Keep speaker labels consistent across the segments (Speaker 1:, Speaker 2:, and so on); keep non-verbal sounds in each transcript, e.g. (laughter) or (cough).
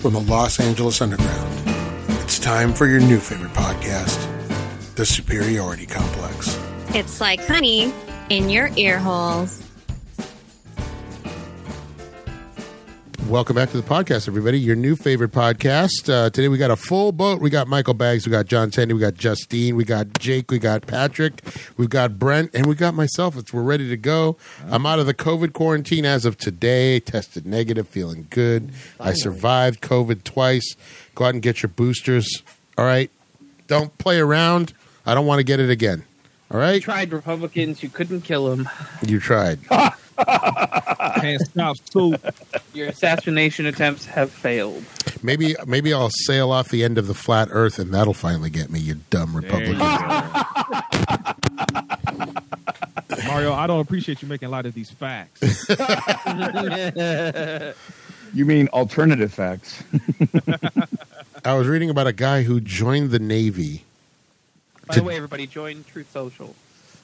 Speaker 1: from the Los Angeles Underground. It's time for your new favorite podcast, The Superiority Complex.
Speaker 2: It's like honey in your ear holes.
Speaker 3: Welcome back to the podcast, everybody. Your new favorite podcast. Uh, today we got a full boat. We got Michael Bags, we got John Sandy, we got Justine, we got Jake, we got Patrick, we've got Brent, and we got myself. It's, we're ready to go. I'm out of the COVID quarantine as of today. Tested negative, feeling good. I survived COVID twice. Go out and get your boosters. All right. Don't play around. I don't want to get it again. All right.
Speaker 4: tried Republicans, you couldn't kill them.
Speaker 3: You tried.
Speaker 5: Can't stop soup.
Speaker 4: Your assassination attempts have failed.
Speaker 3: Maybe maybe I'll sail off the end of the flat Earth, and that'll finally get me. You dumb Republican.
Speaker 5: Mario, I don't appreciate you making light of these facts.
Speaker 6: You mean alternative facts? (laughs)
Speaker 3: I was reading about a guy who joined the Navy
Speaker 4: By the way, everybody, join Truth Social.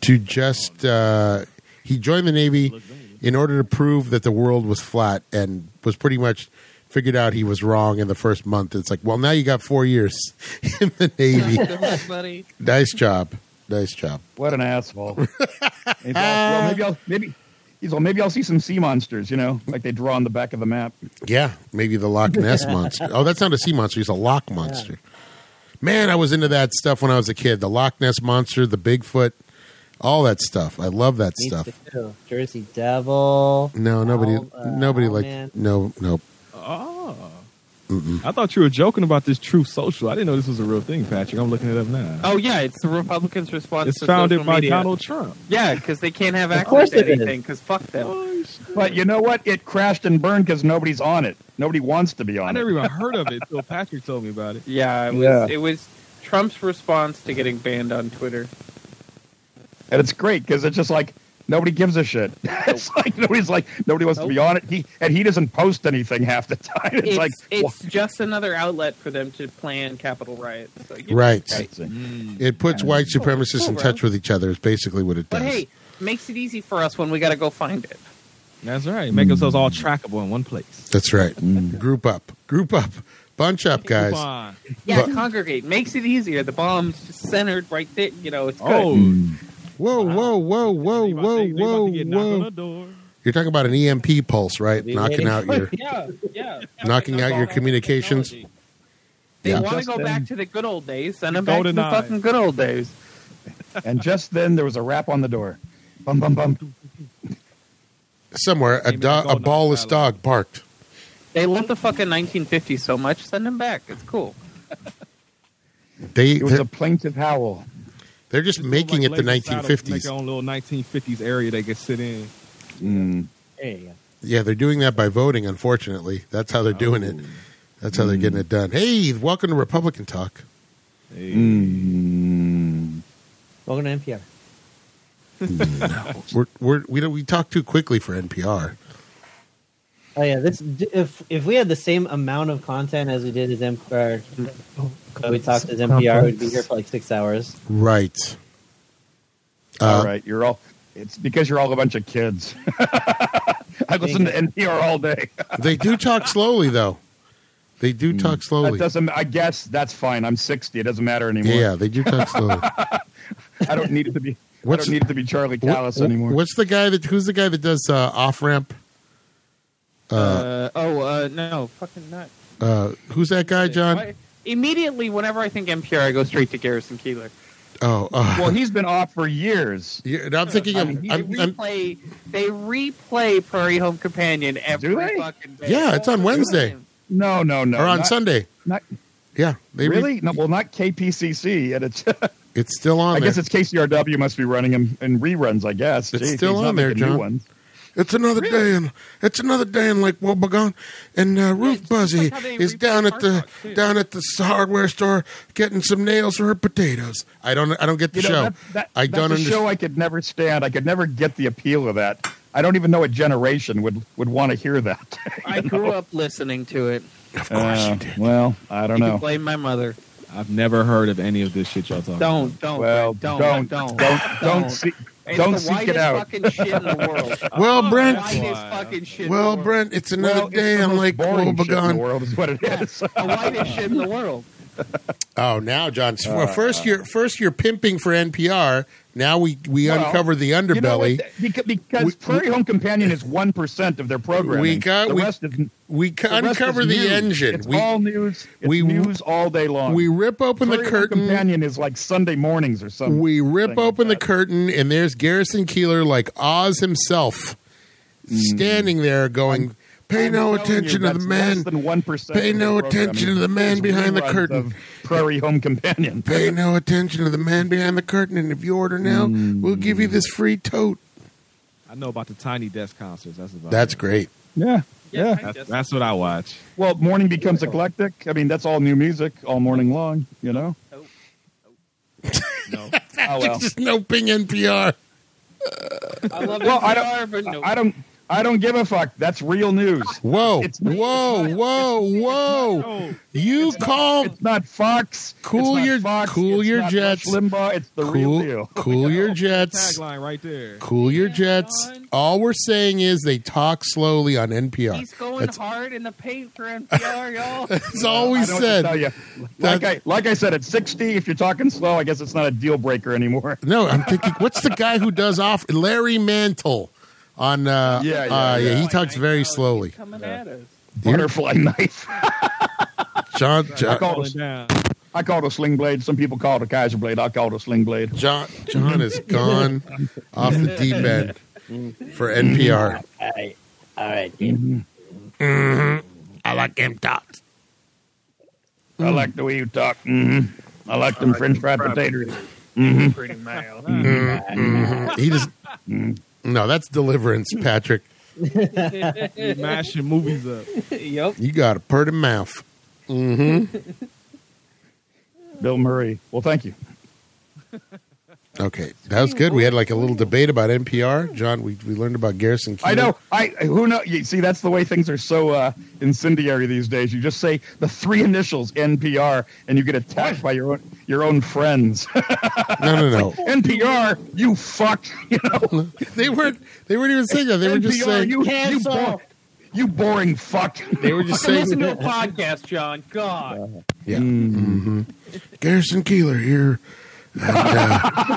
Speaker 3: to just uh, he joined the Navy in order to prove that the world was flat, and was pretty much figured out he was wrong in the first month. It's like, well, now you got four years (laughs) in the Navy.
Speaker 4: Everybody.
Speaker 3: nice job, nice job.
Speaker 6: What
Speaker 4: (laughs)
Speaker 6: an asshole! He's all, well, maybe I'll maybe he's all, maybe I'll see some sea monsters. You know, like they draw on the back of the map.
Speaker 3: Yeah, maybe the Loch Ness monster. Oh, that's not a sea monster; it's a Loch monster. Man, I was into that stuff when I was a kid. The Loch Ness monster, the Bigfoot, all that stuff. I love that
Speaker 7: Me
Speaker 3: stuff.
Speaker 7: too. Jersey Devil.
Speaker 3: No, nobody,
Speaker 7: Owl- uh,
Speaker 3: nobody like
Speaker 7: Owlman.
Speaker 3: no, no.
Speaker 5: oh. I thought you were joking about this Truth Social. I didn't know this was a real thing, Patrick. I'm looking it up now.
Speaker 4: Oh yeah, it's the Republicans' response.
Speaker 5: it's
Speaker 4: to
Speaker 5: founded
Speaker 4: social
Speaker 5: by
Speaker 4: media.
Speaker 5: Donald Trump.
Speaker 4: Yeah, because they can't have access
Speaker 7: course
Speaker 4: to
Speaker 7: it is.
Speaker 4: anything. Because fuck them.
Speaker 5: Oh, shit.
Speaker 6: But you know what? It crashed and burned because nobody's on it. Nobody wants to be
Speaker 5: I
Speaker 6: on
Speaker 5: never
Speaker 6: it.
Speaker 5: even heard of it until Patrick told me about it.
Speaker 4: Yeah, it was,
Speaker 6: Yeah.
Speaker 4: it was Trump's response to getting banned on Twitter.
Speaker 6: And it's great because it's just like nobody gives a shit. (laughs) it's like nobody's like nobody wants to be on it. He and he doesn't post anything half the (laughs) time. It's,
Speaker 4: It's
Speaker 6: like
Speaker 4: it's just another outlet for them to plan capital riots. So, you know.
Speaker 3: Right.
Speaker 6: wha-
Speaker 4: Mm.
Speaker 3: It puts white supremacists in
Speaker 4: Cool,
Speaker 3: touch with each other. Is basically what it
Speaker 4: But
Speaker 3: does.
Speaker 4: hey, makes it easy for us when we got to go find it.
Speaker 5: That's right.
Speaker 3: Mm.
Speaker 5: Make themselves all trackable in one place.
Speaker 3: That's right. Mm. Group up, group up, bunch up, guys.
Speaker 5: Come on.
Speaker 4: Yeah,
Speaker 3: But-
Speaker 4: congregate makes it easier. The bomb's just centered right there. You know, it's good.
Speaker 5: Oh,
Speaker 3: Whoa, whoa, whoa, Mm. whoa,
Speaker 5: They about-
Speaker 3: whoa,
Speaker 5: they- they about
Speaker 3: whoa,
Speaker 5: to get knocked on the
Speaker 3: whoa!
Speaker 5: door.
Speaker 3: You're talking about an EMP pulse, right?
Speaker 7: Be
Speaker 3: Knocking
Speaker 7: waiting
Speaker 3: out
Speaker 7: for
Speaker 5: (laughs)
Speaker 3: your.
Speaker 4: Yeah, yeah.
Speaker 3: (laughs) Knocking out your
Speaker 4: Technology.
Speaker 3: communications.
Speaker 4: They
Speaker 3: Yeah.
Speaker 4: want to go
Speaker 6: Justin.
Speaker 4: back to the good old days. Send them back to
Speaker 5: Golden
Speaker 4: the
Speaker 5: Eye.
Speaker 4: fucking good old days.
Speaker 6: and just then there was a rap on the door. Bum bum bum.
Speaker 3: Somewhere, a,
Speaker 5: Maybe
Speaker 3: do-
Speaker 5: they're
Speaker 3: a
Speaker 5: going
Speaker 3: ballless
Speaker 5: on a
Speaker 3: dog barked.
Speaker 4: They love the fucking 1950s so much. Send them back. It's cool.
Speaker 3: They,
Speaker 6: It was
Speaker 3: they're,
Speaker 6: a plaintive howl.
Speaker 3: they're just making it the
Speaker 5: Lakers side of- Make
Speaker 3: 1950s.
Speaker 5: their own little 1950s area they can sit in.
Speaker 6: Mm.
Speaker 7: There you go.
Speaker 3: Yeah, they're doing that by voting, unfortunately. That's how they're doing
Speaker 5: Oh.
Speaker 3: it. That's how they're getting it done. Hey, welcome to Republican Talk.
Speaker 5: Hey.
Speaker 6: Mm.
Speaker 7: Welcome to NPR.
Speaker 3: We're, we're, we, don't, we talk too quickly for NPR.
Speaker 7: Oh yeah, this d- if if we had the same amount of content as we did as NPR,
Speaker 6: Mm-hmm.
Speaker 7: we talked as NPR, we'd be here for like six hours.
Speaker 3: Right. Uh,
Speaker 6: all right, you're all. It's because you're all a bunch of kids. (laughs) I listen to NPR all day.
Speaker 3: They do talk slowly, though. They do talk
Speaker 6: Hmm. That
Speaker 3: slowly.
Speaker 6: doesn't. I guess that's fine. I'm 60. It doesn't matter anymore.
Speaker 3: Yeah, they do talk
Speaker 6: (laughs)
Speaker 3: slowly.
Speaker 6: I don't need it to be.
Speaker 3: What's-
Speaker 6: I don't need it to be Charlie Callis
Speaker 3: What-
Speaker 6: anymore.
Speaker 3: What's the guy that? Who's the guy that does uh, off ramp?
Speaker 4: Uh, oh, uh, no. Fucking not.
Speaker 3: Uh, who's that guy, John?
Speaker 4: Why- Immediately, whenever I think NPR, I go straight to Garrison Keillor.
Speaker 3: Oh, uh,
Speaker 6: well, he's been off for years.
Speaker 3: (laughs) you- I'm thinking
Speaker 4: I
Speaker 3: of.
Speaker 4: mean, they
Speaker 3: I'm, I'm-
Speaker 4: replay. they replay Prairie Home Companion every
Speaker 6: Do they?
Speaker 4: fucking day.
Speaker 3: Yeah, it's on Wednesday.
Speaker 6: No, no, no.
Speaker 3: or on
Speaker 6: not-
Speaker 3: Sunday.
Speaker 6: not-
Speaker 3: Yeah, they re-
Speaker 6: really? No, well, not KPCC. And it's. (laughs)
Speaker 3: It's still on.
Speaker 6: I
Speaker 3: there.
Speaker 6: guess it's KCRW must be running him in reruns. I guess.
Speaker 3: It's
Speaker 6: Jeez,
Speaker 3: still
Speaker 6: he's not
Speaker 3: on there,
Speaker 6: making new
Speaker 3: John.
Speaker 6: ones.
Speaker 3: It's another day, and it's another day in Lake Wobegon, and uh, Ruth
Speaker 4: it's just
Speaker 3: Buzzy
Speaker 4: like how they
Speaker 3: is
Speaker 4: replay
Speaker 3: down at
Speaker 4: Hard
Speaker 3: the
Speaker 4: Rock, too.
Speaker 3: down at the hardware store getting some nails for her potatoes. I don't I don't get the
Speaker 6: You know,
Speaker 3: show.
Speaker 6: That, that,
Speaker 3: I
Speaker 6: that's
Speaker 3: don't
Speaker 6: a
Speaker 3: understand.
Speaker 6: show I could never stand. I could never get the appeal of that. I don't even know what generation would would want to hear that. (laughs)
Speaker 4: I grew up listening to it.
Speaker 3: of course you
Speaker 6: Uh,
Speaker 3: did.
Speaker 6: Well, I don't
Speaker 4: You can
Speaker 6: know.
Speaker 4: blame my mother.
Speaker 5: I've never heard of any of this shit y'all talking about.
Speaker 4: Don't, don't,
Speaker 6: Well,
Speaker 4: Brett,
Speaker 6: don't,
Speaker 4: don't,
Speaker 6: don't, don't,
Speaker 4: don't.
Speaker 6: see.
Speaker 4: It's
Speaker 6: Don't
Speaker 4: the
Speaker 6: seek
Speaker 4: whitest
Speaker 6: it out.
Speaker 4: fucking shit in the world.
Speaker 6: (laughs)
Speaker 3: Well, Brent.
Speaker 4: Whitest fucking shit. in
Speaker 3: Well,
Speaker 4: the world.
Speaker 3: Brent, it's another
Speaker 6: Well, it's
Speaker 3: day.
Speaker 6: the
Speaker 3: I'm
Speaker 6: most
Speaker 3: like,
Speaker 6: boring
Speaker 3: well,
Speaker 6: shit in
Speaker 3: begun.
Speaker 6: the world is what it
Speaker 4: Yeah,
Speaker 6: (laughs) is.
Speaker 4: the whitest shit in the world.
Speaker 3: Oh, now John. s- well, first you're first you're pimping for NPR. Now we we
Speaker 6: Well,
Speaker 3: uncover the underbelly.
Speaker 6: You know what? Beca- Because
Speaker 3: We-
Speaker 6: Prairie Home Companion is one percent of their programming.
Speaker 3: We got-
Speaker 6: the
Speaker 3: we-
Speaker 6: rest is, the
Speaker 3: we c-
Speaker 6: rest
Speaker 3: uncover
Speaker 6: is
Speaker 3: the
Speaker 6: news.
Speaker 3: engine.
Speaker 6: It's
Speaker 3: we
Speaker 6: all news. It's
Speaker 3: we-
Speaker 6: news all day long.
Speaker 3: we rip open
Speaker 6: Prairie
Speaker 3: the
Speaker 6: Home
Speaker 3: curtain.
Speaker 6: Companion is like Sunday mornings or something.
Speaker 3: We rip
Speaker 6: thing like
Speaker 3: open
Speaker 6: that.
Speaker 3: the curtain, and there's Garrison Keeler like Oz himself, standing there going, "Pay
Speaker 6: Hmm. I'm
Speaker 3: no
Speaker 6: telling you,
Speaker 3: attention to
Speaker 6: that's
Speaker 3: the man.
Speaker 6: Less than one percent.
Speaker 3: Pay no attention to the man behind the curtain.
Speaker 6: Prairie Home Companion.
Speaker 3: Pay no attention to the man behind the curtain. And if you order now, we'll give you
Speaker 6: Hmm.
Speaker 3: this free tote."
Speaker 5: I know about the Tiny Desk concerts. That's about
Speaker 3: That's
Speaker 5: it.
Speaker 3: great.
Speaker 5: Yeah,
Speaker 4: Yeah,
Speaker 5: yeah.
Speaker 4: Tiny
Speaker 5: That's,
Speaker 4: Desk.
Speaker 5: that's what I watch.
Speaker 6: Well, morning becomes eclectic. I mean, that's all new music all morning long. You know.
Speaker 4: Nope.
Speaker 5: No,
Speaker 6: Oh well.
Speaker 3: Just no ping NPR.
Speaker 4: I love
Speaker 6: Well, I
Speaker 4: NPR, but no.
Speaker 6: I don't. I don't give a fuck. That's real news.
Speaker 3: Whoa,
Speaker 6: It's not-
Speaker 3: whoa, whoa, whoa!
Speaker 5: Oh,
Speaker 3: You call
Speaker 6: It's not Fox.
Speaker 3: Cool
Speaker 6: it's not
Speaker 3: your-
Speaker 6: Fox.
Speaker 3: cool
Speaker 6: it's
Speaker 3: your
Speaker 6: not
Speaker 3: jets.
Speaker 6: Rush Limbaugh. It's the real
Speaker 3: cool,
Speaker 6: deal.
Speaker 3: cool your jets,
Speaker 5: tagline right there.
Speaker 3: cool your jets. All we're saying is they talk slowly on
Speaker 4: He's
Speaker 3: NPR.
Speaker 4: going
Speaker 3: That's-
Speaker 4: hard in the paint for
Speaker 3: (laughs)
Speaker 4: NPR, y'all.
Speaker 3: That's all we
Speaker 6: I don't know what to
Speaker 3: said.
Speaker 6: tell you. Like I, like I said, at 60, if you're talking slow, I guess it's not a deal breaker anymore.
Speaker 3: No, I'm thinking, what's the guy who does off Larry Mantle on? Uh,
Speaker 6: Yeah, yeah,
Speaker 3: uh,
Speaker 6: yeah.
Speaker 3: He talks very slowly.
Speaker 4: Coming at us.
Speaker 3: You're-
Speaker 6: Butterfly (laughs) knife.
Speaker 3: John,
Speaker 6: I
Speaker 3: John,
Speaker 6: call,
Speaker 5: Falling
Speaker 6: it a,
Speaker 5: down.
Speaker 6: I call it a sling blade. Some people call it a Kaiser blade. I call it a sling blade.
Speaker 3: John, John
Speaker 6: (laughs)
Speaker 3: is gone off the deep end
Speaker 6: Mm-hmm.
Speaker 3: for NPR.
Speaker 7: All right, all right.
Speaker 3: Mm-hmm. I like them tots.
Speaker 6: I like the way you talk. hmm I like them French fried potatoes.
Speaker 8: pretty male.
Speaker 3: Mm-hmm. He just no. That's deliverance, Patrick.
Speaker 5: You mashing
Speaker 3: (laughs)
Speaker 5: movies up.
Speaker 7: Yep.
Speaker 3: You got a purty mouth.
Speaker 6: Bill Murray. Well, thank you.
Speaker 3: Okay, that was good. We had like a little debate about NPR. John, we, we learned about Garrison. Keillor.
Speaker 6: I know. I who know. You see, that's the way things are so uh, incendiary these days. You just say the three initials NPR, and you get attacked by your own your own friends. (laughs)
Speaker 3: No, no,
Speaker 6: NPR, you fuck. (laughs) You know,
Speaker 3: no. (laughs) they weren't. They weren't even saying that. They were just
Speaker 6: NPR,
Speaker 3: saying.
Speaker 6: you you,
Speaker 7: Cancel.
Speaker 6: bo- you boring fuck. (laughs)
Speaker 3: They were just
Speaker 4: Fucking
Speaker 3: saying.
Speaker 4: listen to a podcast, John. God.
Speaker 3: Yeah. hmm Garrison Keeler here. And, uh,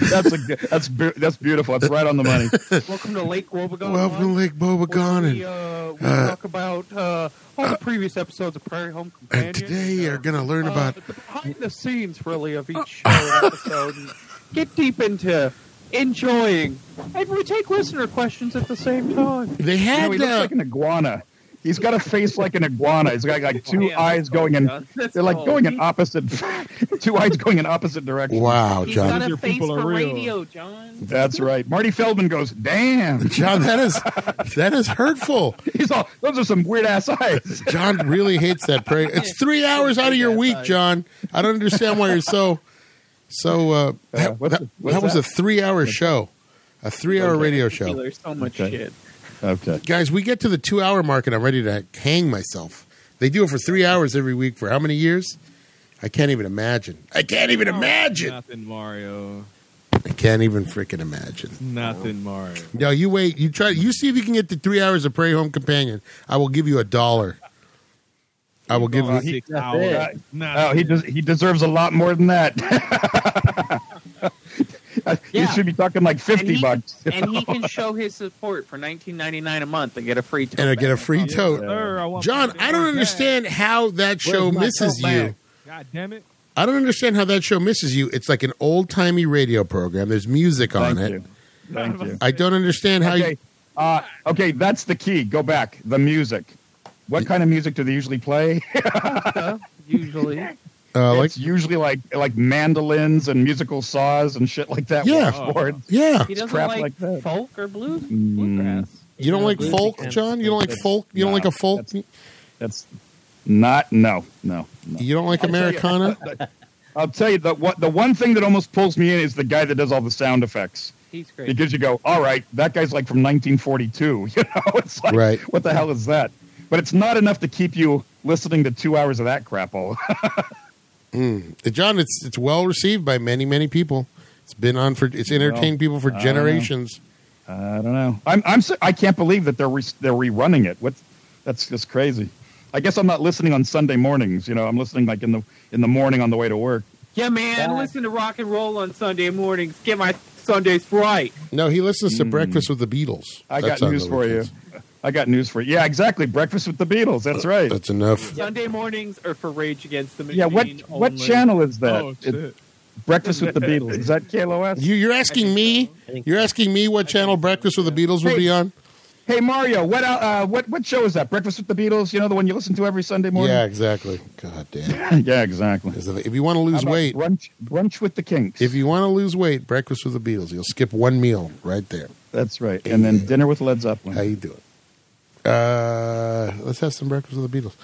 Speaker 6: That's a good- that's bu- that's beautiful. That's right on the money.
Speaker 4: Welcome to Lake Wobegon.
Speaker 3: welcome to Lake
Speaker 4: We,
Speaker 3: Bobagon,
Speaker 4: uh, we
Speaker 3: uh,
Speaker 4: talk about uh, all the previous episodes of Prairie Home
Speaker 3: and,
Speaker 4: Companion.
Speaker 3: and today are gonna learn
Speaker 4: uh,
Speaker 3: about. Uh,
Speaker 4: the behind the scenes, really, of each show and episode. And get deep into enjoying, and we take listener questions at the same time.
Speaker 3: They
Speaker 6: You know,
Speaker 3: had.
Speaker 6: he looks
Speaker 3: uh,
Speaker 6: like an iguana. He's got a face like an iguana. He's
Speaker 4: (laughs)
Speaker 6: got like two
Speaker 4: Yeah, that's
Speaker 6: eyes
Speaker 4: all
Speaker 6: going in.
Speaker 4: done. That's
Speaker 6: They're like
Speaker 4: all.
Speaker 6: going in opposite. (laughs) two eyes going in opposite directions.
Speaker 3: wow,
Speaker 4: He's
Speaker 3: John.
Speaker 4: got a
Speaker 5: Your
Speaker 4: face
Speaker 5: people are
Speaker 4: for
Speaker 5: real.
Speaker 4: radio, John.
Speaker 6: That's right. Marty Feldman
Speaker 3: (laughs)
Speaker 6: goes, damn.
Speaker 3: John, that is that is hurtful.
Speaker 6: He's all, those are some weird ass eyes.
Speaker 3: John really hates that prayer. It's three hours out of your week, John. I don't understand why you're so so. Uh,
Speaker 6: Uh,
Speaker 3: that,
Speaker 6: what's-
Speaker 3: that-
Speaker 6: what's
Speaker 3: that was a
Speaker 6: that?
Speaker 3: three-hour show, a three-hour radio show.
Speaker 4: There's so much
Speaker 6: Okay.
Speaker 4: shit.
Speaker 6: Okay.
Speaker 3: Guys, we get to the two-hour mark, and I'm ready to hang myself. They do it for three hours every week for how many years? I can't even imagine. I can't even imagine.
Speaker 5: Nothing, Mario.
Speaker 3: I can't even freaking imagine.
Speaker 5: Nothing,
Speaker 3: Oh.
Speaker 5: Mario.
Speaker 3: No, you wait. You try. You see if you can get to three hours of Prairie Home Companion. I will give you a dollar. I will give
Speaker 6: Oh,
Speaker 5: Going
Speaker 3: you.
Speaker 5: six
Speaker 7: That's
Speaker 5: hours.
Speaker 6: it.
Speaker 5: Nah,
Speaker 6: Oh, he des- he deserves a lot more than that. (laughs) You
Speaker 4: Yeah.
Speaker 6: should be talking like
Speaker 4: And
Speaker 6: fifty
Speaker 4: he-
Speaker 6: bucks.
Speaker 3: (laughs)
Speaker 4: and he can show his support for 19.99 a month and get a free. tote
Speaker 3: And I get a
Speaker 4: bag.
Speaker 3: free tote.
Speaker 5: Sir, I want
Speaker 3: John,
Speaker 5: my
Speaker 3: I don't
Speaker 5: bag.
Speaker 3: understand how that show
Speaker 7: Where's my
Speaker 3: misses
Speaker 7: tote
Speaker 3: you.
Speaker 7: bag?
Speaker 5: God damn it.
Speaker 3: I don't understand how that show misses you. It's like an old timey radio program. There's music on
Speaker 6: Thank
Speaker 3: it.
Speaker 6: you. Thank you.
Speaker 3: I don't understand how
Speaker 6: Okay.
Speaker 3: you.
Speaker 6: Uh, okay, that's the key. Go back. The music. What kind of music do they usually play?
Speaker 4: usually.
Speaker 3: Uh, like,
Speaker 6: it's usually like like mandolins and musical saws and shit like that.
Speaker 3: Yeah.
Speaker 6: Washboards.
Speaker 3: yeah,
Speaker 4: He doesn't
Speaker 6: crap
Speaker 4: like,
Speaker 6: like that.
Speaker 4: folk or blues,
Speaker 6: Mm.
Speaker 4: bluegrass.
Speaker 3: you don't
Speaker 7: No,
Speaker 3: like
Speaker 7: blues
Speaker 3: folk,
Speaker 7: and-
Speaker 3: John. You don't like folk. You don't
Speaker 6: No,
Speaker 3: like a folk.
Speaker 6: That's not no no. no.
Speaker 3: You don't like
Speaker 6: tell you- (laughs)
Speaker 3: Americana.
Speaker 6: I'll tell you the what the one thing that almost pulls me in is the guy that does all the sound effects.
Speaker 4: He's great.
Speaker 6: Because you go, all right, that guy's like from 1942. (laughs) You know, it's like,
Speaker 3: Right.
Speaker 6: what the hell is that? But it's not enough to keep you listening to two hours of that crap all.
Speaker 3: John, it's it's well received by many many people. It's been on for. It's entertained people for
Speaker 6: I don't know.
Speaker 3: generations.
Speaker 6: I don't know. I'm I'm si- I can't believe that they're re- they're rerunning it. What? That's just crazy. I guess I'm not listening on Sunday mornings. You know, I'm listening like in the in the morning on the way to work.
Speaker 4: Yeah, man,
Speaker 7: Yeah.
Speaker 4: listen to rock and roll on Sunday mornings. Get my Sundays right.
Speaker 3: No, he listens to
Speaker 6: Mm.
Speaker 3: Breakfast with the Beatles.
Speaker 6: I
Speaker 3: That's
Speaker 6: got
Speaker 3: on
Speaker 6: news
Speaker 3: the
Speaker 6: for you.
Speaker 3: weekends.
Speaker 6: I got news for you. Yeah, exactly. Breakfast with the Beatles. That's right.
Speaker 3: That's enough.
Speaker 4: Sunday mornings are for Rage Against the Machine.
Speaker 6: Yeah. What what
Speaker 4: only.
Speaker 6: channel is that?
Speaker 5: Oh,
Speaker 6: It-
Speaker 5: shit.
Speaker 6: Breakfast
Speaker 5: (laughs)
Speaker 6: with the Beatles. Is that KLOS?
Speaker 3: You, you're asking me.
Speaker 7: I think-
Speaker 3: You're asking me what channel Breakfast with the Beatles would be on?
Speaker 6: hey Mario, what uh, what what show is that? Breakfast with the Beatles. You know the one you listen to every Sunday
Speaker 3: Yeah,
Speaker 6: morning.
Speaker 3: exactly. God damn.
Speaker 6: (laughs) Yeah. yeah. Exactly.
Speaker 3: Is the- If you want to lose
Speaker 6: How about
Speaker 3: weight,
Speaker 6: Brunch, brunch with the Kinks.
Speaker 3: if you want to lose weight, Breakfast with the Beatles. You'll skip one meal right there.
Speaker 6: That's right. And then dinner with Led Zeppelin.
Speaker 3: How you doing? Uh, let's have some breakfast with the Beatles.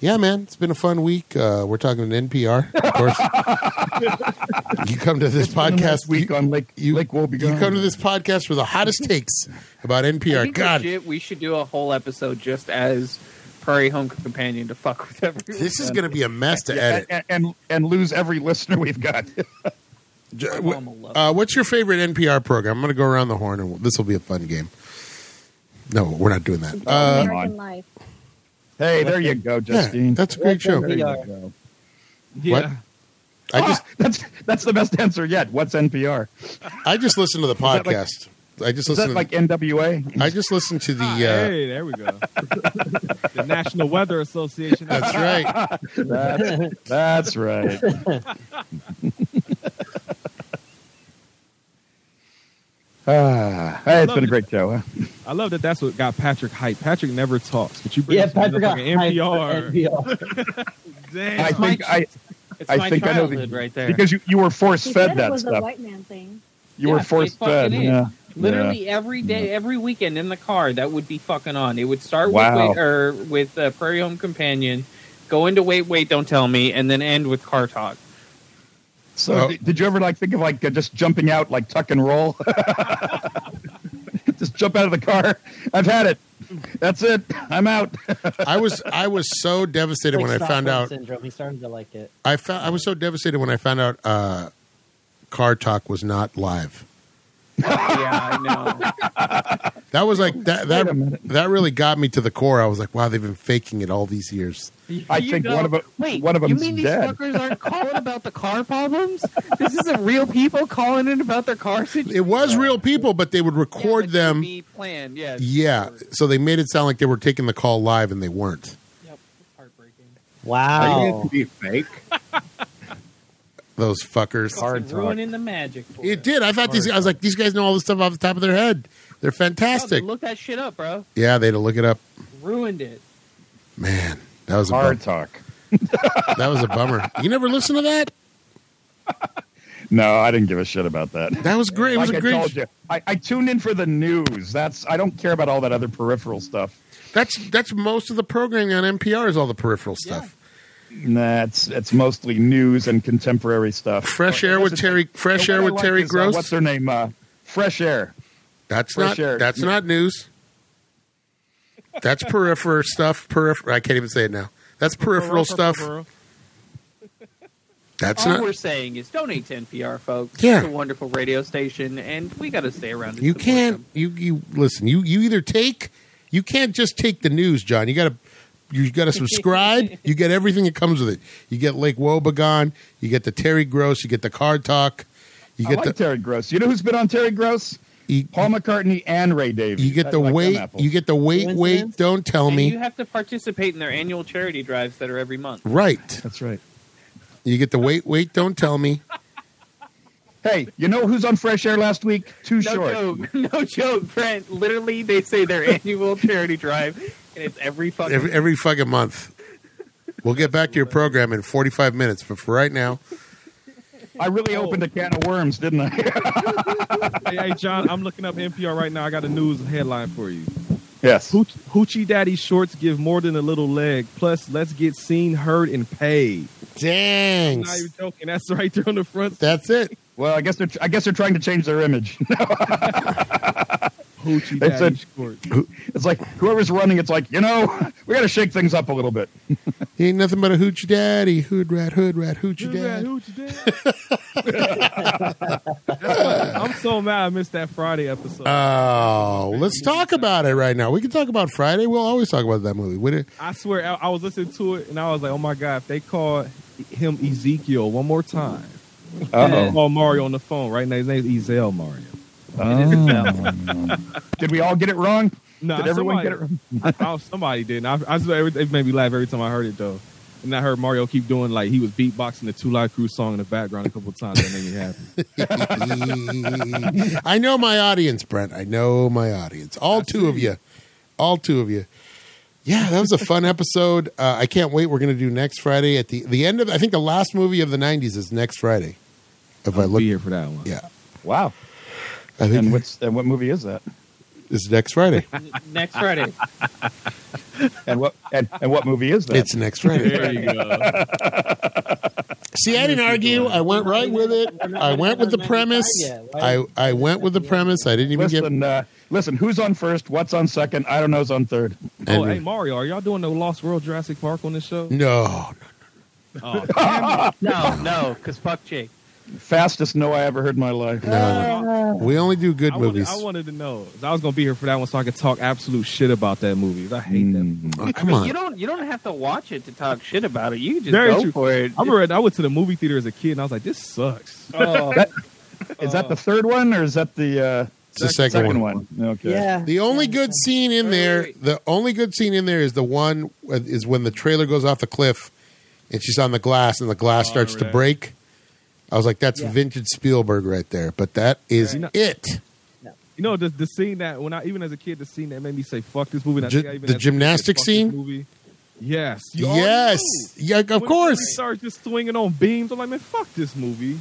Speaker 3: Yeah, man, it's been a fun week. Uh, we're talking to NPR, of
Speaker 6: (laughs)
Speaker 3: course. you come to this podcast
Speaker 6: Last week on Lake
Speaker 3: You,
Speaker 6: Lake will
Speaker 3: you come to this podcast for the hottest takes about
Speaker 4: I
Speaker 3: NPR.
Speaker 4: think
Speaker 3: God,
Speaker 4: legit, we should do a whole episode just as Prairie Home Companion to fuck with everyone.
Speaker 3: this is going to be a mess to
Speaker 6: and,
Speaker 3: edit.
Speaker 6: and, and lose every (laughs) listener we've got.
Speaker 3: J-
Speaker 4: My
Speaker 3: wh-
Speaker 4: mom will love
Speaker 3: Uh, what's your favorite NPR program? I'm going to go around the horn, and this will be a fun game. No, we're not doing that. Uh,
Speaker 9: American Life.
Speaker 6: hey, there you go,
Speaker 3: yeah,
Speaker 6: Justine.
Speaker 3: that's a great
Speaker 7: That's
Speaker 3: show.
Speaker 6: there you
Speaker 7: NPR.
Speaker 6: go.
Speaker 3: What?
Speaker 5: Yeah.
Speaker 3: I just
Speaker 6: Ah, (laughs) that's that's the best answer yet. What's NPR?
Speaker 3: I just listened to the
Speaker 6: that like-
Speaker 3: podcast. I just
Speaker 6: Is that
Speaker 3: listened.
Speaker 6: like Ah, NWA?
Speaker 3: I just listened to the. Uh,
Speaker 5: Hey, there we go. the National Weather Association.
Speaker 3: That's
Speaker 6: (laughs)
Speaker 3: right.
Speaker 6: That's,
Speaker 3: (laughs)
Speaker 6: that's right. (laughs) ah, hey, it's been a great show. Huh?
Speaker 5: I love that. That's what got Patrick hype. Patrick never talks, but you bring
Speaker 7: Yeah,
Speaker 5: up some
Speaker 7: Patrick got
Speaker 5: motherfucking NPR.
Speaker 7: hyped for NPR.
Speaker 5: Damn.
Speaker 6: I think I,
Speaker 4: It's
Speaker 6: I
Speaker 4: my
Speaker 6: think I know
Speaker 4: childhood
Speaker 6: the-
Speaker 4: right there.
Speaker 6: because you, you were force
Speaker 2: He
Speaker 6: fed
Speaker 2: said it
Speaker 6: that
Speaker 2: was a
Speaker 6: stuff.
Speaker 2: white man thing.
Speaker 6: You
Speaker 4: Yeah,
Speaker 6: were
Speaker 4: it
Speaker 6: force fed.
Speaker 4: fucking is.
Speaker 6: Yeah. Yeah. Mm-hmm.
Speaker 4: Literally every day, every weekend in the car, that would be fucking on. It would start
Speaker 6: Wow.
Speaker 4: with, wait, or with uh, Prairie Home Companion, go into Wait, Wait, Don't Tell Me, and then end with Car Talk.
Speaker 6: So,
Speaker 3: Oh.
Speaker 6: di- did you ever like think of like uh, just jumping out, like tuck and roll? (laughs) just jump out of the car. I've had it. That's it. I'm out.
Speaker 3: I was I was so devastated
Speaker 7: Like
Speaker 3: when I found
Speaker 7: Stockholm
Speaker 3: out.
Speaker 7: syndrome. He started to like it.
Speaker 3: I found I was so devastated when I found out uh, Car Talk was not live.
Speaker 4: yeah, I know.
Speaker 3: That was like that
Speaker 6: Wait a
Speaker 3: that
Speaker 6: minute.
Speaker 3: that really got me to the core. I was like, wow, they've been faking it all these years.
Speaker 6: I
Speaker 4: You
Speaker 6: think
Speaker 4: know-
Speaker 6: one of 'em-
Speaker 4: Wait,
Speaker 6: one of
Speaker 4: you
Speaker 6: them's
Speaker 4: mean
Speaker 6: dead.
Speaker 4: these fuckers
Speaker 6: (laughs)
Speaker 4: aren't calling about the car problems? This isn't real people calling in about their car situation.
Speaker 3: It was real people, but they would record them.
Speaker 4: Be planned, yeah.
Speaker 3: Yeah, so they made it sound like they were taking the call live, and they weren't.
Speaker 4: Yep, it's heartbreaking.
Speaker 10: Are you
Speaker 7: Wow.
Speaker 10: gonna be fake?
Speaker 3: Those fuckers.
Speaker 4: Fucking ruining the magic. For
Speaker 3: It
Speaker 4: us.
Speaker 3: did. I thought these. I was like, these guys know all this stuff off the top of their head. They're
Speaker 4: Oh, they
Speaker 3: fantastic.
Speaker 4: look that shit up, bro.
Speaker 3: Yeah, they had to look it up.
Speaker 4: Ruined it.
Speaker 3: Man, that was a
Speaker 6: Hard
Speaker 3: bummer.
Speaker 6: talk.
Speaker 3: that was a bummer.
Speaker 6: (laughs)
Speaker 3: You never listen to that?
Speaker 6: No, I didn't give a shit about that.
Speaker 3: That was great. It was
Speaker 6: like
Speaker 3: a
Speaker 6: I
Speaker 3: great.
Speaker 6: told you, I, I tuned in for the news. That's I don't care about all that other peripheral stuff.
Speaker 3: That's that's most of the programming on NPR is all the peripheral stuff.
Speaker 6: Nah, it's it's mostly news and contemporary stuff.
Speaker 3: Fresh air with Terry. Fresh air
Speaker 6: And what I
Speaker 3: with
Speaker 6: like
Speaker 3: Terry
Speaker 6: is, uh,
Speaker 3: Gross.
Speaker 6: what's her name? Uh, Fresh air.
Speaker 3: that's
Speaker 6: Fresh
Speaker 3: not.
Speaker 6: air.
Speaker 3: That's not news. That's peripheral stuff. Peripheral. I can't even say it now. That's peripheral stuff. That's
Speaker 4: All
Speaker 6: Oh,
Speaker 3: not.
Speaker 4: we're saying is donate to NPR, folks.
Speaker 3: Yeah.
Speaker 4: It's a wonderful radio station, and we got to stay around. to
Speaker 3: You
Speaker 4: support
Speaker 3: can't.
Speaker 4: them.
Speaker 3: You you listen. You you either take. You can't just take the news, John. You got to. You got
Speaker 6: (laughs)
Speaker 3: to subscribe. you get everything that comes with it. You get Lake Wobegon. You get the Terry Gross. You get the Card Talk. You
Speaker 6: I
Speaker 3: get
Speaker 6: like
Speaker 3: the.
Speaker 6: Terry Gross. You know who's been on Terry Gross?
Speaker 3: you-
Speaker 6: Paul McCartney and Ray Davies.
Speaker 3: You get
Speaker 6: I
Speaker 3: the
Speaker 6: like them
Speaker 3: wait.
Speaker 6: apples.
Speaker 3: You get the wait. Wait.
Speaker 7: Coincidence?
Speaker 3: Don't tell
Speaker 4: And
Speaker 3: me.
Speaker 4: you have to participate in their annual charity drives that are every month.
Speaker 3: right.
Speaker 6: That's right.
Speaker 3: You get the wait. Wait. Don't tell me.
Speaker 6: Hey, you know who's on Fresh Air last week? Too
Speaker 4: No
Speaker 6: short.
Speaker 4: joke, (laughs) no joke, Brent. Literally, they
Speaker 3: (laughs)
Speaker 4: say their annual charity drive, and it's every fucking.
Speaker 3: Every, every fucking month. We'll get back to your program in 45 minutes, but for right now,
Speaker 6: I really
Speaker 4: Oh.
Speaker 6: opened a can of worms, didn't I?
Speaker 5: hey, hey, John, I'm looking up NPR right now. I got a news headline for you.
Speaker 6: (laughs) yes.
Speaker 5: Hooch- Hoochie Daddy shorts give more than a little leg. Plus, let's get seen, heard, and paid.
Speaker 3: dang,
Speaker 5: Now you're joking. That's right there on the front.
Speaker 3: that's it.
Speaker 6: Well, I guess they're I guess they're trying to change their image.
Speaker 5: Hoochie
Speaker 6: They
Speaker 5: Daddy
Speaker 6: said-
Speaker 5: Squirt.
Speaker 6: (laughs) It's like whoever's running, it's like, you know, (laughs) we got to shake things up a little bit.
Speaker 3: He ain't nothing but a hoochie daddy. Hood rat, hood rat, hoochie
Speaker 5: Hood rat,
Speaker 3: dad.
Speaker 5: hoochie dad. That's why I'm so mad I missed that Friday episode.
Speaker 1: Uh,
Speaker 3: Oh, let's talk about it right now. We can talk about Friday. We'll always talk about that movie. Would it? (laughs)
Speaker 5: I swear, I, I was listening to it and I was like, oh my God, if they call him Ezekiel one more time, they
Speaker 6: Uh-oh.
Speaker 5: call Mario on the phone right now. His name is Ezel Mario.
Speaker 6: Oh. (laughs) Did we all get it wrong?
Speaker 5: No,
Speaker 6: Did everyone
Speaker 5: somebody-
Speaker 6: get it wrong?
Speaker 5: (laughs) oh, somebody did. And I, I swear, every- it made me laugh every time I heard it though. And I heard Mario keep doing like he was beatboxing the Two Live Crew song in the background a couple of times. That made me happy.
Speaker 3: I know my audience, Brent. I know my audience. All two of you. All two of you. Yeah, that was a fun episode. Uh, I can't wait. We're going to do next Friday at the the end of. I think the last movie of the '90s is next Friday. (laughs) If I
Speaker 5: I'll
Speaker 3: look,
Speaker 5: be here for that one.
Speaker 3: yeah,
Speaker 6: Wow.
Speaker 3: I
Speaker 6: And
Speaker 3: think
Speaker 6: what's and what movie is that?
Speaker 3: it's next
Speaker 1: (laughs)
Speaker 3: Friday.
Speaker 7: Next Friday.
Speaker 6: And what and, and what movie is that?
Speaker 3: It's next Friday.
Speaker 5: (laughs) There
Speaker 3: (laughs)
Speaker 5: you go.
Speaker 3: See, I didn't argue. I went right with it. I went with the premise. I I went with the premise. I didn't even get.
Speaker 6: listen, uh, listen, who's on first? What's on second? I don't know who's on third.
Speaker 5: Oh,
Speaker 3: Andrew.
Speaker 5: hey Mario, are y'all doing the Lost World Jurassic Park on
Speaker 3: (laughs)
Speaker 5: this show?
Speaker 3: No,
Speaker 5: Oh,
Speaker 4: No, no, because fuck Jake.
Speaker 6: Fastest no I ever heard in my life.
Speaker 3: no, no. We only do good
Speaker 5: I,
Speaker 3: movies.
Speaker 5: wanted, I wanted to know. 'cause I was gonna be here for that one, so I could talk absolute shit about that movie. I hate that. Movie.
Speaker 6: Mm.
Speaker 3: Oh, come on.
Speaker 4: You don't you don't have to watch it to talk shit about it. You just
Speaker 5: Very
Speaker 4: go
Speaker 5: true.
Speaker 4: for it.
Speaker 5: I remember I went to the movie theater as a kid, and I was like, "This sucks."
Speaker 4: Oh,
Speaker 6: Is that the
Speaker 4: Uh,
Speaker 6: third one or is that the uh,
Speaker 3: It's the second
Speaker 6: one? Okay.
Speaker 7: Yeah.
Speaker 3: The only good scene in there,
Speaker 4: wait, wait.
Speaker 3: the only good scene in there is the one uh, is when the trailer goes off the cliff, and she's on the glass, and the glass
Speaker 4: Oh,
Speaker 3: starts to
Speaker 5: right.
Speaker 3: break. I was like, "That's
Speaker 7: Yeah.
Speaker 3: vintage Spielberg right there," but that is
Speaker 5: You know-
Speaker 3: it.
Speaker 5: You know, the, the scene that when I even as a kid, the scene that made me say "fuck this movie." and I
Speaker 3: Gy-
Speaker 5: think I even
Speaker 3: the
Speaker 5: as a kid said,
Speaker 3: gymnastic
Speaker 5: "Fuck this
Speaker 3: scene?
Speaker 5: Movie. Yes. You already
Speaker 3: Yes,
Speaker 5: knew.
Speaker 3: yeah, of
Speaker 5: When They
Speaker 3: course.
Speaker 5: start just swinging on beams. I'm like, man, fuck this movie.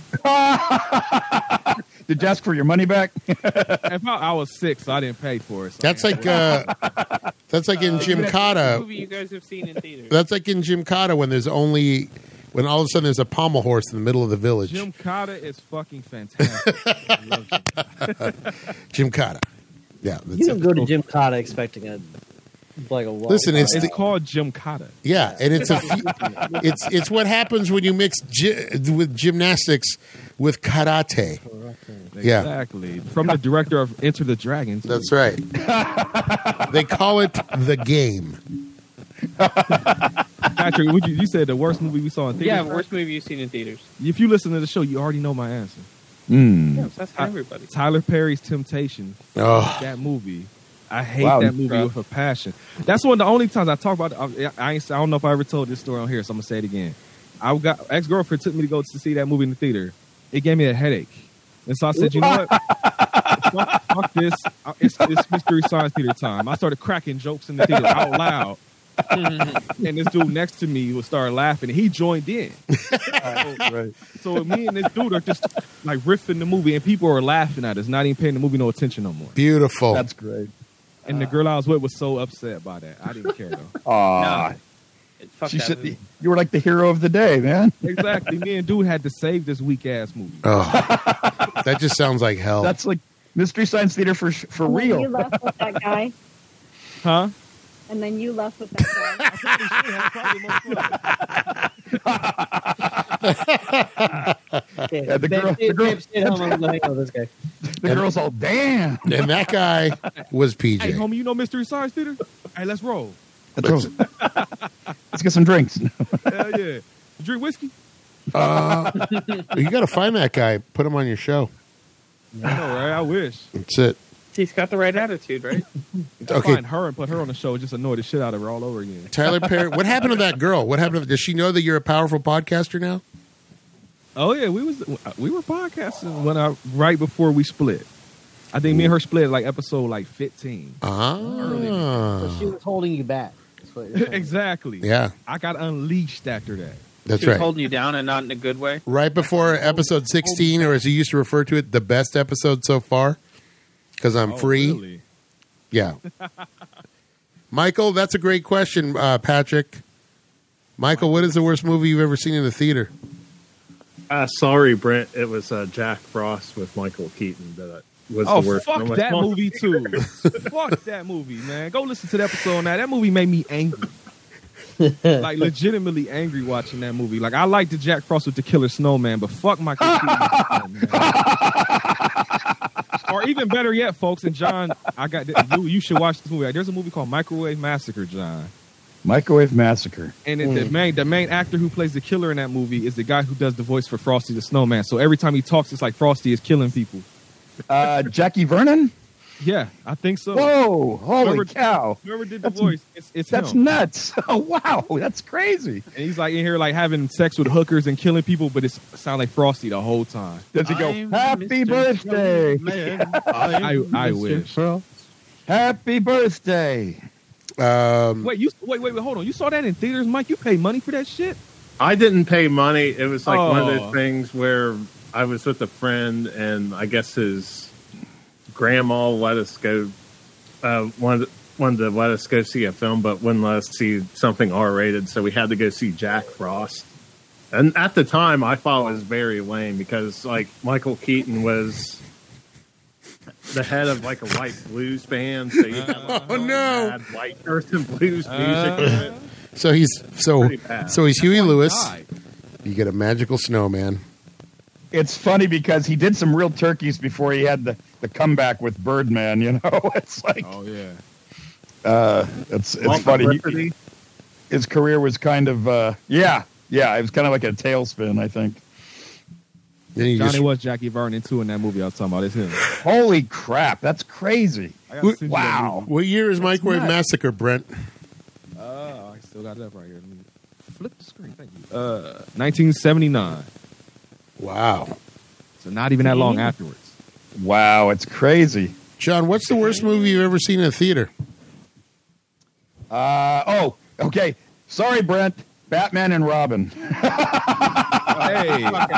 Speaker 6: Did you ask for your money back?
Speaker 5: if I, I was six, I didn't pay for it. so
Speaker 3: That's
Speaker 5: I
Speaker 3: like uh, that's like in Jim Cotta.
Speaker 4: movie Uh, you guys have seen in theaters.
Speaker 3: That's like in Jim Cotta when there's only when all of a sudden there's a pommel horse in the middle of the village.
Speaker 5: Jim Cotta is fucking fantastic.
Speaker 3: (laughs)
Speaker 5: I love Jim Cotta.
Speaker 3: Jim Cotta. Yeah, that's
Speaker 7: You don't
Speaker 3: it.
Speaker 7: go to Jim Cotta expecting a like a wall.
Speaker 3: Listen, it's
Speaker 5: it's
Speaker 3: the-
Speaker 5: called Jim Cotta.
Speaker 3: Yeah, and it's a fu- it's it's what happens when you mix gy- with gymnastics with karate. Yeah.
Speaker 5: Exactly. From the director of Enter the Dragons.
Speaker 3: That's right. they call it the game.
Speaker 5: Patrick, would you, you said the worst movie we saw in
Speaker 4: yeah,
Speaker 5: theaters.
Speaker 4: worst movie you've seen in theaters.
Speaker 5: If you listen to the show, you already know my answer.
Speaker 4: Yeah, so that's for everybody.
Speaker 5: Tyler Perry's Temptation.
Speaker 3: Oh,
Speaker 5: That movie. I hate
Speaker 6: Wow,
Speaker 5: that
Speaker 6: you
Speaker 5: movie
Speaker 6: proud.
Speaker 5: with a passion. That's one of the only times I talk about it. Uh, I, I, ain't, I don't know if I ever told this story on here, so I'm going to say it again. I got ex girlfriend took me to go to see that movie in the theater. It gave me a headache. And so I said, you know what? fuck, fuck this. I- It's, it's Mystery Science Theater time. I started cracking jokes in the theater out loud. and this dude next to me would start laughing. And he joined in.
Speaker 6: (laughs) right.
Speaker 5: So me and this dude are just like riffing the movie, and people are laughing at us, not even paying the movie no attention no more.
Speaker 1: Oh.
Speaker 3: beautiful.
Speaker 6: That's great.
Speaker 5: And the girl I was with was so upset by that. I didn't care though.
Speaker 3: Ah.
Speaker 6: Aw.
Speaker 4: Fuck
Speaker 6: she
Speaker 4: that
Speaker 6: said,
Speaker 4: movie.
Speaker 6: You were like the hero of the day, man.
Speaker 5: (laughs) exactly. Me and dude had to save this weak ass movie.
Speaker 3: oh, that just sounds like
Speaker 1: Oh.
Speaker 3: hell.
Speaker 6: That's like Mystery Science Theater for for
Speaker 4: Oh,
Speaker 2: And then You
Speaker 6: real.
Speaker 2: left with that guy,
Speaker 5: Huh? (laughs)
Speaker 2: and then you left with that guy.
Speaker 7: Okay,
Speaker 6: Yeah, the
Speaker 7: babe,
Speaker 6: girl-
Speaker 7: stay-
Speaker 6: the girl-
Speaker 7: babe, stay at home. I'm gonna hang out with this
Speaker 3: (laughs)
Speaker 7: guy.
Speaker 6: The girl's all, damn.
Speaker 3: and that guy was
Speaker 5: hey,
Speaker 3: PJ.
Speaker 5: homie, you know Mystery Science Theater? Hey, let's roll.
Speaker 6: Let's get some drinks. (laughs)
Speaker 5: Hell yeah. Drink whiskey?
Speaker 3: You got to find that guy. Put him on your show.
Speaker 5: I know, right? I wish.
Speaker 3: That's it.
Speaker 4: He's got the right attitude, right?
Speaker 3: Okay.
Speaker 5: Find her and put her on the show. Just annoy the shit out of her all over again.
Speaker 3: Tyler Perry. What happened to that girl? What happened? To, does she know that you're a powerful podcaster now?
Speaker 5: Oh yeah, we was we were podcasting when I right before we split. I think me and her split like episode like (laughs) fifteen.
Speaker 3: Ah,
Speaker 7: So she was holding you back.
Speaker 6: (laughs)
Speaker 7: That's what you're saying.
Speaker 5: exactly.
Speaker 3: yeah,
Speaker 5: I got unleashed after that.
Speaker 3: that's
Speaker 4: she was
Speaker 3: right.
Speaker 4: holding you down and not in a
Speaker 3: (laughs)
Speaker 4: good way.
Speaker 3: right before episode 16 or as you used to refer to it the best episode so far because i'm
Speaker 5: Oh,
Speaker 3: free
Speaker 5: really?
Speaker 3: yeah michael that's a great question uh, patrick michael what is the worst movie you've ever seen in the theater
Speaker 11: Uh, sorry, Brent. It was uh, Jack Frost with Michael Keaton that was
Speaker 5: Oh,
Speaker 11: the worst.
Speaker 5: fuck
Speaker 11: I'm like,
Speaker 5: that
Speaker 11: "Come on."
Speaker 5: movie
Speaker 11: (laughs)
Speaker 5: too. fuck that movie, man. Go listen to the episode now. That movie made me angry. like legitimately angry watching that movie. Like I liked the Jack Frost with the Killer Snowman, but fuck my computer. or even better yet, folks. And John, I got th- you. You should watch this movie. Like, there's a movie called Microwave Massacre, John.
Speaker 6: Microwave Massacre.
Speaker 5: And it, the main the main actor who plays the killer in that movie is the guy who does the voice for Frosty the Snowman. So every time he talks, it's like Frosty is killing people.
Speaker 6: Uh, Jackie Vernon?
Speaker 5: Yeah, I think
Speaker 4: Oh.
Speaker 5: so.
Speaker 6: Whoa, holy
Speaker 5: Whoever-
Speaker 6: cow.
Speaker 5: Whoever did the
Speaker 6: That's-
Speaker 5: voice, it's, it's
Speaker 6: That's
Speaker 5: him.
Speaker 6: nuts. (laughs) Oh, wow, that's crazy.
Speaker 5: and he's like in here like having sex with hookers and killing people, but it's sound like Frosty the whole time.
Speaker 6: Does he go,
Speaker 4: I'm
Speaker 6: happy
Speaker 4: Mr.
Speaker 6: birthday,
Speaker 4: Man,
Speaker 5: I, (laughs) I wish.
Speaker 6: happy birthday.
Speaker 1: Um,
Speaker 5: Wait, you wait, wait, wait, hold on. You saw that in theaters, Mike? You paid money for that shit?
Speaker 11: I didn't pay money. It was like one of
Speaker 5: Oh.
Speaker 11: those things where I was with a friend, and I guess his grandma let us go. Uh, wanted wanted to let us go see a film, but wouldn't let us see something R rated, so we had to go see Jack Frost. And at the time, I thought it was very lame because like Michael Keaton was the head of like a white blues band, so you had, like,
Speaker 1: Oh, no.
Speaker 11: bad white earth and blues music.
Speaker 5: Uh.
Speaker 11: in it.
Speaker 1: so he's so
Speaker 11: Pretty bad.
Speaker 1: so he's
Speaker 6: Oh
Speaker 1: Huey Lewis.
Speaker 5: God.
Speaker 1: You get a magical snowman.
Speaker 6: It's funny because he did some real turkeys before he had the, the comeback with Birdman, you know? (laughs) It's like,
Speaker 5: Oh yeah.
Speaker 6: uh, it's, it's
Speaker 11: Walt
Speaker 6: funny. He-
Speaker 11: Lipperty.
Speaker 6: his career was kind of, uh, yeah, yeah, it was kind of like a tailspin, I think.
Speaker 1: Then you
Speaker 5: Johnny
Speaker 1: just-
Speaker 5: was Jackie Vernon too in that movie I was talking about. It's him.
Speaker 6: Holy crap, that's crazy.
Speaker 5: I gotta send you that
Speaker 6: Wow.
Speaker 1: what year is Microwave
Speaker 6: nuts.
Speaker 1: Massacre, Brent?
Speaker 5: movie. Oh, I still got that right here. Let me flip the screen. Thank you. Uh, 1979.
Speaker 1: Wow,
Speaker 5: So not even that long afterwards.
Speaker 6: Wow, it's crazy.
Speaker 1: John, what's the worst movie you've ever seen in a theater?
Speaker 6: Uh, oh, okay. Sorry, Brent. Batman and Robin.
Speaker 5: hey, hey, look,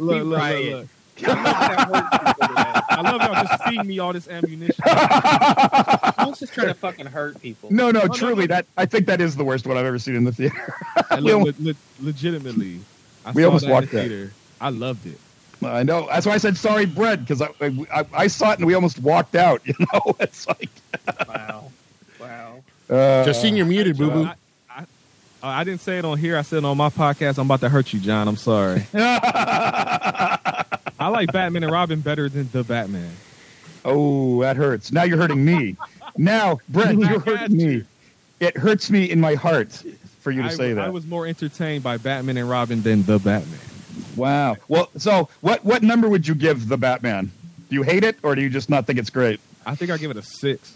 Speaker 5: look, look, look, look. I love y'all just feeding me all this ammunition.
Speaker 4: Paul's just trying to fucking hurt people.
Speaker 6: No, no,
Speaker 5: no,
Speaker 6: truly,
Speaker 5: no.
Speaker 6: that I think that is the worst one I've ever seen in the (laughs) theater.
Speaker 5: And
Speaker 6: We
Speaker 5: le-
Speaker 6: almost-
Speaker 5: le- legitimately, I
Speaker 6: We
Speaker 5: saw
Speaker 6: almost
Speaker 5: that in
Speaker 6: walked
Speaker 5: the
Speaker 6: that.
Speaker 5: theater. I loved it.
Speaker 6: I know. That's why I said sorry, Brent, because I, I I saw it and we almost walked out. (laughs) You know, it's like
Speaker 4: Wow. Wow.
Speaker 6: uh,
Speaker 1: Justine, you're muted, boo boo.
Speaker 5: I, I, uh, I didn't say it on here. I said it on my podcast. I'm about to hurt you, John. I'm
Speaker 6: (laughs)
Speaker 5: sorry. I like Batman and Robin better than the Batman.
Speaker 6: Oh, that hurts. Now you're hurting me. Now, Brent,
Speaker 5: (laughs) I
Speaker 6: you're
Speaker 5: got
Speaker 6: hurting
Speaker 5: you.
Speaker 6: me. It hurts me in my heart for you to
Speaker 5: I,
Speaker 6: say that.
Speaker 5: I was more entertained by Batman and Robin than the Batman.
Speaker 6: Wow. Well, so what what number would you give the Batman? Do you hate it or do you just not think it's great?
Speaker 5: I think I give it a six.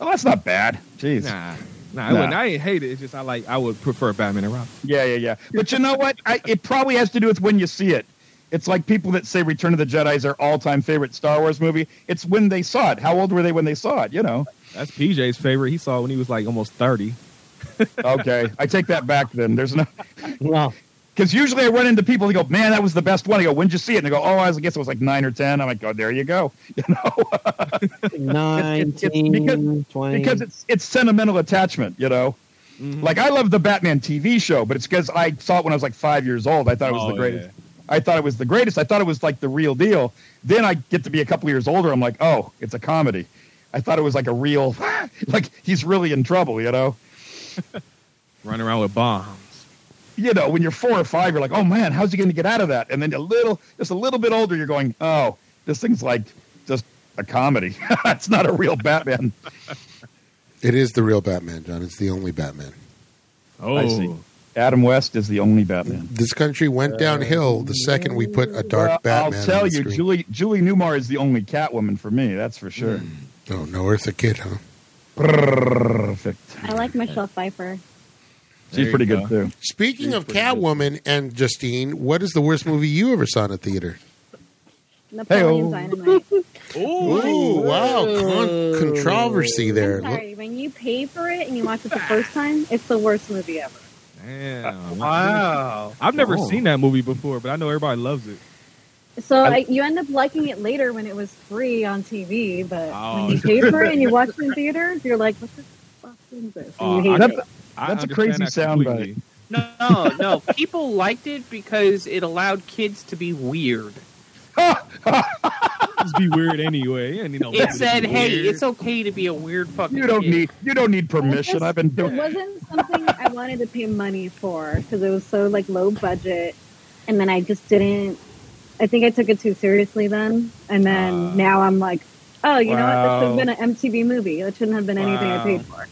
Speaker 6: Oh, that's not bad. Jeez.
Speaker 5: Nah, nah, I,
Speaker 6: Nah.
Speaker 5: wouldn't, I ain't hate it. It's just I like I would prefer Batman and Robin.
Speaker 6: Yeah, yeah, yeah. But you know what? I, it probably has to do with when you see it. It's like people that say Return of the Jedi is their all-time favorite Star Wars movie. It's when they saw it. How old were they when they saw it? You know.
Speaker 5: That's PJ's favorite. He saw it when he was like almost thirty.
Speaker 6: Okay, I take that back. Then there's no (laughs)
Speaker 7: Wow.
Speaker 6: because usually I run into people. They go, "Man, that was the best one." I go, "When'd you see it?" And they go, "Oh, I, was, I guess it was like nine or 10. I'm like, "Oh, there you go." You know. it's- it's
Speaker 7: 19,
Speaker 6: because-
Speaker 7: 20.
Speaker 6: because it's it's sentimental attachment, you know. Like I love the Batman TV show, but it's because I saw it when I was like five years old. I thought it was
Speaker 5: Oh,
Speaker 6: the greatest. I thought it was the greatest. I thought it was like the real deal. Then I get to be a couple years older. I'm like, oh, it's a comedy. I thought it was like a real, (laughs) like he's really in trouble, you know.
Speaker 5: Running around with bombs.
Speaker 6: You know, when you're four or five, you're like, oh man, how's he going to get out of that? And then a little, just a little bit older, you're going, oh, this thing's like just a comedy. (laughs) it's not a real Batman.
Speaker 1: It is the real Batman, John. It's the only Batman.
Speaker 5: Oh,
Speaker 6: I see. Adam West is the only Batman.
Speaker 1: This country went downhill the second we put a dark
Speaker 6: Well,
Speaker 1: Batman.
Speaker 6: I'll
Speaker 1: on
Speaker 6: tell
Speaker 1: the
Speaker 6: you,
Speaker 1: screen.
Speaker 6: Julie Julie Newmar is the only Catwoman for me. That's for sure.
Speaker 1: Oh, no Eartha Kid, huh?
Speaker 6: Perfect.
Speaker 2: I like Michelle Pfeiffer.
Speaker 6: She's pretty good too.
Speaker 1: Speaking of Catwoman and Justine, what is the worst movie you ever saw in a theater?
Speaker 2: Napoleon Dynamite.
Speaker 1: Ooh, wow, con- controversy there.
Speaker 2: I'm sorry, when you pay for it and you watch it the first time, it's the worst movie ever.
Speaker 5: damn!
Speaker 4: Wow.
Speaker 5: I've never
Speaker 6: Oh.
Speaker 5: seen that movie before, but I know everybody loves it.
Speaker 2: So I, you end up liking it later when it was free on TV, but
Speaker 5: Oh.
Speaker 2: when you pay for it and you watch it in theaters, you're like, what the fuck is this?
Speaker 5: Oh,
Speaker 2: And you hate
Speaker 6: That's,
Speaker 2: it.
Speaker 5: I
Speaker 6: That's a
Speaker 5: understand
Speaker 6: crazy
Speaker 5: that
Speaker 6: sound
Speaker 5: completely.
Speaker 4: No, no, no. People liked it because it allowed kids to be weird.
Speaker 5: kids be weird anyway. And you know,
Speaker 4: It said, "Hey, it's okay to be a weird fucking."
Speaker 6: You don't
Speaker 4: kid.
Speaker 6: need you don't need permission. I've been
Speaker 2: It
Speaker 6: doing.
Speaker 2: wasn't something I wanted to pay money for because it was so like low budget, and then I just didn't. I think I took it too seriously then, and then
Speaker 1: Uh.
Speaker 4: Ah.
Speaker 2: now I'm like, oh, you know
Speaker 4: Wow.
Speaker 2: what? This should have been an MTV movie. It shouldn't have been anything I
Speaker 4: Wow.
Speaker 2: paid for.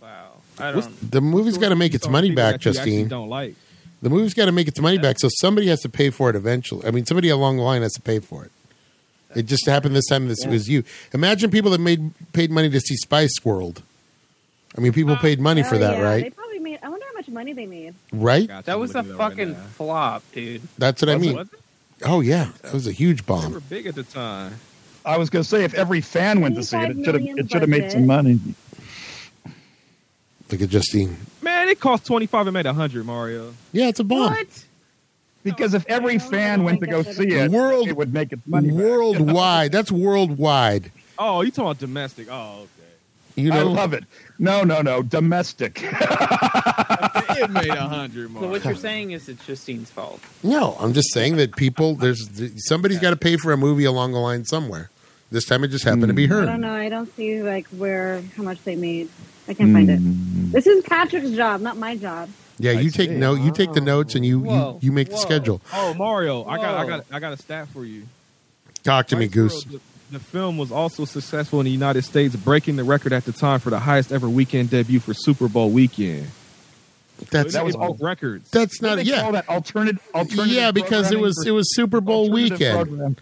Speaker 4: Wow, I don't.
Speaker 3: The movie's got to make its money back, Justine.
Speaker 5: Don't like.
Speaker 3: The movie's got to make its money back, so somebody has to pay for it eventually. I mean, somebody along the line has to pay for it. It just happened this time. This
Speaker 7: Yeah.
Speaker 3: was you. Imagine people that made paid money to see Spice World. I mean, people paid money for
Speaker 2: Hell
Speaker 3: that,
Speaker 2: yeah, They
Speaker 3: right?
Speaker 2: probably made. I wonder how much money they made.
Speaker 3: Right?
Speaker 5: Gotcha,
Speaker 4: That
Speaker 5: I'm
Speaker 4: was a
Speaker 5: looking at it right
Speaker 4: fucking
Speaker 5: now.
Speaker 4: flop, dude.
Speaker 3: That's what I
Speaker 5: Was it-
Speaker 3: mean.
Speaker 5: was it?
Speaker 3: Oh yeah, that was a huge
Speaker 5: They were
Speaker 3: bomb.
Speaker 5: big at the time.
Speaker 6: I was gonna say if every fan went to see it, it should have
Speaker 2: 25
Speaker 6: it should have made
Speaker 2: budget. Oh,
Speaker 6: some money.
Speaker 3: Look at Justine.
Speaker 5: Man, it cost twenty five and made hundred. Mario.
Speaker 3: Yeah, it's a bomb.
Speaker 4: What?
Speaker 6: Because if every fan went to go see it,
Speaker 3: World-
Speaker 6: it would make its money. back.
Speaker 3: Worldwide. That's worldwide.
Speaker 5: Oh, you talking about domestic? Oh,
Speaker 3: You know,
Speaker 6: I love it. No, no, no. Domestic. (laughs)
Speaker 5: okay. it made hundred.
Speaker 4: So what you're saying is it's Justine's fault.
Speaker 3: No, I'm just saying that people. There's somebody's got to pay for a movie along the line somewhere. This time it just happened to be
Speaker 2: I don't
Speaker 3: her.
Speaker 2: know. I don't see like where how much they made. I can't find it. This is Patrick's job, not my job.
Speaker 3: Yeah, you take
Speaker 6: see.
Speaker 3: note. You take the notes and you you,
Speaker 4: Whoa,
Speaker 3: you make the
Speaker 4: whoa.
Speaker 3: schedule.
Speaker 5: Oh, Mario, I got, I
Speaker 4: Whoa.
Speaker 5: got, I got a stat for you.
Speaker 3: Talk to me,
Speaker 5: Spice Girls,
Speaker 3: Goose.
Speaker 5: the, the film was also successful in the United States, breaking the record at the time for the highest ever weekend debut for Super Bowl weekend.
Speaker 3: That's
Speaker 5: that was
Speaker 6: was all-
Speaker 5: all records.
Speaker 3: that's
Speaker 6: What
Speaker 3: not
Speaker 6: do they
Speaker 3: Uh, yeah
Speaker 6: call that alternative, alternative
Speaker 3: yeah because it
Speaker 6: programming
Speaker 3: was
Speaker 6: for-
Speaker 3: it was Super Bowl
Speaker 6: alternative
Speaker 3: weekend.
Speaker 6: program.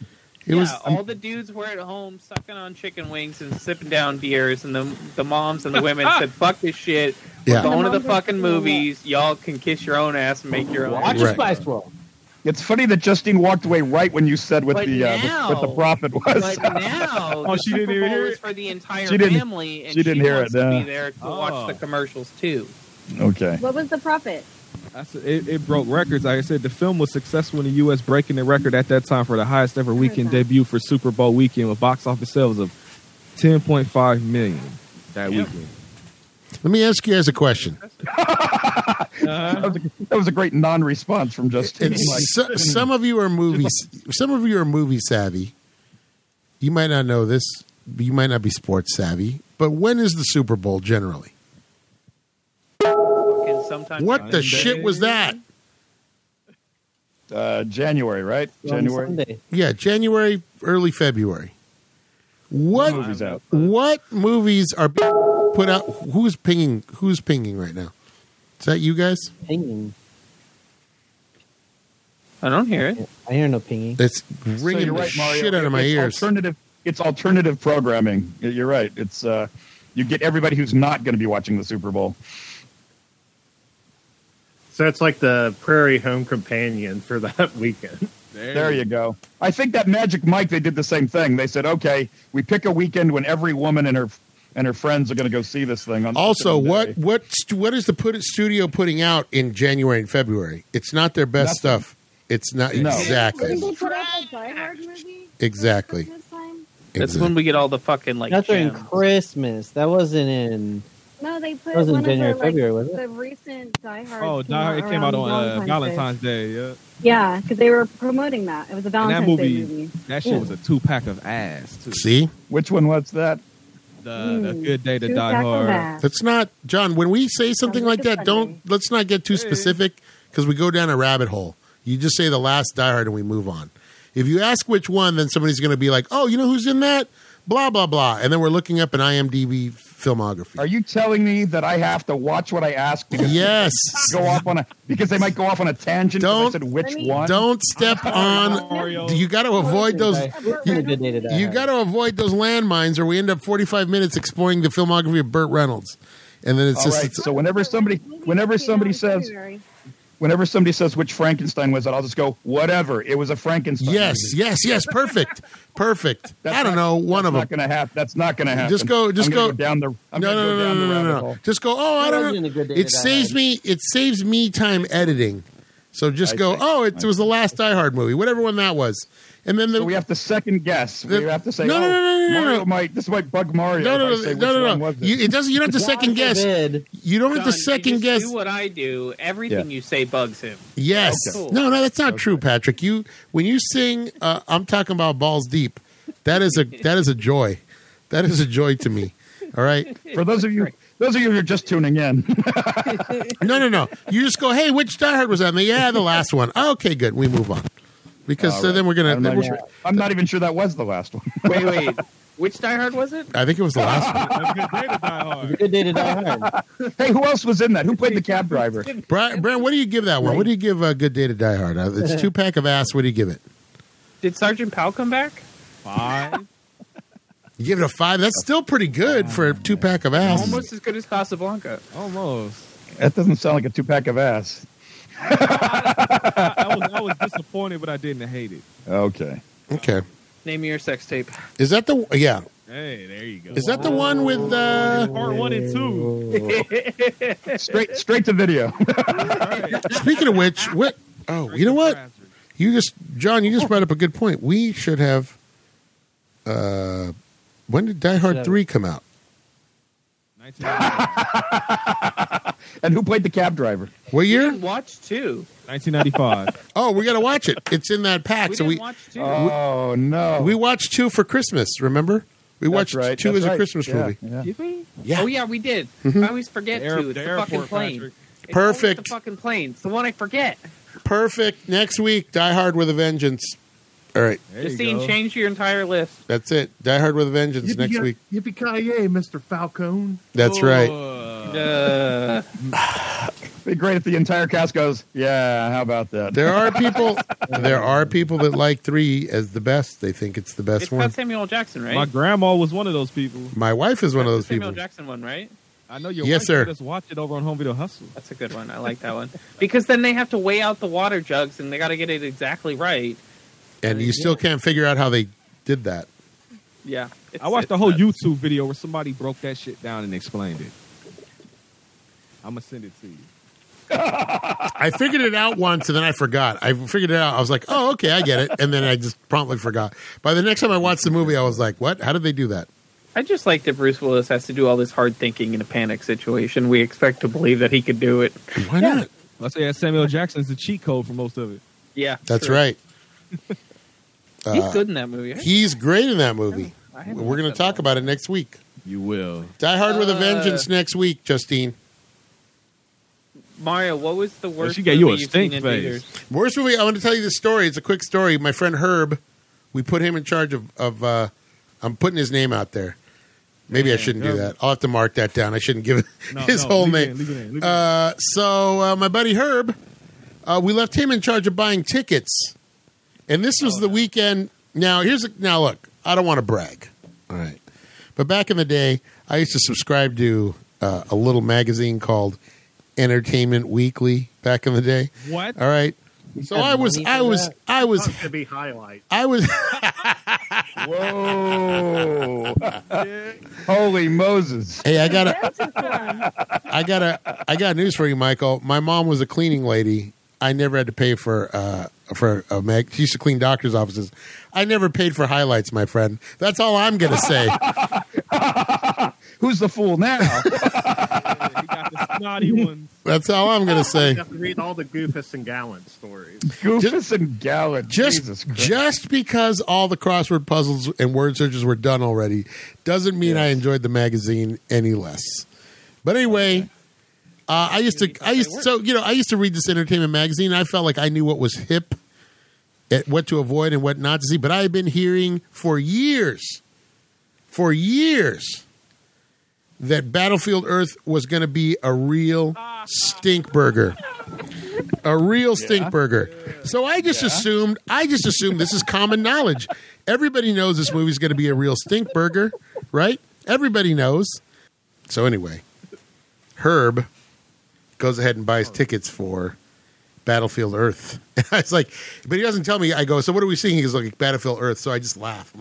Speaker 3: It
Speaker 4: yeah,
Speaker 3: was
Speaker 4: all the dudes were at home sucking on chicken wings and sipping down beers, and the the moms and the women said, "Fuck this shit. We're
Speaker 3: Yeah.
Speaker 4: going to the
Speaker 2: The moms are
Speaker 4: fucking
Speaker 2: doing what?
Speaker 4: movies. Y'all can kiss your own ass and make your own."
Speaker 7: Watch
Speaker 3: Right.
Speaker 7: a Spice World.
Speaker 6: It's funny that Justine walked away right when you said what
Speaker 4: But
Speaker 6: the uh,
Speaker 4: now-
Speaker 6: what the profit was.
Speaker 4: But now,
Speaker 5: Oh,
Speaker 4: the
Speaker 5: she
Speaker 4: Super
Speaker 5: didn't even
Speaker 4: Bowl
Speaker 5: hear
Speaker 4: is
Speaker 5: it?
Speaker 4: for the entire
Speaker 6: She didn't-
Speaker 4: family, and
Speaker 6: she didn't hear
Speaker 4: wants
Speaker 6: it,
Speaker 4: to
Speaker 6: uh,
Speaker 4: be there to
Speaker 5: Oh.
Speaker 4: watch the commercials too.
Speaker 6: (laughs) okay.
Speaker 2: What was the profit?
Speaker 5: That's, it, it broke records. Like I said, the film was successful in the U.S., breaking the record at that time for the highest ever weekend
Speaker 2: that.
Speaker 5: debut for Super Bowl weekend with box office sales of 10.5 million that
Speaker 4: Yeah.
Speaker 5: weekend.
Speaker 3: let me ask you guys a question.
Speaker 5: Uh-huh.
Speaker 6: That was, a, that was a great non-response from Justine.
Speaker 3: And
Speaker 6: Like,
Speaker 3: so, some of you are movies. Some of you are movie savvy. You might not know this. You might not be sports savvy. But when is the Super Bowl generally?
Speaker 4: Fucking sometimes
Speaker 3: What the shit was that?
Speaker 6: uh, January, right? January.
Speaker 7: Sunday.
Speaker 3: Yeah, January, early February. What
Speaker 6: Movies out.
Speaker 3: What movies are being put out? Who's pinging? Who's pinging right now? Is that you guys?
Speaker 7: Pinging.
Speaker 4: I don't hear it.
Speaker 7: I hear no pinging.
Speaker 3: That's
Speaker 6: So
Speaker 3: ringing
Speaker 6: you're
Speaker 3: the
Speaker 6: right, Mario.
Speaker 3: shit out of my
Speaker 6: It's
Speaker 3: ears.
Speaker 6: Alternative. It's alternative programming. Y- You're right. It's uh, you get everybody who's not going to be watching the Super Bowl.
Speaker 11: So it's like the Prairie Home Companion for that (laughs) weekend.
Speaker 6: There you go. I think that Magic Mike they did the same thing. They said, okay, we pick a weekend when every woman and her and her friends are going to go see this thing. On
Speaker 3: Also,
Speaker 6: on
Speaker 3: what
Speaker 6: day.
Speaker 3: what st- what is the put studio putting out in January and February? It's not their best stuff. It's not
Speaker 6: No.
Speaker 3: exactly
Speaker 2: Didn't they put out the Die Hard movie?
Speaker 3: exactly.
Speaker 2: Christmas time?
Speaker 4: That's
Speaker 3: exactly.
Speaker 4: when we get all the fucking like.
Speaker 7: That's during
Speaker 4: gems.
Speaker 7: Christmas. That wasn't in.
Speaker 2: No, they put
Speaker 7: That was in
Speaker 2: one
Speaker 7: January,
Speaker 2: of the, like,
Speaker 7: February, wasn't it?
Speaker 2: the recent Die Hard.
Speaker 5: Oh, Die Hard- it came out
Speaker 2: around
Speaker 5: on uh,
Speaker 2: Valentine's
Speaker 5: Valentine's Day. Yeah.
Speaker 2: Day. Yeah, because they were promoting that. It was a
Speaker 5: And
Speaker 2: Valentine's
Speaker 5: that movie,
Speaker 2: Day movie.
Speaker 5: that shit was a two pack of ass. Too.
Speaker 3: See,
Speaker 6: Which one was that?
Speaker 5: The, the
Speaker 2: Mm.
Speaker 5: good day to
Speaker 2: Two
Speaker 5: die
Speaker 2: Jack
Speaker 5: hard.
Speaker 2: O'Bass.
Speaker 3: that's not John. When we say something
Speaker 2: look
Speaker 3: like
Speaker 2: at
Speaker 3: that,
Speaker 2: Sunday.
Speaker 3: don't let's not get too specific because we go down a rabbit hole. You just say the last Die Hard and we move on. If you ask which one, then somebody's going to be like, "Oh, you know who's in that?" Blah blah blah, and then we're looking up an IMDb filmography.
Speaker 6: Are you telling me that I have to watch what I ask because
Speaker 3: yes,
Speaker 6: they go off on a because they might go off on a tangent? because I
Speaker 3: Don't-
Speaker 6: said which
Speaker 2: Let me-
Speaker 6: one?
Speaker 3: don't step on.
Speaker 5: Mario.
Speaker 3: You got to avoid those.
Speaker 7: You, good day to die.
Speaker 3: You got to avoid those landmines, or we end up forty-five minutes exploring the filmography of Burt Reynolds, and then it's
Speaker 6: All
Speaker 3: just
Speaker 6: right, so whenever somebody
Speaker 2: Movie
Speaker 6: whenever
Speaker 2: came
Speaker 6: somebody
Speaker 2: out in
Speaker 6: says
Speaker 2: February.
Speaker 6: whenever somebody says which Frankenstein was it, I'll just go whatever. It was a Frankenstein.
Speaker 3: yes,
Speaker 6: movie.
Speaker 3: yes, yes, perfect, perfect.
Speaker 6: That's
Speaker 3: I don't
Speaker 6: not-
Speaker 3: know one
Speaker 6: that's
Speaker 3: of them.
Speaker 6: not Gonna happen. That's not going to happen.
Speaker 3: Just go- just
Speaker 6: I'm gonna
Speaker 3: go-
Speaker 6: down the. I'm
Speaker 3: no,
Speaker 6: gonna
Speaker 3: no,
Speaker 6: go
Speaker 3: no,
Speaker 6: down
Speaker 3: no,
Speaker 6: the
Speaker 3: no,
Speaker 6: rabbit
Speaker 3: no, no.
Speaker 6: hole.
Speaker 3: Just go. Oh, I
Speaker 7: That
Speaker 3: don't
Speaker 7: wasn't
Speaker 3: know.
Speaker 7: a good day
Speaker 3: It
Speaker 7: to die
Speaker 3: saves
Speaker 7: hard.
Speaker 3: me. It saves me time editing. So just
Speaker 6: I
Speaker 3: go.
Speaker 6: see.
Speaker 3: Oh, it was the last Die Hard movie, whatever one that was, and then the.
Speaker 6: So we have to second guess.
Speaker 3: The-
Speaker 6: We have to say,
Speaker 3: No,
Speaker 6: oh,
Speaker 3: no, no, no, no,
Speaker 6: Mario
Speaker 3: no.
Speaker 6: might this might bug Mario.
Speaker 3: no, no,
Speaker 6: if
Speaker 3: no,
Speaker 6: I say
Speaker 3: no,
Speaker 6: which
Speaker 3: no,
Speaker 6: one
Speaker 3: no.
Speaker 6: was it.
Speaker 3: You, it doesn't. You don't have to second guess.
Speaker 7: forbid.
Speaker 3: You don't have
Speaker 4: John,
Speaker 3: to
Speaker 4: you
Speaker 3: second
Speaker 4: just
Speaker 3: guess.
Speaker 4: Do what I do. Everything
Speaker 6: Yeah.
Speaker 4: you say bugs him.
Speaker 3: Yes.
Speaker 4: Okay.
Speaker 3: No, no, that's not true, Patrick. You when you sing, uh, I'm talking about balls deep. That is a that is a joy. That is a joy to me. All right.
Speaker 6: For those of you, those of you who are just tuning in,
Speaker 3: no, no, no. You just go, hey, which Die Hard was that? And they, yeah, the last one. okay, good. We move on because
Speaker 6: All
Speaker 3: (laughs) so
Speaker 6: right.
Speaker 3: then we're gonna.
Speaker 6: I'm
Speaker 3: then
Speaker 6: not,
Speaker 3: we're-
Speaker 6: sure- I'm not even sure that was the last one. (laughs)
Speaker 3: (laughs)
Speaker 4: Wait, wait. Which Die Hard was it?
Speaker 3: I think it was the last one.
Speaker 7: It's a good day to die
Speaker 5: (laughs)
Speaker 7: hard. Uh,
Speaker 6: hey, who else was in that? Who played the cab driver?
Speaker 3: Brian, Brian, what do you give that one? What do you give uh, Good Day to Die Hard? Uh, It's two pack of ass. What do you give it?
Speaker 4: Did Sergeant Powell come back?
Speaker 5: Five.
Speaker 3: You give it a five. That's still pretty good for a two pack of ass.
Speaker 4: Almost as good as Casablanca.
Speaker 3: Oh.
Speaker 5: Almost.
Speaker 6: That doesn't sound like a two pack of ass.
Speaker 5: I was, I was disappointed, but I didn't hate it.
Speaker 6: Okay.
Speaker 3: Okay.
Speaker 4: Name your sex tape.
Speaker 3: Is that the yeah?
Speaker 5: Hey, there you go.
Speaker 3: Is that the one with uh,
Speaker 5: part one and two?
Speaker 3: (laughs)
Speaker 6: Straight straight to video. (laughs)
Speaker 3: Speaking of which, what? Oh, you know what? You just John, you just brought up a good point. We should have. Uh, when did Die Hard
Speaker 7: Seven.
Speaker 3: three come out?
Speaker 5: 1990.
Speaker 6: and who played the cab driver?
Speaker 3: What year?
Speaker 4: Watch two.
Speaker 5: 1995.
Speaker 3: Oh, we got to watch it. It's in that pack.
Speaker 4: (laughs) We
Speaker 3: so
Speaker 4: didn't
Speaker 3: we
Speaker 4: watch two.
Speaker 6: Oh no.
Speaker 3: we watched two for Christmas. Remember? We
Speaker 6: That's
Speaker 3: watched
Speaker 6: right,
Speaker 3: two
Speaker 6: that's
Speaker 3: as a
Speaker 6: right.
Speaker 3: Christmas
Speaker 6: Yeah,
Speaker 3: movie.
Speaker 6: yeah.
Speaker 5: Did we?
Speaker 3: Yeah. Mm-hmm.
Speaker 4: Oh yeah, we did. I always forget
Speaker 5: The air-
Speaker 4: to. It's
Speaker 5: the
Speaker 4: the, fucking
Speaker 5: airport,
Speaker 4: plane.
Speaker 5: Patrick.
Speaker 4: It's always
Speaker 3: Perfect.
Speaker 4: The fucking plane. It's the one I forget.
Speaker 3: Perfect. Next week, Die Hard with a Vengeance. All right,
Speaker 5: There you
Speaker 4: Justine,
Speaker 5: go.
Speaker 4: change your entire list.
Speaker 3: that's it. Die Hard with a Vengeance next week.
Speaker 11: Yippee ki yay, Mister Falcone!
Speaker 3: That's right.
Speaker 4: Uh,
Speaker 6: It'd be great if the entire cast goes, Yeah, how about that?
Speaker 3: There are people. there are people that like three as the best. They think it's the best
Speaker 4: it's
Speaker 3: one.
Speaker 4: got Samuel L. Jackson, right?
Speaker 5: My grandma was one of those people.
Speaker 3: My wife is one of those
Speaker 4: That's the Samuel
Speaker 3: people.
Speaker 4: L. Jackson one, right?
Speaker 5: I know your
Speaker 3: Yes,
Speaker 5: wife
Speaker 3: sir.
Speaker 5: Just watch it over on Home Video Hustle.
Speaker 4: That's a good one. I like that one because then they have to weigh out the water jugs and they got to get it exactly right.
Speaker 3: and you still can't figure out how they did that.
Speaker 4: Yeah, it's-
Speaker 5: I watched
Speaker 4: it's
Speaker 5: the whole
Speaker 4: nuts.
Speaker 5: YouTube video where somebody broke that shit down and explained it. I'm gonna send it to you.
Speaker 3: I figured it out once and then I forgot. I figured it out. I was like, oh, okay, I get it. And then I just promptly forgot. By the next time I watched the movie, I was like, what? How did they do that?
Speaker 4: I just like that Bruce Willis has to do all this hard thinking in a panic situation. We expect to believe that he could do it.
Speaker 3: Why not?
Speaker 5: Let's say that Samuel Jackson's the cheat code for most of it.
Speaker 4: Yeah,
Speaker 3: That's
Speaker 4: true.
Speaker 3: right.
Speaker 4: He's
Speaker 3: Uh,
Speaker 4: good in that movie. right?
Speaker 3: He's great in that movie.
Speaker 4: I haven't
Speaker 3: We're going to
Speaker 4: watched that
Speaker 3: talk about it next week.
Speaker 5: You will.
Speaker 3: Die Hard with a
Speaker 4: Uh,
Speaker 3: Vengeance next week, Justine.
Speaker 4: Mario, what was the worst?
Speaker 5: she gave you
Speaker 4: movie
Speaker 5: a
Speaker 4: you've
Speaker 5: stink
Speaker 4: seen in
Speaker 5: face.
Speaker 4: theaters?
Speaker 3: Worst movie, I want to tell you this story. It's a quick story. My friend Herb, we put him in charge of, of uh, I'm putting his name out there. Maybe I shouldn't do
Speaker 5: Herb.
Speaker 3: that. I'll have to mark that down. I shouldn't give (laughs)
Speaker 5: No,
Speaker 3: his
Speaker 5: no,
Speaker 3: whole
Speaker 5: leave it
Speaker 3: name.
Speaker 5: in, leave it in, leave it in.
Speaker 3: Uh, so uh, my buddy Herb, uh, we left him in charge of buying tickets, and this
Speaker 7: Oh,
Speaker 3: was the weekend. Now here's a, now look, I don't want to brag, all right, but back in the day, I used to subscribe to uh, a little magazine called Entertainment Weekly. Back in the day,
Speaker 5: What?
Speaker 3: all right. So
Speaker 7: had
Speaker 3: I was,
Speaker 7: money for
Speaker 3: I was,
Speaker 7: that?
Speaker 3: I was,
Speaker 11: to be highlight.
Speaker 3: I was. (laughs) (laughs)
Speaker 6: Whoa. (laughs) Holy Moses.
Speaker 3: hey, I got a, I got a, I got news for you, Michael. My mom was a cleaning lady. I never had to pay for uh, for a mag. She used to clean doctors' offices. I never paid for highlights, my friend. That's all I'm gonna say.
Speaker 6: Who's the fool
Speaker 3: (laughs)
Speaker 6: now?
Speaker 5: Yeah, he got the snotty ones.
Speaker 3: That's all I'm gonna say.
Speaker 11: You have to read all the Goofus and Gallant stories.
Speaker 6: Goofus and Gallant. Jesus
Speaker 3: Just
Speaker 6: Christ.
Speaker 3: just because all the crossword puzzles and word searches were done already doesn't mean I enjoyed the magazine any less. But anyway. Uh, I used to, I used so you know, I used to read this entertainment magazine. I felt like I knew what was hip, at what to avoid and what not to see. But I had been hearing for years, for years, that Battlefield Earth was going to be a real stink burger, a real stink burger. So I just assumed, I just assumed this is common knowledge. Everybody knows this movie's going to be a real stink burger, right? Everybody knows. So anyway, Herb goes ahead and buys tickets for Battlefield Earth. (laughs) I was like, but he doesn't tell me. I go, so what are we seeing? He's like, Battlefield Earth. So I just laugh.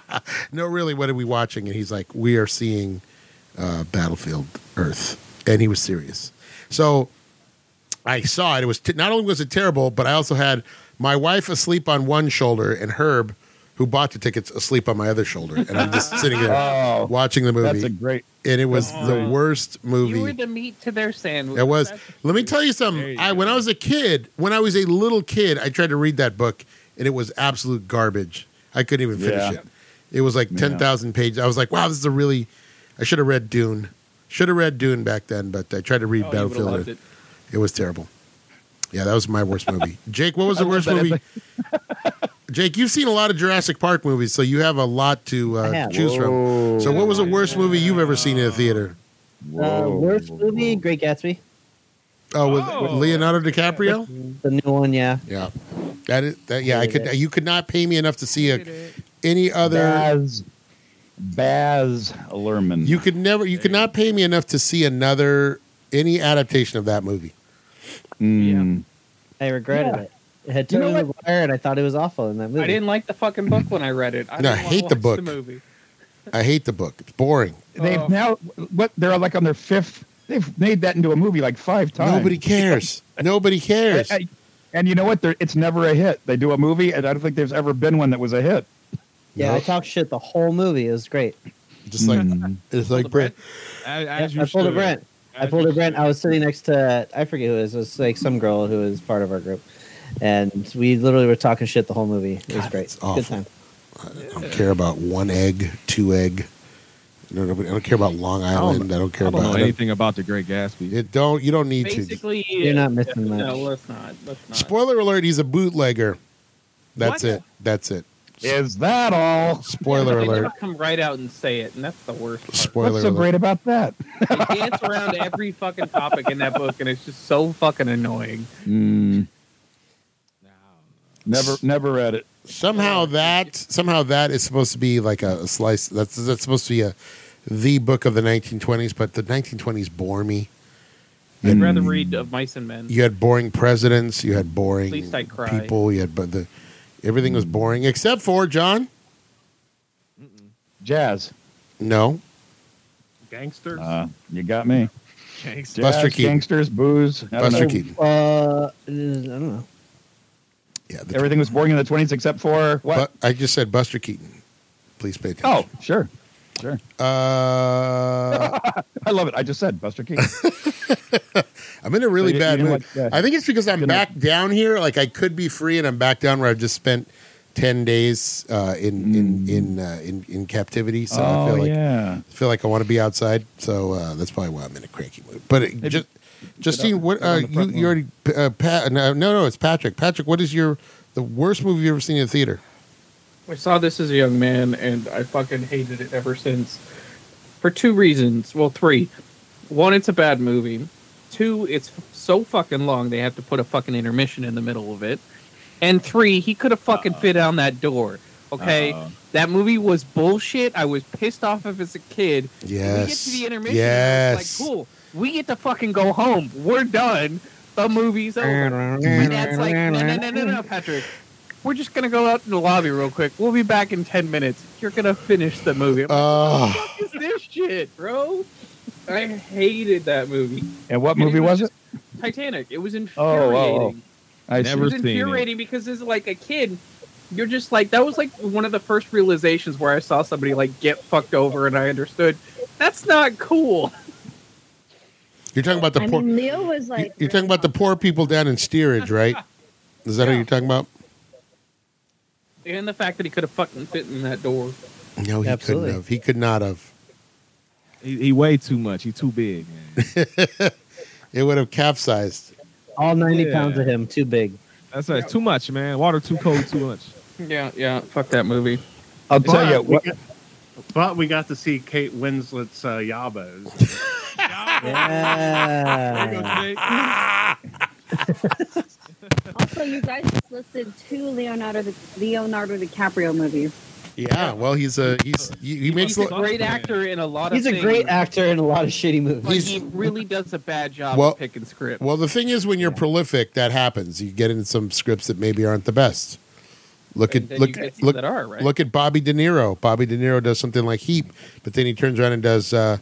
Speaker 3: (laughs) I'm like, no, really, what are we watching? And he's like, we are seeing uh, Battlefield Earth. And he was serious. So I saw it. It was t- not only was it terrible, but I also had my wife asleep on one shoulder and Herb, who bought the tickets, asleep on my other shoulder. And I'm just sitting there
Speaker 6: (laughs) Oh,
Speaker 3: watching the movie.
Speaker 6: that's a great.
Speaker 3: and it was the worst movie.
Speaker 4: You were the meat to their sandwich.
Speaker 3: That was.
Speaker 4: That's-
Speaker 3: Let me tell you
Speaker 5: There
Speaker 3: something.
Speaker 5: you
Speaker 3: I, when I was a kid, when I was a little kid, I tried to read that book, and it was absolute garbage. I couldn't even finish
Speaker 6: Yeah.
Speaker 3: it. It was like
Speaker 6: Yeah.
Speaker 3: ten thousand pages. I was like, wow, this is a really. I should have read Dune. Should have read Dune back then, but I tried to read
Speaker 12: Oh, you would've
Speaker 3: Battlefield.
Speaker 12: loved
Speaker 3: Earth.
Speaker 12: it.
Speaker 3: It was terrible. Yeah, that was my worst movie. Jake, what was
Speaker 12: (laughs) I
Speaker 3: the
Speaker 12: love
Speaker 3: worst
Speaker 12: that
Speaker 3: movie? Jake, you've seen a lot of Jurassic Park movies, so you have a lot to
Speaker 7: I
Speaker 3: uh,
Speaker 7: have.
Speaker 3: choose from.
Speaker 6: Uh,
Speaker 3: So, what was the worst movie you've ever seen in a theater?
Speaker 7: Uh, worst movie, Great Gatsby.
Speaker 3: Oh, with, with Leonardo DiCaprio.
Speaker 7: The new one, yeah.
Speaker 3: Yeah, that is that. Yeah, I
Speaker 7: Hated
Speaker 3: could.
Speaker 7: it.
Speaker 3: You could not pay me enough to see a, any other.
Speaker 6: Baz, Baz Luhrmann.
Speaker 3: You could never. You could not pay me enough to see another any adaptation of that movie. Hmm.
Speaker 6: Mm.
Speaker 7: I regretted
Speaker 4: Yeah.
Speaker 7: it. It had
Speaker 4: You know
Speaker 7: Tony McGuire, and I thought it was awful in that movie.
Speaker 4: I didn't like the fucking book when I read it. I,
Speaker 3: No,
Speaker 4: didn't
Speaker 3: I
Speaker 4: wanna
Speaker 3: hate the
Speaker 4: watch
Speaker 3: book.
Speaker 4: The movie.
Speaker 3: I hate the book. It's boring.
Speaker 6: They've now what they're like on their fifth. They've made that into a movie like five times. (laughs)
Speaker 3: Nobody cares. Nobody cares.
Speaker 6: I- I- and you know what? They're, it's never a hit. They do a movie, and I don't think there's ever been one that was a hit.
Speaker 7: yeah, I talked shit the whole movie. It was great.
Speaker 3: Just
Speaker 6: (laughs)
Speaker 3: like
Speaker 6: Hmm.
Speaker 3: (laughs) it's like Brent.
Speaker 5: As, as
Speaker 7: I
Speaker 5: you
Speaker 7: pulled a
Speaker 5: should.
Speaker 7: Brent. I
Speaker 5: As
Speaker 7: pulled a
Speaker 5: you
Speaker 7: Brent.
Speaker 5: should.
Speaker 7: I was sitting next to I forget who it was. It was like some girl who was part of our group, and we literally were talking shit the whole movie. It was great.
Speaker 3: awful.
Speaker 7: Good time.
Speaker 3: I don't care about one egg, two egg. I don't, I don't care about Long Island. I don't, care
Speaker 5: I don't
Speaker 3: about
Speaker 5: know anything about the Great Gatsby.
Speaker 3: It don't. You don't need to.
Speaker 4: Basically,
Speaker 7: You're not missing
Speaker 4: no,
Speaker 7: much.
Speaker 4: let's not. Let's not.
Speaker 3: Spoiler alert: He's a bootlegger. That's
Speaker 4: What?
Speaker 3: it. That's it.
Speaker 6: Is that all?
Speaker 3: Spoiler
Speaker 4: They
Speaker 3: alert.
Speaker 4: never come right out and say it, and that's the worst. Part.
Speaker 3: Spoiler
Speaker 6: What's so
Speaker 3: alert.
Speaker 6: great about that?
Speaker 4: They dance around every fucking topic in that book, and it's just so fucking annoying.
Speaker 3: Hmm.
Speaker 6: Never, never read it.
Speaker 3: somehow that somehow that is supposed to be like a slice. That's that's supposed to be a the book of the 1920s, but the 1920s bore me. Mm.
Speaker 4: I'd rather read of Mice and Men.
Speaker 3: You had boring presidents. You had boring
Speaker 4: At least I cry.
Speaker 3: people. You had but the everything was boring except for John.
Speaker 6: Jazz.
Speaker 3: No,
Speaker 11: Gangsters.
Speaker 6: Uh, you got me.
Speaker 11: Gangsters.
Speaker 6: Jazz,
Speaker 3: Buster Keaton.
Speaker 6: Gangsters, booze. I don't
Speaker 3: Buster
Speaker 6: know.
Speaker 3: Keaton.
Speaker 7: Uh, I don't know.
Speaker 3: Yeah, the,
Speaker 6: Everything was boring in the 20s except for what?
Speaker 3: Bu- I just said Buster Keaton. Please pay
Speaker 6: oh,
Speaker 3: attention.
Speaker 6: sure. Sure.
Speaker 3: Oh, uh,
Speaker 6: I love it. I just said
Speaker 3: (laughs)
Speaker 6: Buster Keaton.
Speaker 3: I'm in a really
Speaker 6: you- you
Speaker 3: bad
Speaker 6: didn't
Speaker 3: mood.
Speaker 6: like that.
Speaker 3: I think it's because I'm
Speaker 6: Didn't
Speaker 3: back down here. Like I could be free, and I'm back down where I've just spent ten days uh, in, in in uh, in in captivity. So I
Speaker 6: Hmm. oh,
Speaker 3: feel like
Speaker 6: yeah.
Speaker 3: feel like I want to be outside. So uh, that's probably why I'm in a cranky mood. But it,
Speaker 6: Maybe
Speaker 3: just Justine,
Speaker 6: out-
Speaker 3: what
Speaker 6: get on
Speaker 3: uh,
Speaker 6: the
Speaker 3: you,
Speaker 6: front
Speaker 3: you already uh, Pat? No, no, no, it's Patrick. Patrick, what is your the worst movie you have ever seen in a theater?
Speaker 4: I saw this as a young man, and I fucking hated it ever since. For two reasons. Well, three. One, it's a bad movie. Two, it's f- so fucking long they have to put a fucking intermission in the middle of it. And three, he could have fucking fit down that door. Okay?
Speaker 6: Uh-oh.
Speaker 4: That movie was bullshit. I was pissed off of as a kid. We get
Speaker 3: Yes.
Speaker 4: to the intermission. And I was
Speaker 3: Yes.
Speaker 4: like, cool. We get to fucking go home. We're done. The movie's over. My dad's like, no, no, no, no, no, Patrick. We're just gonna go out in the lobby real quick. We'll be back in ten minutes. You're gonna finish the movie.
Speaker 3: (laughs)
Speaker 4: I'm like,
Speaker 3: Uh,
Speaker 4: what is this shit, bro? I hated that movie.
Speaker 6: And what movie was it?
Speaker 4: Titanic. It was
Speaker 6: oh,
Speaker 4: infuriating.
Speaker 6: oh. I
Speaker 4: It
Speaker 5: Never
Speaker 4: was
Speaker 5: seen it.
Speaker 4: infuriating because as like a kid, you're just like that was like one of the first realizations where I saw somebody like get fucked over and I understood that's not cool.
Speaker 3: you're talking about the
Speaker 2: I
Speaker 3: poor.
Speaker 2: mean, Leo was
Speaker 3: you-
Speaker 2: like.
Speaker 3: you're talking about the poor people down in
Speaker 2: (laughs)
Speaker 3: steerage, right? Is that what you're talking about?
Speaker 4: And the fact that he could have fucking fit in that door.
Speaker 3: No, he
Speaker 7: Absolutely.
Speaker 3: couldn't have. He could not have.
Speaker 5: He, he weighed too much. He too big. Man.
Speaker 3: It would have capsized.
Speaker 7: All ninety
Speaker 5: Yeah.
Speaker 7: pounds of him,
Speaker 6: (laughs)
Speaker 7: too big.
Speaker 5: That's right. It's too much, man. Water too cold. Too much.
Speaker 4: Yeah, yeah. Fuck that movie.
Speaker 6: I'll tell you
Speaker 11: But we
Speaker 6: what.
Speaker 11: got- But we got to see Kate Winslet's uh, yabos.
Speaker 7: Yeah.
Speaker 2: Also, you guys just listed two Leonardo Leonardo DiCaprio movies.
Speaker 3: Yeah. Well, he's a he's he, he makes
Speaker 4: He's a
Speaker 3: lo-
Speaker 4: great actor in a lot of
Speaker 7: He's a
Speaker 4: things,
Speaker 7: great actor in a lot of shitty movies.
Speaker 4: but he really does a bad job
Speaker 3: Well-
Speaker 4: of picking script.
Speaker 3: Well, the thing is, when you're prolific, that happens. You get in some scripts that maybe aren't the best. Look
Speaker 4: And
Speaker 3: at
Speaker 4: then
Speaker 3: look
Speaker 4: you get some
Speaker 3: look
Speaker 4: that are, right?
Speaker 3: look at Bobby De Niro. Bobby De Niro does something like Heap, but then he turns around and does uh,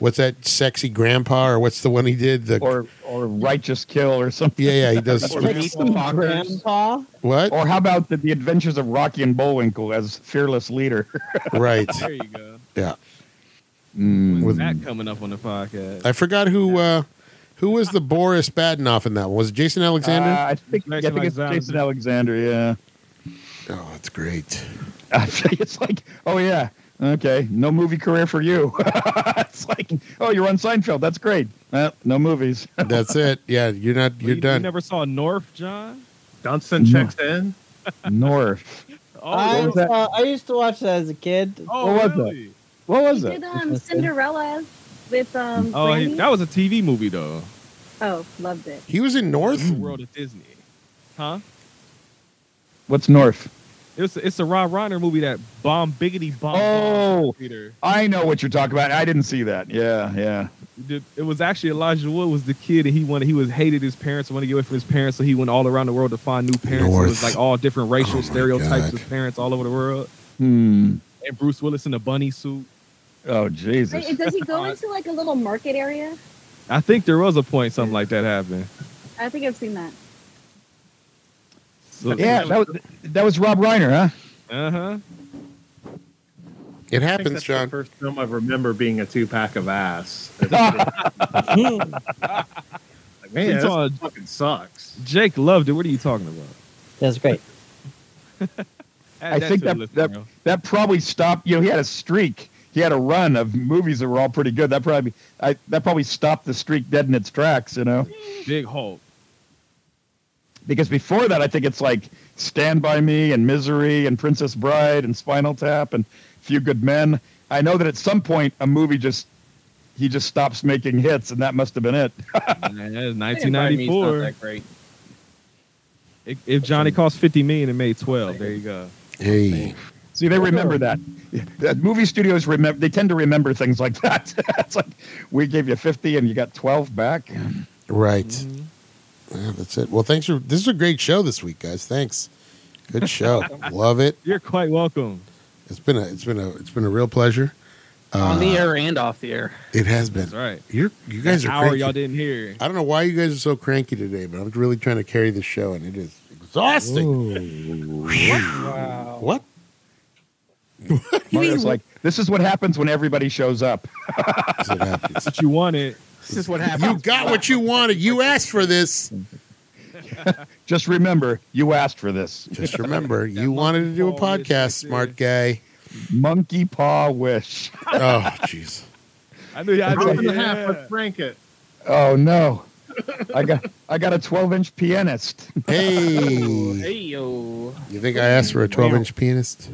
Speaker 3: what's that sexy grandpa or what's the one he did? The
Speaker 6: Or, or Righteous Kill or something.
Speaker 3: yeah, yeah, he does
Speaker 4: (laughs) Or
Speaker 7: Like
Speaker 4: Meet the
Speaker 7: some
Speaker 4: Fockers.
Speaker 7: grandpa.
Speaker 3: what?
Speaker 6: Or how about the, the Adventures of Rocky and Bullwinkle as fearless leader?
Speaker 3: right?
Speaker 5: There you go.
Speaker 3: Yeah,
Speaker 5: With
Speaker 4: Mm.
Speaker 3: With-
Speaker 5: that coming up on the podcast.
Speaker 3: I forgot who uh, who was the Boris Badenoff in that one. Was it Jason Alexander?
Speaker 6: Uh, I think, I
Speaker 5: Jason
Speaker 6: think it's
Speaker 5: Alexander.
Speaker 6: Jason Alexander. Yeah,
Speaker 3: Oh, that's great.
Speaker 6: (laughs) it's like, oh yeah, okay, no movie career for you. (laughs) it's like, oh, you're on Seinfeld. That's great. Uh, no movies. (laughs)
Speaker 3: That's it. Yeah, you're not. You're
Speaker 5: you, You
Speaker 3: done.
Speaker 5: never saw North, John?
Speaker 11: Dunstan checks in.
Speaker 6: North.
Speaker 7: I,
Speaker 6: was that?
Speaker 7: saw- I used to watch that as a kid.
Speaker 5: Oh,
Speaker 6: what was that?
Speaker 5: really?
Speaker 6: What was
Speaker 2: Did
Speaker 6: it?
Speaker 2: um, Cinderella with um.
Speaker 5: Oh, he-
Speaker 2: Franny.
Speaker 5: that was a TV movie though.
Speaker 2: Oh, loved it.
Speaker 3: He was in North.
Speaker 5: The world of Disney, huh?
Speaker 6: What's North?
Speaker 5: It's it's a Rob Reiner movie that bomb biggity bomb.
Speaker 6: Oh.
Speaker 5: Peter.
Speaker 6: I know what you're talking about. I didn't see that. Yeah, yeah.
Speaker 5: It it was actually Elijah Wood was the kid, and he wanted he was hated his parents, wanted to get away from his parents, so he went all around the world to find new parents. It
Speaker 3: North.
Speaker 5: was like all different racial
Speaker 3: Oh, my
Speaker 5: stereotypes
Speaker 3: God.
Speaker 5: of parents all over the world.
Speaker 6: Hmm.
Speaker 5: And Bruce Willis in a bunny suit.
Speaker 6: Oh
Speaker 2: Wait,
Speaker 6: Jesus.
Speaker 2: does he
Speaker 5: (laughs)
Speaker 2: go into like a little market area?
Speaker 5: I think there was a point something like that happened.
Speaker 2: I think I've seen that.
Speaker 5: So,
Speaker 6: Yeah, that was that was Rob Reiner, huh?
Speaker 5: Uh huh.
Speaker 3: It
Speaker 11: I think
Speaker 3: happens,
Speaker 11: that's the
Speaker 3: John.
Speaker 11: first film I remember being a two pack of ass.
Speaker 6: Ah,
Speaker 11: Like, man,
Speaker 5: It's
Speaker 11: this
Speaker 5: all-
Speaker 11: fucking sucks.
Speaker 5: Jake loved it. What are you talking about?
Speaker 7: That's great.
Speaker 5: Add
Speaker 6: I
Speaker 5: to
Speaker 6: think
Speaker 5: the
Speaker 6: that
Speaker 5: list,
Speaker 6: that,
Speaker 5: Daniel.
Speaker 6: that probably stopped. You know, he had a streak. He had a run of movies that were all pretty good. That probably I, that probably stopped the streak dead in its tracks. You know,
Speaker 5: Big Hulk.
Speaker 6: because before that, I think it's like Stand by Me and Misery and Princess Bride and Spinal Tap and Few Good Men. I know that at some point a movie just he just stops making hits, and that must have been it. (laughs)
Speaker 5: Man, that is
Speaker 4: Stand By Me is not
Speaker 5: 1994.
Speaker 4: that great.
Speaker 5: If if Johnny cost 50 million and made 12, there you go.
Speaker 3: Hey,
Speaker 6: See, they remember that. that. Movie studios remember. They tend to remember things like (laughs) that. it's like we gave you fifty and you got twelve back.
Speaker 3: right.
Speaker 5: Mm-hmm.
Speaker 3: Yeah, that's it. Well, thanks for this is a great show this week, guys. Thanks. Good
Speaker 5: (laughs)
Speaker 3: show. Love it.
Speaker 5: You're quite welcome.
Speaker 3: It's been a it's been a it's been a real pleasure. Uh,
Speaker 4: On the air and off the air.
Speaker 3: It has been.
Speaker 5: That's right.
Speaker 3: You're you guys are
Speaker 5: Hour
Speaker 3: cranky.
Speaker 5: y'all didn't hear.
Speaker 3: I don't know why you guys are so cranky today, but I'm really trying to carry the show, and it is exhausting.
Speaker 4: Wow.
Speaker 3: What?
Speaker 6: Mario's like, this is what happens when everybody shows up.
Speaker 3: Is it
Speaker 5: (laughs)
Speaker 3: happens?
Speaker 5: But you wanted.
Speaker 4: This is what
Speaker 3: you
Speaker 4: happens.
Speaker 3: got what you wanted. You asked for this.
Speaker 5: (laughs)
Speaker 6: Just remember, you asked for this.
Speaker 3: Just remember, you wanted to do a
Speaker 5: monkey ball
Speaker 3: podcast,
Speaker 5: is right
Speaker 3: smart
Speaker 5: (laughs)
Speaker 3: guy.
Speaker 6: Monkey paw wish.
Speaker 3: Oh, jeez.
Speaker 5: I knew y'all
Speaker 11: Hour
Speaker 5: did.
Speaker 11: and a half
Speaker 5: Yeah.
Speaker 11: with Franket.
Speaker 6: Oh no. I got I got a 12 inch pianist. (laughs)
Speaker 3: Hey,
Speaker 4: Hey yo.
Speaker 3: you think I asked for a 12 inch pianist?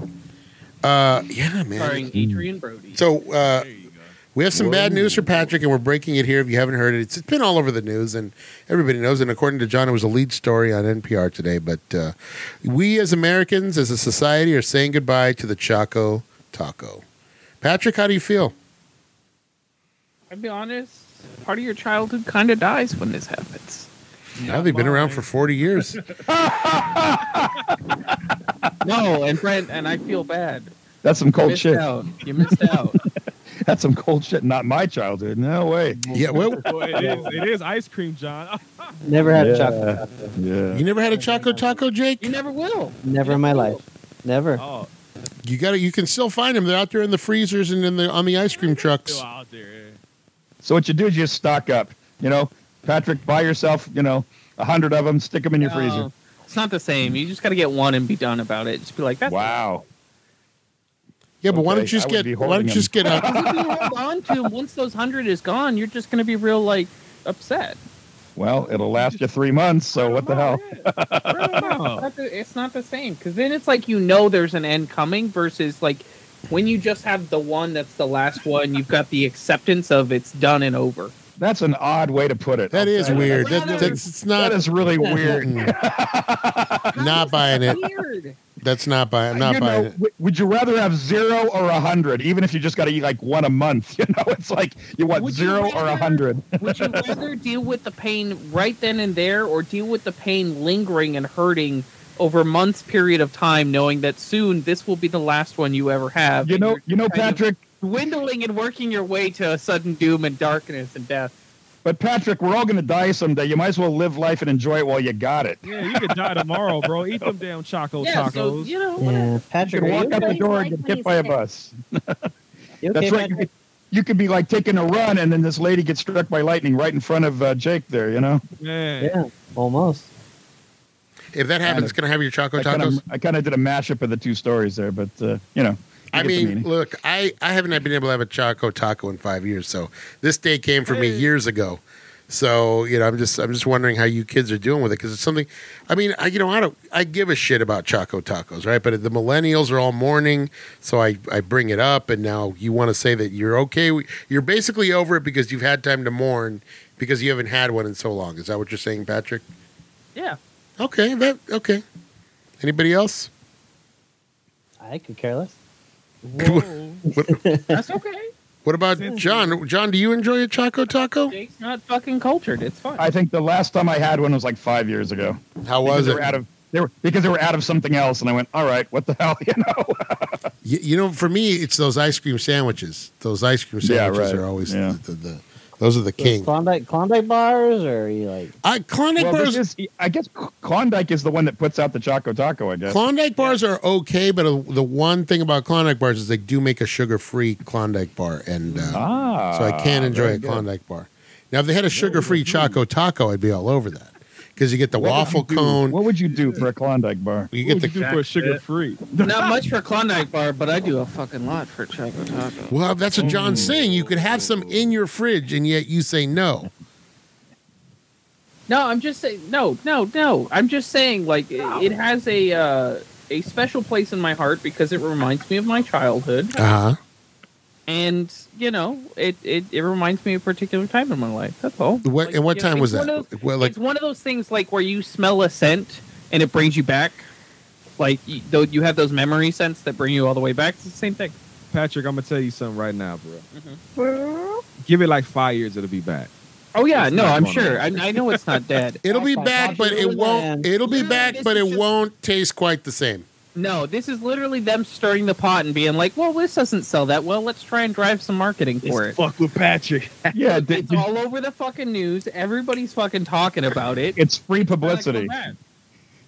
Speaker 3: Uh, yeah, man.
Speaker 4: Starring Adrian Brody.
Speaker 3: So, uh,
Speaker 5: There you go.
Speaker 3: We have some bad news for Patrick, and we're breaking it here. If you haven't heard it, it's it's been all over the news, and everybody knows. And according to John, it was a lead story on NPR today. But uh, we, as Americans, as a society, are saying goodbye to the Choco Taco. Patrick, how do you feel?
Speaker 4: I'll be honest, part of your childhood kind of dies when this happens.
Speaker 3: now they've been around for forty
Speaker 5: (laughs)
Speaker 3: years.
Speaker 4: No, and Brent, and I feel bad.
Speaker 6: That's some
Speaker 3: Oh,
Speaker 6: cold
Speaker 4: missed
Speaker 6: shit.
Speaker 4: out. You missed
Speaker 3: (laughs)
Speaker 4: out.
Speaker 6: That's some cold shit. Not my childhood. No way.
Speaker 3: yeah, well,
Speaker 5: Boy, Oh, it is. It is ice cream, John. (laughs)
Speaker 7: Never had
Speaker 6: Yeah.
Speaker 7: a chocolate. taco.
Speaker 6: Yeah.
Speaker 3: you never had a Choco Taco, Jake.
Speaker 4: You never will.
Speaker 7: Never in my life. Never.
Speaker 5: Oh,
Speaker 3: You got it. You can still find them. They're out there in the freezers and in the on the ice cream trucks.
Speaker 5: still out there.
Speaker 6: So what you do is you just stock up. You know, Patrick, buy yourself. You know, a hundred of them. Stick them in your freezer.
Speaker 4: No, Uh, It's not the same. You just got to get one and be done about it. Just be like, that's
Speaker 6: Wow.
Speaker 3: Yeah, but why
Speaker 6: Okay,
Speaker 3: don't you just
Speaker 6: I would
Speaker 3: get
Speaker 6: be
Speaker 3: why don't
Speaker 6: hoarding
Speaker 3: you just get a
Speaker 4: Because if you hold on to 'em, once those hundred is gone, you're just going to be real like upset.
Speaker 6: Well, it'll last you three months. So what the hell?
Speaker 4: It's
Speaker 6: (laughs)
Speaker 4: not the- it's not the same because then it's like you know there's an end coming versus like when you just have the one that's the last one. You've got the acceptance of it's done and over.
Speaker 6: That's an odd way to put it.
Speaker 3: that is
Speaker 6: (laughs)
Speaker 3: weird. That,
Speaker 4: Well,
Speaker 3: that's it's not
Speaker 6: That is really weird.
Speaker 3: (laughs) not buying it.
Speaker 4: Weird.
Speaker 3: That's not buying. I'm (laughs) not
Speaker 6: you know,
Speaker 3: buying it.
Speaker 6: w- would you rather have zero or a hundred? Even if you just got to eat like one a month, (laughs) you know, it's like you want
Speaker 4: Would you
Speaker 6: zero or
Speaker 4: rather-
Speaker 6: a hundred.
Speaker 4: Would you rather deal with the pain right then and there, or deal with the pain lingering and hurting over months period of time, knowing that soon this will be the last one you ever have?
Speaker 6: You
Speaker 4: and
Speaker 6: know,
Speaker 4: you're
Speaker 6: you know,
Speaker 4: kind of
Speaker 6: Patrick.
Speaker 4: dwindling and working your way to a sudden doom and darkness and death.
Speaker 6: But Patrick, we're all going to die someday. You might as well live life and enjoy it while you got it.
Speaker 5: Yeah, you could die tomorrow, bro. Eat them damn choco
Speaker 4: Yeah,
Speaker 5: tacos.
Speaker 4: so you know, whatever.
Speaker 7: Yeah.
Speaker 6: You
Speaker 7: Patrick,
Speaker 6: can
Speaker 7: are
Speaker 6: walk
Speaker 7: you
Speaker 6: out the
Speaker 7: okay?
Speaker 6: door and get hit by a bus.
Speaker 7: You okay,
Speaker 6: That's right. You
Speaker 7: Patrick?
Speaker 6: could, you could be like taking a run, and then this lady gets struck by lightning right in front of uh, Jake. There, you know.
Speaker 5: man.
Speaker 7: Yeah, almost.
Speaker 3: If that happens, can I have your choco
Speaker 6: I kind
Speaker 3: tacos?
Speaker 6: of I kind of did a mashup of the two stories there, but uh, you know, you
Speaker 3: I
Speaker 6: get the
Speaker 3: mean,
Speaker 6: meaning.
Speaker 3: look, I, I haven't been able to have a Choco Taco in five years, so this day came for me years ago. So you know, I'm just I'm just wondering how you kids are doing with it because it's something. I mean, I you know I don't I give a shit about Choco Tacos, right? But the millennials are all mourning, so I I bring it up, and now you want to say that you're okay, with- you're basically over it because you've had time to mourn because you haven't had one in so long. Is that what you're saying, Patrick?
Speaker 4: Yeah.
Speaker 3: Okay, that okay. Anybody else?
Speaker 7: I could care less.
Speaker 4: That's okay.
Speaker 3: What about John? John, do you enjoy a Choco Taco?
Speaker 4: Jake's not fucking cultured. It's fine.
Speaker 6: I think the last time I had one was like five years ago.
Speaker 3: How
Speaker 6: Because
Speaker 3: was
Speaker 6: they
Speaker 3: it?
Speaker 6: were out of they were because they were out of something else, and I went, all right, what the (laughs) hell, you know?
Speaker 3: You, you know, for me, it's those ice cream sandwiches. Those ice cream
Speaker 6: Yeah,
Speaker 3: sandwiches
Speaker 6: right.
Speaker 3: are always
Speaker 6: Yeah.
Speaker 3: the, the, the- those are the king.
Speaker 7: Klondike, Klondike bars, or are you like
Speaker 3: I, Klondike
Speaker 6: Well,
Speaker 3: bars,
Speaker 6: this is, I guess Klondike is the one that puts out the Choco Taco. I guess.
Speaker 3: Klondike bars are okay, but uh the one thing about Klondike bars is they do make a sugar-free Klondike bar, and uh,
Speaker 6: ah,
Speaker 3: so I can enjoy
Speaker 6: very
Speaker 3: a
Speaker 6: good.
Speaker 3: Klondike bar. Now, if they had a sugar-free Choco Taco, I'd be all over that because you get the
Speaker 6: What would
Speaker 3: waffle
Speaker 6: you do-
Speaker 3: cone,
Speaker 6: What would you do for a Klondike
Speaker 4: (laughs)
Speaker 6: bar?
Speaker 3: you
Speaker 5: What
Speaker 3: get
Speaker 5: would
Speaker 3: the
Speaker 5: you do for a
Speaker 11: That's it.
Speaker 5: sugar free?
Speaker 4: Not much for Klondike bar, but I do a fucking lot for Choco Taco.
Speaker 3: Well, that's what John's saying. You could have some in your fridge, and yet you say no.
Speaker 4: No, I'm just saying. No, no, no. I'm just saying. Like it, it has a uh, a special place in my heart because it reminds me of my childhood,
Speaker 3: Uh huh.
Speaker 4: and you know, it, it, it reminds me of a particular time in my life. That's all.
Speaker 3: What
Speaker 4: Like,
Speaker 3: and what
Speaker 4: you know,
Speaker 3: time
Speaker 4: it's
Speaker 3: was that?
Speaker 4: one of those-
Speaker 3: well, like
Speaker 4: it's one of those things like where you smell a scent and it brings you back. Like you, though you have those memory scents that bring you all the way back. It's the same thing.
Speaker 5: Patrick, I'm gonna tell you something right now, bro.
Speaker 2: Well,
Speaker 4: Mm-hmm.
Speaker 5: Give it like five years, it'll be back.
Speaker 4: Oh yeah,
Speaker 5: It's
Speaker 4: no,
Speaker 5: not
Speaker 4: I'm
Speaker 5: going
Speaker 4: sure. I,
Speaker 5: on.
Speaker 4: I know it's not
Speaker 6: (laughs)
Speaker 4: dead.
Speaker 3: It'll be
Speaker 7: Sci-fi
Speaker 3: back, but it
Speaker 7: Wonderland.
Speaker 3: won't. It'll be
Speaker 4: Yeah,
Speaker 3: back,
Speaker 4: this
Speaker 3: but
Speaker 4: is
Speaker 3: it
Speaker 4: just-
Speaker 3: won't taste quite the same.
Speaker 4: No, this is literally them stirring the pot and being like, "Well, this doesn't sell that well. Let's try and drive some marketing for it."
Speaker 5: Fuck with Patrick.
Speaker 6: Yeah, d-
Speaker 4: It's all over the fucking news. Everybody's fucking talking about it. "Oh,
Speaker 6: it's free
Speaker 4: Gotta go
Speaker 6: publicity.
Speaker 4: back.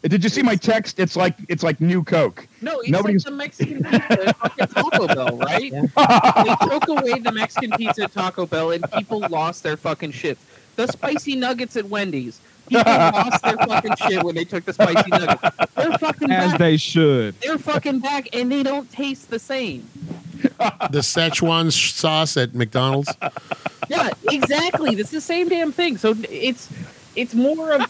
Speaker 6: Did you see my text? It's like it's like new Coke.
Speaker 4: No, it's
Speaker 6: Nobody's-
Speaker 4: like the Mexican pizza at fucking Taco Bell,
Speaker 6: (laughs)
Speaker 4: right?
Speaker 7: Yeah.
Speaker 4: they took away the Mexican pizza at Taco Bell, and people lost their fucking shit. The spicy nuggets at Wendy's. People lost their fucking shit when they took the spicy nuggets. They're fucking
Speaker 5: As
Speaker 4: back.
Speaker 5: they should.
Speaker 4: They're fucking back, and they don't taste the same.
Speaker 3: The Szechuan sauce at McDonald's.
Speaker 4: yeah, exactly. It's the same damn thing. So it's it's more of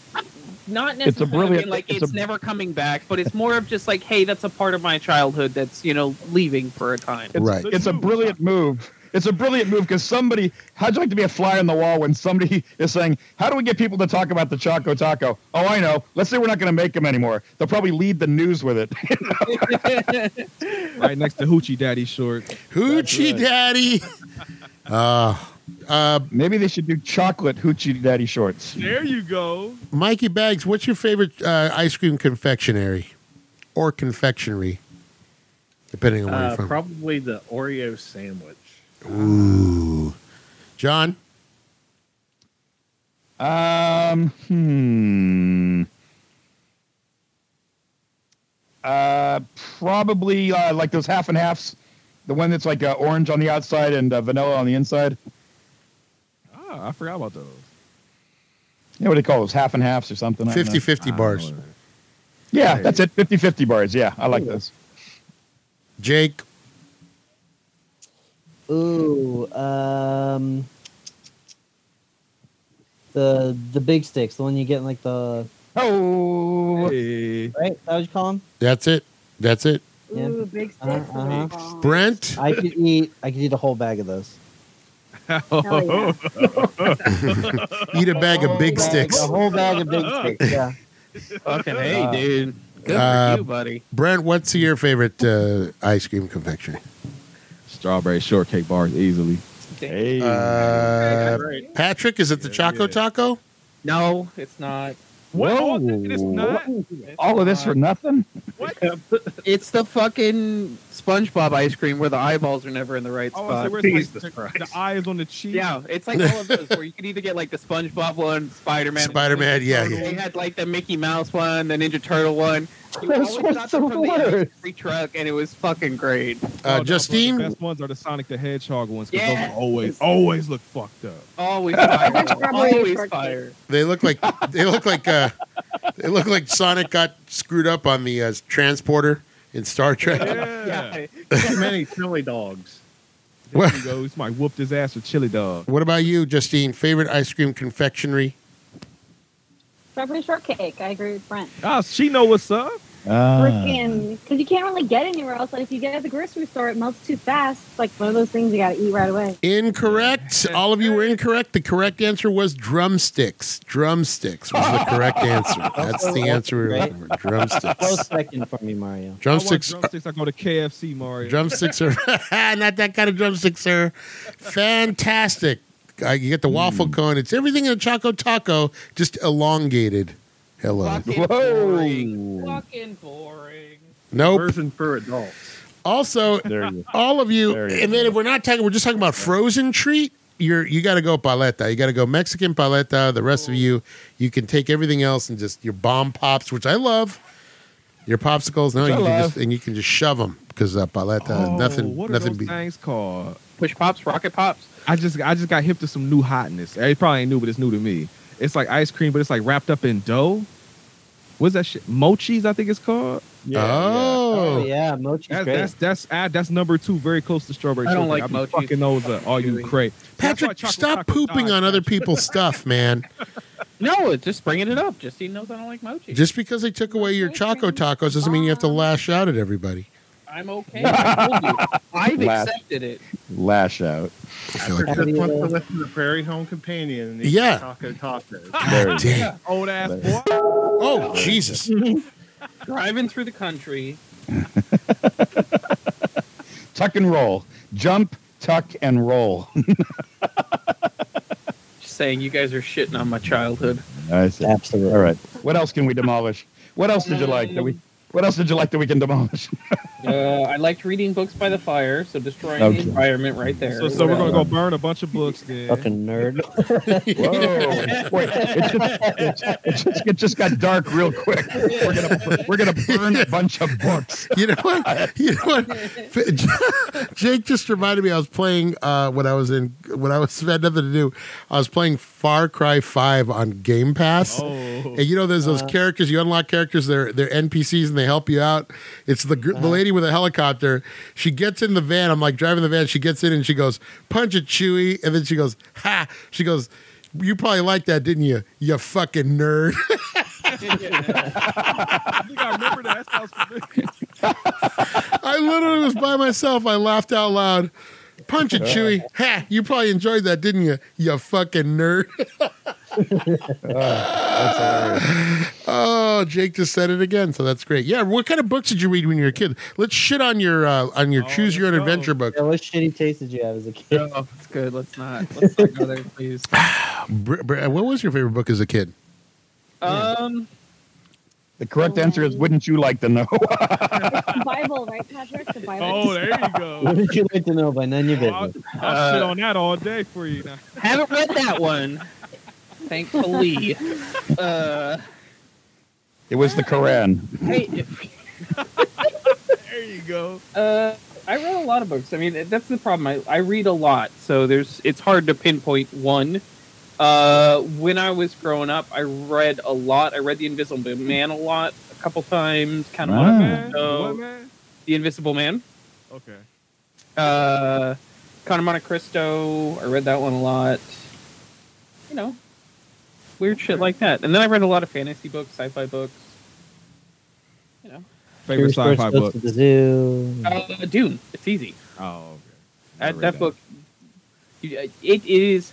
Speaker 4: not necessarily
Speaker 6: It's a brilliant-
Speaker 4: like it's,
Speaker 6: it's a-
Speaker 4: never coming back, but it's more of just like, hey, that's a part of my childhood that's you know leaving for a time.
Speaker 6: It's,
Speaker 3: Right.
Speaker 6: It's a brilliant move. It's a brilliant move because somebody. How'd you like to be a fly on the wall when somebody (laughs) is saying, "How do we get people to talk about the Choco Taco?" Oh, I know. Let's say we're not going to make them anymore. They'll probably lead the news with it. (laughs)
Speaker 5: Right next to Hoochie Daddy short.
Speaker 3: Hoochie Daddy. Uh, uh,
Speaker 6: Maybe they should do chocolate hoochie daddy shorts.
Speaker 5: There you go.
Speaker 3: Mikey Bags, what's your favorite uh, ice cream confectionery or confectionery? Depending on where
Speaker 11: Uh,
Speaker 3: you're from.
Speaker 11: probably the Oreo sandwich.
Speaker 3: Ooh. John,
Speaker 6: Um, hmm. Uh, probably uh, like those half and halves. The one that's like uh, orange on the outside and uh, vanilla on the inside.
Speaker 5: Ah, I forgot about those.
Speaker 6: Yeah, what do they call those? Half and halves or something? I don't know.
Speaker 3: 50 50
Speaker 5: Ah,
Speaker 3: bars.
Speaker 5: whatever.
Speaker 6: Yeah, that's it. 50 50 bars. Yeah, I like those.
Speaker 3: Jake,
Speaker 7: ooh, um, the the big sticks, the one you get in like the
Speaker 6: Oh,
Speaker 5: Hey.
Speaker 7: right? That would you call them?
Speaker 3: that's it. That's it.
Speaker 7: Yeah.
Speaker 5: Oh.
Speaker 2: Ooh, big sticks.
Speaker 7: Uh-huh.
Speaker 2: Oh,
Speaker 3: Brent,
Speaker 7: I could eat. I could eat a whole bag of those.
Speaker 2: hell
Speaker 5: (laughs)
Speaker 2: yeah.
Speaker 3: eat a bag
Speaker 7: Oh,
Speaker 3: of big sticks.
Speaker 7: A whole bag
Speaker 5: (laughs)
Speaker 7: of big sticks. Yeah.
Speaker 4: Fucking hey, dude. Good
Speaker 3: Uh,
Speaker 4: for you, buddy.
Speaker 3: Brent, what's your favorite uh, ice cream confectionery?
Speaker 5: Strawberry shortcake bars easily.
Speaker 6: hey.
Speaker 3: Uh,
Speaker 11: Right.
Speaker 3: Patrick, is it the Choco Taco?
Speaker 4: No, it's not.
Speaker 5: Whoa.
Speaker 6: all of this for nothing?
Speaker 4: It's the fucking SpongeBob ice cream where the eyeballs are never in the right
Speaker 5: I wanna say
Speaker 4: spot.
Speaker 5: where's, like,
Speaker 11: Jesus
Speaker 5: the, the
Speaker 11: Christ.
Speaker 5: eyes on the cheek. Oh,
Speaker 4: Yeah, it's like all of those where you can either get like the SpongeBob one, Spider Man,
Speaker 3: Spider-Man, yeah, yeah.
Speaker 4: They had like the Mickey Mouse one, the Ninja Turtle one. You
Speaker 6: Those
Speaker 4: always
Speaker 6: were
Speaker 4: got
Speaker 6: the
Speaker 4: them from the
Speaker 6: worst.
Speaker 4: free truck, and it was fucking great.
Speaker 5: Oh, no,
Speaker 3: Uh,
Speaker 5: bro, the
Speaker 3: Justine,
Speaker 5: best ones are the Sonic the Hedgehog ones because
Speaker 4: Yes.
Speaker 5: those always always look fucked up.
Speaker 4: Always fire,
Speaker 6: (laughs)
Speaker 2: Strawberry
Speaker 4: always
Speaker 2: shortcake.
Speaker 4: fire.
Speaker 3: they look like they look like uh,
Speaker 1: It looked like Sonic got screwed up on the uh, transporter in Star Trek.
Speaker 11: Yeah. Too many chili dogs.
Speaker 5: There you go. This might whooped his ass with chili dog.
Speaker 1: What about you, Justine? Favorite ice cream confectionery?
Speaker 2: Strawberry shortcake. I agree with Brent.
Speaker 5: Ah, she know what's up. Uh.
Speaker 6: Ah.
Speaker 2: Freaking, because you can't really get anywhere else. Like if you get at the grocery store, it melts too fast. It's like one of those things you gotta eat right
Speaker 5: (laughs)
Speaker 2: away.
Speaker 1: Incorrect. All of you were incorrect. The correct answer was drumsticks. Drumsticks was the correct answer. That's the answer we were looking for.
Speaker 7: Close
Speaker 1: Drumsticks.
Speaker 7: second for me, Mario.
Speaker 1: Drumsticks.
Speaker 5: I want drumsticks. I go to KFC, Mario.
Speaker 1: Drumsticks are (laughs) not that kind of drumsticks, sir. Fantastic. Uh, you get the waffle cone. It's everything in a choco taco, just elongated. Hello.
Speaker 4: Fucking boring.
Speaker 6: Whoa.
Speaker 4: Fucking boring.
Speaker 1: Nope.
Speaker 11: Version for adults.
Speaker 1: Also,
Speaker 6: There you go.
Speaker 1: all of you,
Speaker 6: There you
Speaker 1: and then
Speaker 6: go.
Speaker 1: if we're not talking, we're just talking about frozen treat. You're you got to go paleta. You got to go Mexican paleta. The rest of you, you can take everything else and just your bomb pops, which I love. Your popsicles, no,
Speaker 6: Which
Speaker 1: you
Speaker 6: I
Speaker 1: can
Speaker 6: love.
Speaker 1: just, and you can just shove them because uh, paleta,
Speaker 5: Oh,
Speaker 1: nothing,
Speaker 5: What are
Speaker 1: nothing.
Speaker 5: those
Speaker 1: Be,
Speaker 5: things called?
Speaker 4: Push pops, rocket pops.
Speaker 5: I just I just got hip to some new hotness. Eh, It probably ain't new, but it's new to me. It's like ice cream, but it's like wrapped up in dough. What's that shit? Mochis, I think it's called.
Speaker 1: oh,
Speaker 7: Oh yeah, mochi's
Speaker 5: That,
Speaker 7: great.
Speaker 5: that's that's ah, that's number two, very close to strawberry.
Speaker 4: I don't like
Speaker 5: shortcake. be
Speaker 4: mochis.
Speaker 5: Fucking those up, all you
Speaker 4: Chewy.
Speaker 5: crave.
Speaker 1: Patrick, stop pooping on other people's stuff, man.
Speaker 4: No, it's just bringing it up. Justine knows I don't like mochi.
Speaker 1: Just because they took away your choco tacos doesn't mean you have to lash out at everybody.
Speaker 4: I'm okay. I told you.
Speaker 3: (laughs)
Speaker 4: I've
Speaker 6: Laugh.
Speaker 4: accepted it.
Speaker 6: Lash out.
Speaker 1: I feel like,
Speaker 11: Just wants to listen to Prairie Home Companion and eat
Speaker 1: Yeah.
Speaker 11: taco tacos.
Speaker 6: There (laughs) you
Speaker 1: dang.
Speaker 5: Old (laughs) ass boy.
Speaker 6: There.
Speaker 1: Oh Jesus!
Speaker 4: Driving through the country.
Speaker 6: go. Tuck and roll. Jump, tuck, and roll.
Speaker 4: Just saying, you guys are shitting on my childhood.
Speaker 6: (laughs) I see.
Speaker 7: Absolutely.
Speaker 6: All right. What else can we demolish? What else did you like that we? What else did you like that we can demolish? (laughs)
Speaker 4: Uh, I liked reading books by the fire, so destroying
Speaker 6: Okay.
Speaker 4: the environment right there.
Speaker 5: So, so we're gonna go
Speaker 6: Whatever.
Speaker 5: burn a bunch of books then.
Speaker 7: Fucking nerd.
Speaker 6: Whoa! Boy, it, just, it, just, it just got dark real quick. We're gonna we're gonna burn a bunch of books.
Speaker 1: You know what? You know what? (laughs) Jake just reminded me. I was playing uh, when I was in when I was had nothing to do. I was playing Far Cry Five on Game Pass,
Speaker 5: Oh.
Speaker 1: and you know there's those characters. You unlock characters. They're they're NPCs and they help you out. It's the gr the lady with a helicopter. She gets in the van. I'm like driving the van. She gets in and she goes punch it, Chewy, and then she goes ha. She goes. You probably liked that, didn't you? You fucking nerd.
Speaker 5: I think I remember that. That (laughs) sounds familiar.
Speaker 1: I literally was by myself. I laughed out loud. Punch it, Chewy. Ha! You probably enjoyed that, didn't you? You fucking nerd. (laughs) oh, Jake just said it again, so that's great. Yeah, what kind of books did you read when you were a kid? Let's shit on your uh, on your
Speaker 5: Oh,
Speaker 1: choose your own
Speaker 5: let's go.
Speaker 1: adventure book.
Speaker 7: Yeah, what shitty taste did you have as a kid?
Speaker 4: No, it's good. Let's not. Let's not go there, please.
Speaker 1: Br- Br- what was your favorite book as a kid?
Speaker 4: (laughs) Um,
Speaker 6: The correct answer is, wouldn't you like to know? (laughs)
Speaker 2: It's the Bible, right, Patrick? The Bible.
Speaker 5: Oh, there you
Speaker 7: (laughs) What
Speaker 5: (laughs) go.
Speaker 7: would you like to know by none of your
Speaker 5: I'll,
Speaker 7: business?
Speaker 5: I'll shit on that all day for you. Now.
Speaker 4: haven't read that one. Thankfully. Uh,
Speaker 6: It was the Koran.
Speaker 4: hey,
Speaker 5: There you go.
Speaker 4: uh, I read a lot of books. I mean, that's the problem. I, I read a lot, so there's it's hard to pinpoint one. Uh, when I was growing up, I read a lot. I read The Invisible Man a lot, a couple times. Kind of
Speaker 6: Ah.
Speaker 4: wanted
Speaker 5: Man,
Speaker 4: to know
Speaker 5: what, man?
Speaker 4: The Invisible Man.
Speaker 5: Okay.
Speaker 4: Uh, Count of Monte Cristo. I read that one a lot. You know, weird shit like that. And then I read a lot of fantasy books, sci-fi books. You know,
Speaker 5: Favorite
Speaker 7: Here's First
Speaker 5: sci-fi
Speaker 7: Goes
Speaker 5: book.
Speaker 7: To the zoo.
Speaker 4: uh, Dune. It's easy.
Speaker 5: Oh, okay.
Speaker 4: That,
Speaker 5: Never read
Speaker 4: that book. you- uh, It is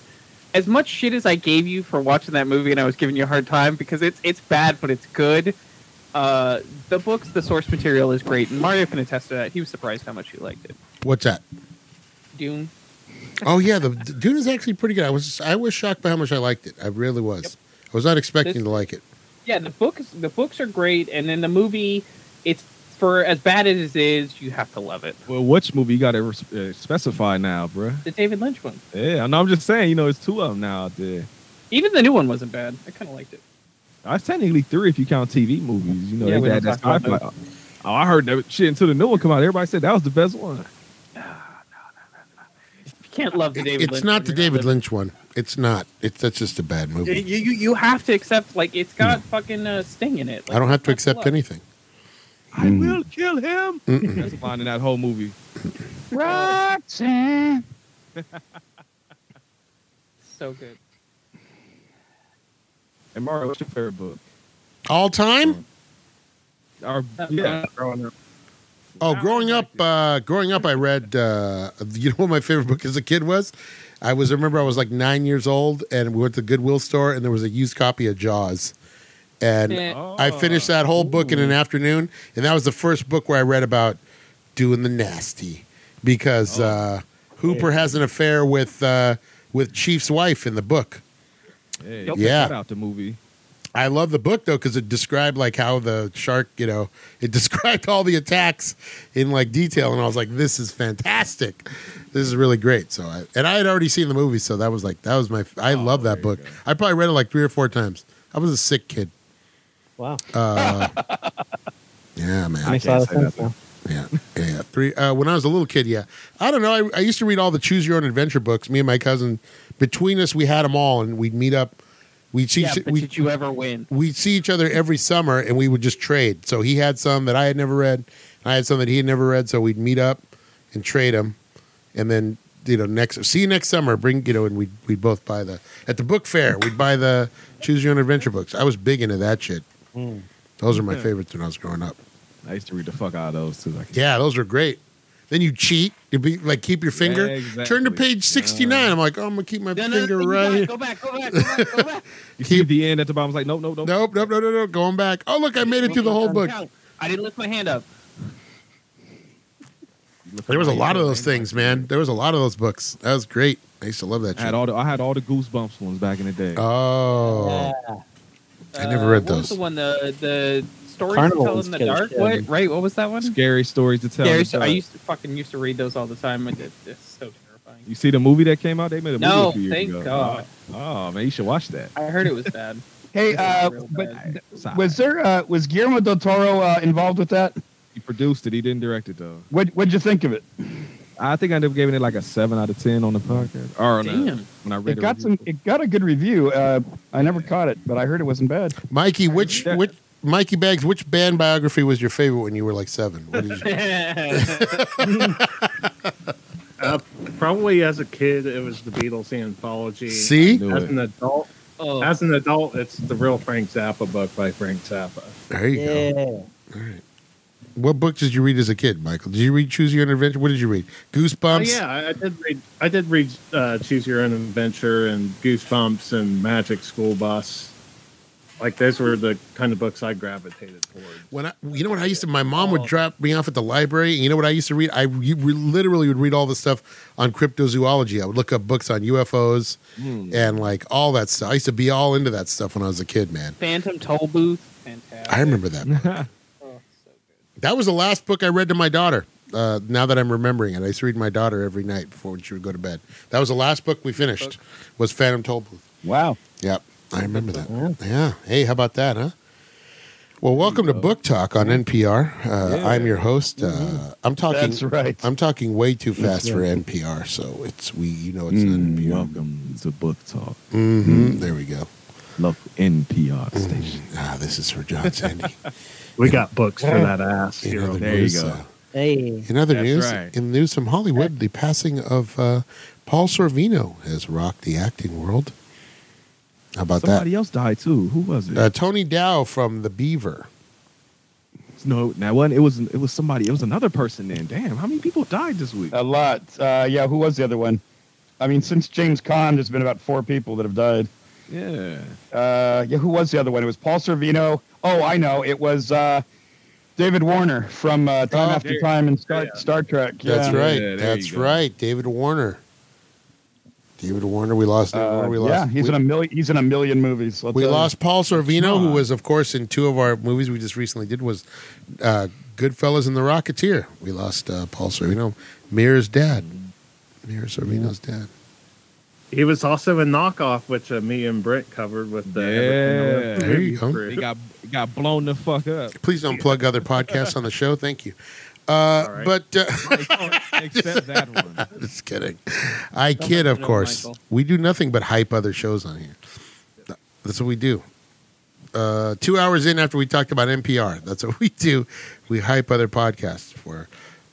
Speaker 4: as much shit as I gave you for watching that movie, and I was giving you a hard time because it's it's bad, but it's good. Uh, the books, the source material is great, and Mario can attest to that. He was surprised how much he liked it.
Speaker 1: What's that?
Speaker 4: Dune.
Speaker 1: Oh yeah, the the Dune is actually pretty good. I was I was shocked by how much I liked it. I really was.
Speaker 4: Yep.
Speaker 1: I was not expecting
Speaker 4: This-
Speaker 1: to like it.
Speaker 4: Yeah, the books the books are great, and then the movie, it's for as bad as it is, you have to love it.
Speaker 5: Well, which movie you got to uh, specify now, bruh?
Speaker 4: The David Lynch one,
Speaker 5: Yeah, I know. I'm just saying, you know, it's two of them now out there.
Speaker 4: even the new one wasn't bad. I kind of liked it.
Speaker 5: That's technically three if you count TV movies. You know,
Speaker 4: Yeah,
Speaker 5: they
Speaker 4: we
Speaker 5: had
Speaker 4: don't
Speaker 5: that
Speaker 4: talk about
Speaker 5: sci-fi. Oh, I heard that shit until the new one come out. Everybody said that was the best one.
Speaker 4: can't love the David
Speaker 1: it's
Speaker 4: Lynch
Speaker 1: not
Speaker 4: one.
Speaker 1: the David Lynch one. It's not. It's that's just a bad
Speaker 4: You,
Speaker 1: movie.
Speaker 4: you you have to accept like it's got fucking uh, Sting in it. Like,
Speaker 1: I don't have to
Speaker 4: that's
Speaker 1: accept
Speaker 4: love.
Speaker 1: anything.
Speaker 5: I will kill him.
Speaker 1: Mm-mm.
Speaker 5: That's fine in that whole movie.
Speaker 6: Roxanne.
Speaker 4: So good.
Speaker 5: And Mario, what's your favorite book?
Speaker 1: All time?
Speaker 5: Or,
Speaker 1: Uh,
Speaker 4: Uh,
Speaker 5: yeah,
Speaker 4: Growing up.
Speaker 1: Oh, growing up, uh, growing up, I read. Uh, (laughs) you know what my favorite book as a kid was? I was remember I was like nine years old, and we went to the Goodwill store, and there was a used copy of Jaws, and uh,
Speaker 4: Yeah.
Speaker 1: I finished
Speaker 5: Oh,
Speaker 1: that whole book in an afternoon, and that was the first book where I read about doing the nasty
Speaker 4: Oh.
Speaker 1: because uh, Hooper has an affair with uh, with Chief's wife in the book.
Speaker 5: Hey,
Speaker 4: Yep.
Speaker 1: Yeah.
Speaker 5: Shout out the movie.
Speaker 1: I love the book though because it described like how the shark, you know, it (laughs) described all the attacks in like detail, and I was like, "This is fantastic! This is really great." So, I, and I had already seen the movie, so that was like that was my. I love that book. I probably read it like three or four times. I was a sick kid.
Speaker 7: Wow.
Speaker 1: Uh, yeah, man.
Speaker 7: Makes a lot of sense now.
Speaker 1: Yeah, yeah, yeah. Three. Uh, when I was a little kid, yeah, I don't know. I, I used to read all the Choose Your Own Adventure books. Me and my cousin, between us, we had them all, and we'd meet up. We'd see.
Speaker 4: Yeah, but
Speaker 1: we,
Speaker 4: did you ever win?
Speaker 1: we'd see each other every summer and we would just trade. So he had some that I had never read, and I had some that he had never read. So we'd meet up and trade them, and then you know next see you next summer. Bring you know, and we we'd both buy the at the book fair. We'd buy the choose your own adventure books. I was big into that shit. Those are my favorites when I was growing up.
Speaker 5: I used to read the fuck out of those too. Like,
Speaker 1: Yeah, those were great. Then you cheat. You be like keep your finger.
Speaker 5: Yeah, exactly.
Speaker 1: Turn to page sixty nine. I'm like, oh, I'm gonna keep my finger right. here.
Speaker 4: Go back, go back, go back,
Speaker 1: (laughs)
Speaker 4: go back.
Speaker 5: You see at the end at the bottom, it's like, nope, nope, nope.
Speaker 1: Nope, nope, no, no, no. Going back. Oh, look, I made it through the whole book.
Speaker 4: I didn't lift my hand up.
Speaker 1: There was a lot of those things, man. There was a lot of those books. That was great. I used to love that
Speaker 5: I had
Speaker 1: shit.
Speaker 5: all the I had all the goosebumps ones back in the
Speaker 1: Uh,
Speaker 5: day.
Speaker 1: Oh, I never read
Speaker 4: Uh, what
Speaker 1: those.
Speaker 4: Was the one the the stories
Speaker 7: Carnival
Speaker 4: to tell
Speaker 7: ones
Speaker 4: in the
Speaker 7: killed
Speaker 4: dark.
Speaker 7: shit.
Speaker 4: What right? What was that one?
Speaker 5: Scary stories to tell.
Speaker 4: Scary.
Speaker 5: in the
Speaker 4: so- I
Speaker 5: dark.
Speaker 4: used to fucking used to read those all the time. I did. It's so terrifying.
Speaker 5: You see the movie that came out? They made a
Speaker 4: No,
Speaker 5: movie a few years
Speaker 4: thank
Speaker 5: ago.
Speaker 4: God.
Speaker 5: Oh, man, you should watch that.
Speaker 4: I heard it was bad.
Speaker 6: (laughs)
Speaker 4: This
Speaker 6: Hey,
Speaker 4: is
Speaker 6: uh,
Speaker 4: real
Speaker 6: but
Speaker 4: bad.
Speaker 5: Sorry.
Speaker 6: was there uh, was Guillermo del Toro uh, involved with that?
Speaker 5: He produced it. He didn't direct it though.
Speaker 6: What What'd you think of it?
Speaker 5: I think I ended up giving it like a seven out of ten on the podcast. Or on the-
Speaker 4: Damn.
Speaker 5: when I read
Speaker 6: It
Speaker 5: the
Speaker 6: got
Speaker 5: review.
Speaker 6: some. It got a good review. Uh, I never caught it, but I heard it wasn't bad.
Speaker 1: Mikey, which
Speaker 5: Yeah.
Speaker 1: which Mikey Bags, which band biography was your favorite when you were like seven? What did
Speaker 4: (laughs)
Speaker 1: you,
Speaker 11: Uh, probably as a kid, it was the Beatles anthology.
Speaker 1: see,
Speaker 5: Knew
Speaker 11: as
Speaker 5: it.
Speaker 11: an adult,
Speaker 4: oh,
Speaker 11: as an adult, it's the real Frank Zappa book by Frank Zappa.
Speaker 1: there you
Speaker 7: Yeah.
Speaker 1: go. All right. What book did you read as a kid, Michael? Did you read Choose Your Own Adventure? What did you read?
Speaker 11: Oh
Speaker 1: Goosebumps.
Speaker 11: yeah, I I did read. I did read uh, Choose Your Own Adventure and Goosebumps and Magic School Bus. Like those were the kind of books I gravitated towards.
Speaker 1: When I, you know what I used to, my mom would drop me off at the library. And you know what I used to read? I you re- literally would read all the stuff on cryptozoology. I would look up books on UFOs and like all that stuff. I used to be all into that stuff when I was a kid, man.
Speaker 4: Phantom Toll Booth. Fantastic.
Speaker 1: I remember that. book.
Speaker 4: Oh, so good.
Speaker 1: That was the last book I read to my daughter. Uh, now that I'm remembering it, I used to read my daughter every night before she would go to bed. That was the last book we finished. Was Phantom Tollbooth.
Speaker 6: Wow.
Speaker 1: Yep, I remember
Speaker 11: Oh,
Speaker 1: that. Yeah. Hey, how about that, huh? Well, welcome to Book Talk on NPR. Uh, I'm your host.
Speaker 11: Mm-hmm.
Speaker 1: Uh, I'm talking.
Speaker 6: That's right.
Speaker 1: I'm talking way too fast for NPR, so it's we. You know, it's not
Speaker 5: Mm,
Speaker 1: NPR.
Speaker 5: welcome to Book Talk,
Speaker 1: hmm
Speaker 11: Mm-hmm.
Speaker 1: There we go.
Speaker 5: local NPR station.
Speaker 1: Ah, this is for John Sandy.
Speaker 11: (laughs) We got books for that ass.
Speaker 1: In other
Speaker 5: There you
Speaker 1: news,
Speaker 5: go.
Speaker 1: uh,
Speaker 7: Hey.
Speaker 1: in other
Speaker 5: That's
Speaker 1: news,
Speaker 5: right.
Speaker 1: in news from Hollywood, the passing of uh, Paul Sorvino has rocked the acting world. How about
Speaker 5: Somebody else died too. Who was it?
Speaker 1: that? Uh, Tony Dow from The Beaver.
Speaker 5: no, that wasn't. It was. It was somebody. It was another person. Then, damn, how many people died this week?
Speaker 4: Oh.
Speaker 6: A lot. Uh, yeah. Who was the other one? I mean, since James Caan, there's been about four people that have died.
Speaker 5: yeah,
Speaker 6: Uh, yeah. Who was the other one? It was Paul Servino. Oh, I know. It was uh, David Warner from uh, Time
Speaker 1: Oh,
Speaker 6: After
Speaker 5: there-
Speaker 6: Time and Star, Star Trek. Yeah.
Speaker 1: That's right.
Speaker 5: Yeah, there
Speaker 1: That's
Speaker 5: you go.
Speaker 1: right. David Warner. David Warner. We lost. David
Speaker 6: Uh,
Speaker 1: Warner. We
Speaker 6: yeah,
Speaker 1: lost.
Speaker 6: he's
Speaker 1: we,
Speaker 6: in a million. He's in a million movies. I'll
Speaker 1: we
Speaker 6: tell you.
Speaker 1: lost Paul Sorvino, who
Speaker 5: Nah.
Speaker 1: was, of course, in two of our movies we just recently did was uh, Goodfellas and The Rocketeer. We lost uh, Paul Sorvino, Mira's dad, Mira Sorvino's dad.
Speaker 11: He was also a knockoff, which uh, me and Brent covered with the.
Speaker 5: Yeah.
Speaker 11: Everton
Speaker 1: There you
Speaker 11: Olympic
Speaker 1: go.
Speaker 11: crew.
Speaker 5: (laughs) they got got blown the fuck up.
Speaker 1: Please don't plug other podcasts on the show. Thank you. Uh, But uh, (laughs)
Speaker 5: Except that one.
Speaker 1: just kidding. I kid, of
Speaker 4: know,
Speaker 1: course.
Speaker 4: Michael.
Speaker 1: We do nothing but hype other shows on here. That's what we do. Uh, two hours in after we talked about NPR, that's what we do. We hype other podcasts for.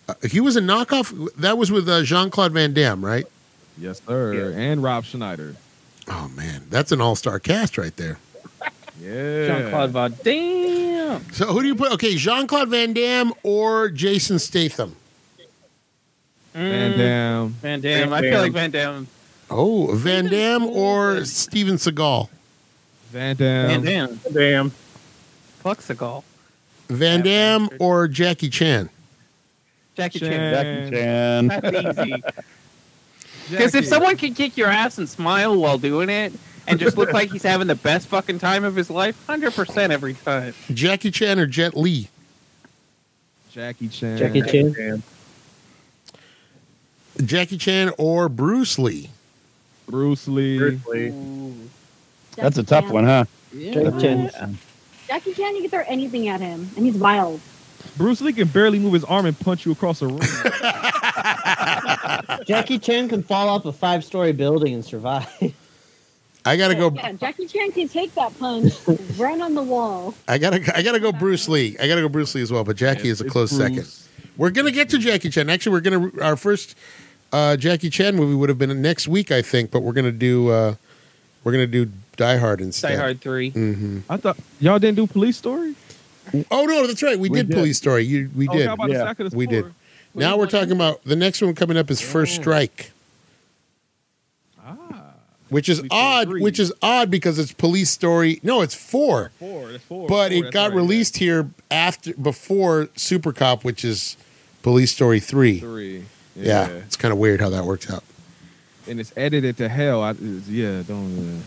Speaker 1: Uh, he was a knockoff. That was with uh, Jean Claude Van Damme, right?
Speaker 5: Yes, sir. And Rob Schneider.
Speaker 1: Oh man, that's an all-star cast right there.
Speaker 5: Yeah.
Speaker 4: Jean Claude Van Damme.
Speaker 1: So who do you put? Okay, Jean Claude Van Damme or Jason Statham?
Speaker 4: Mm.
Speaker 5: Van Damme.
Speaker 4: Van Damme. I feel
Speaker 11: Damme.
Speaker 4: like Van Damme.
Speaker 1: Oh, Van Damme or Steven Seagal?
Speaker 5: Van Damme.
Speaker 4: Van Damme.
Speaker 11: Damn.
Speaker 4: Fuck Seagal.
Speaker 1: Van Damme
Speaker 4: bastard.
Speaker 1: or Jackie Chan?
Speaker 4: Jackie Chan.
Speaker 5: Chan.
Speaker 6: Jackie Chan.
Speaker 4: That's
Speaker 5: (laughs)
Speaker 4: easy. Because if
Speaker 5: Jackie.
Speaker 4: someone can kick your ass and smile while doing it and just look like he's having the best fucking time of his life, 100% every time.
Speaker 1: Jackie Chan or Jet Li?
Speaker 5: Jackie Chan.
Speaker 7: Jackie Chan.
Speaker 11: Damn.
Speaker 1: Jackie Chan or Bruce Lee?
Speaker 5: Bruce Lee.
Speaker 11: Seriously.
Speaker 6: That's a tough one, huh?
Speaker 7: Jackie Chan.
Speaker 2: Jackie Chan, you can throw anything at him, and he's wild.
Speaker 5: Bruce Lee can barely move his arm and punch you
Speaker 1: (laughs)
Speaker 5: across a room.
Speaker 7: Jackie Chan can fall off a five-story building and survive. (laughs)
Speaker 1: I gotta go.
Speaker 2: Yeah, Jackie Chan can take that punch, run on the wall.
Speaker 1: I gotta. I gotta go. Bruce Lee. I gotta go. Bruce Lee as well. But Jackie is a
Speaker 5: It's
Speaker 1: close
Speaker 5: Bruce.
Speaker 1: second. We're gonna get to Jackie Chan. Actually, we're gonna our first uh, Jackie Chan movie would have been next week, I think. But we're gonna do. Uh, we're gonna do Die Hard instead.
Speaker 4: Die Hard 3.
Speaker 1: hmm
Speaker 5: I thought y'all didn't do Police Story.
Speaker 1: Oh no, that's right. We,
Speaker 6: We
Speaker 1: did,
Speaker 6: did.
Speaker 1: Police Story. You, we
Speaker 5: Oh,
Speaker 1: did.
Speaker 5: how about the
Speaker 6: yeah,
Speaker 5: sack of the
Speaker 1: we
Speaker 5: store?
Speaker 1: did. now we're talking about the next one coming up is First Strike,
Speaker 5: Ah,
Speaker 1: which is
Speaker 5: We did
Speaker 1: odd.
Speaker 5: three.
Speaker 1: Which is odd because it's Police Story. No, it's four.
Speaker 5: four. That's four.
Speaker 1: but
Speaker 5: four,
Speaker 1: it
Speaker 5: that's
Speaker 1: got
Speaker 5: right.
Speaker 1: released here after before Super Cop, which is Police Story three.
Speaker 5: Three.
Speaker 1: Yeah, it's kind of weird how that works out.
Speaker 5: and it's edited to hell. I, it's- yeah, (laughs) don't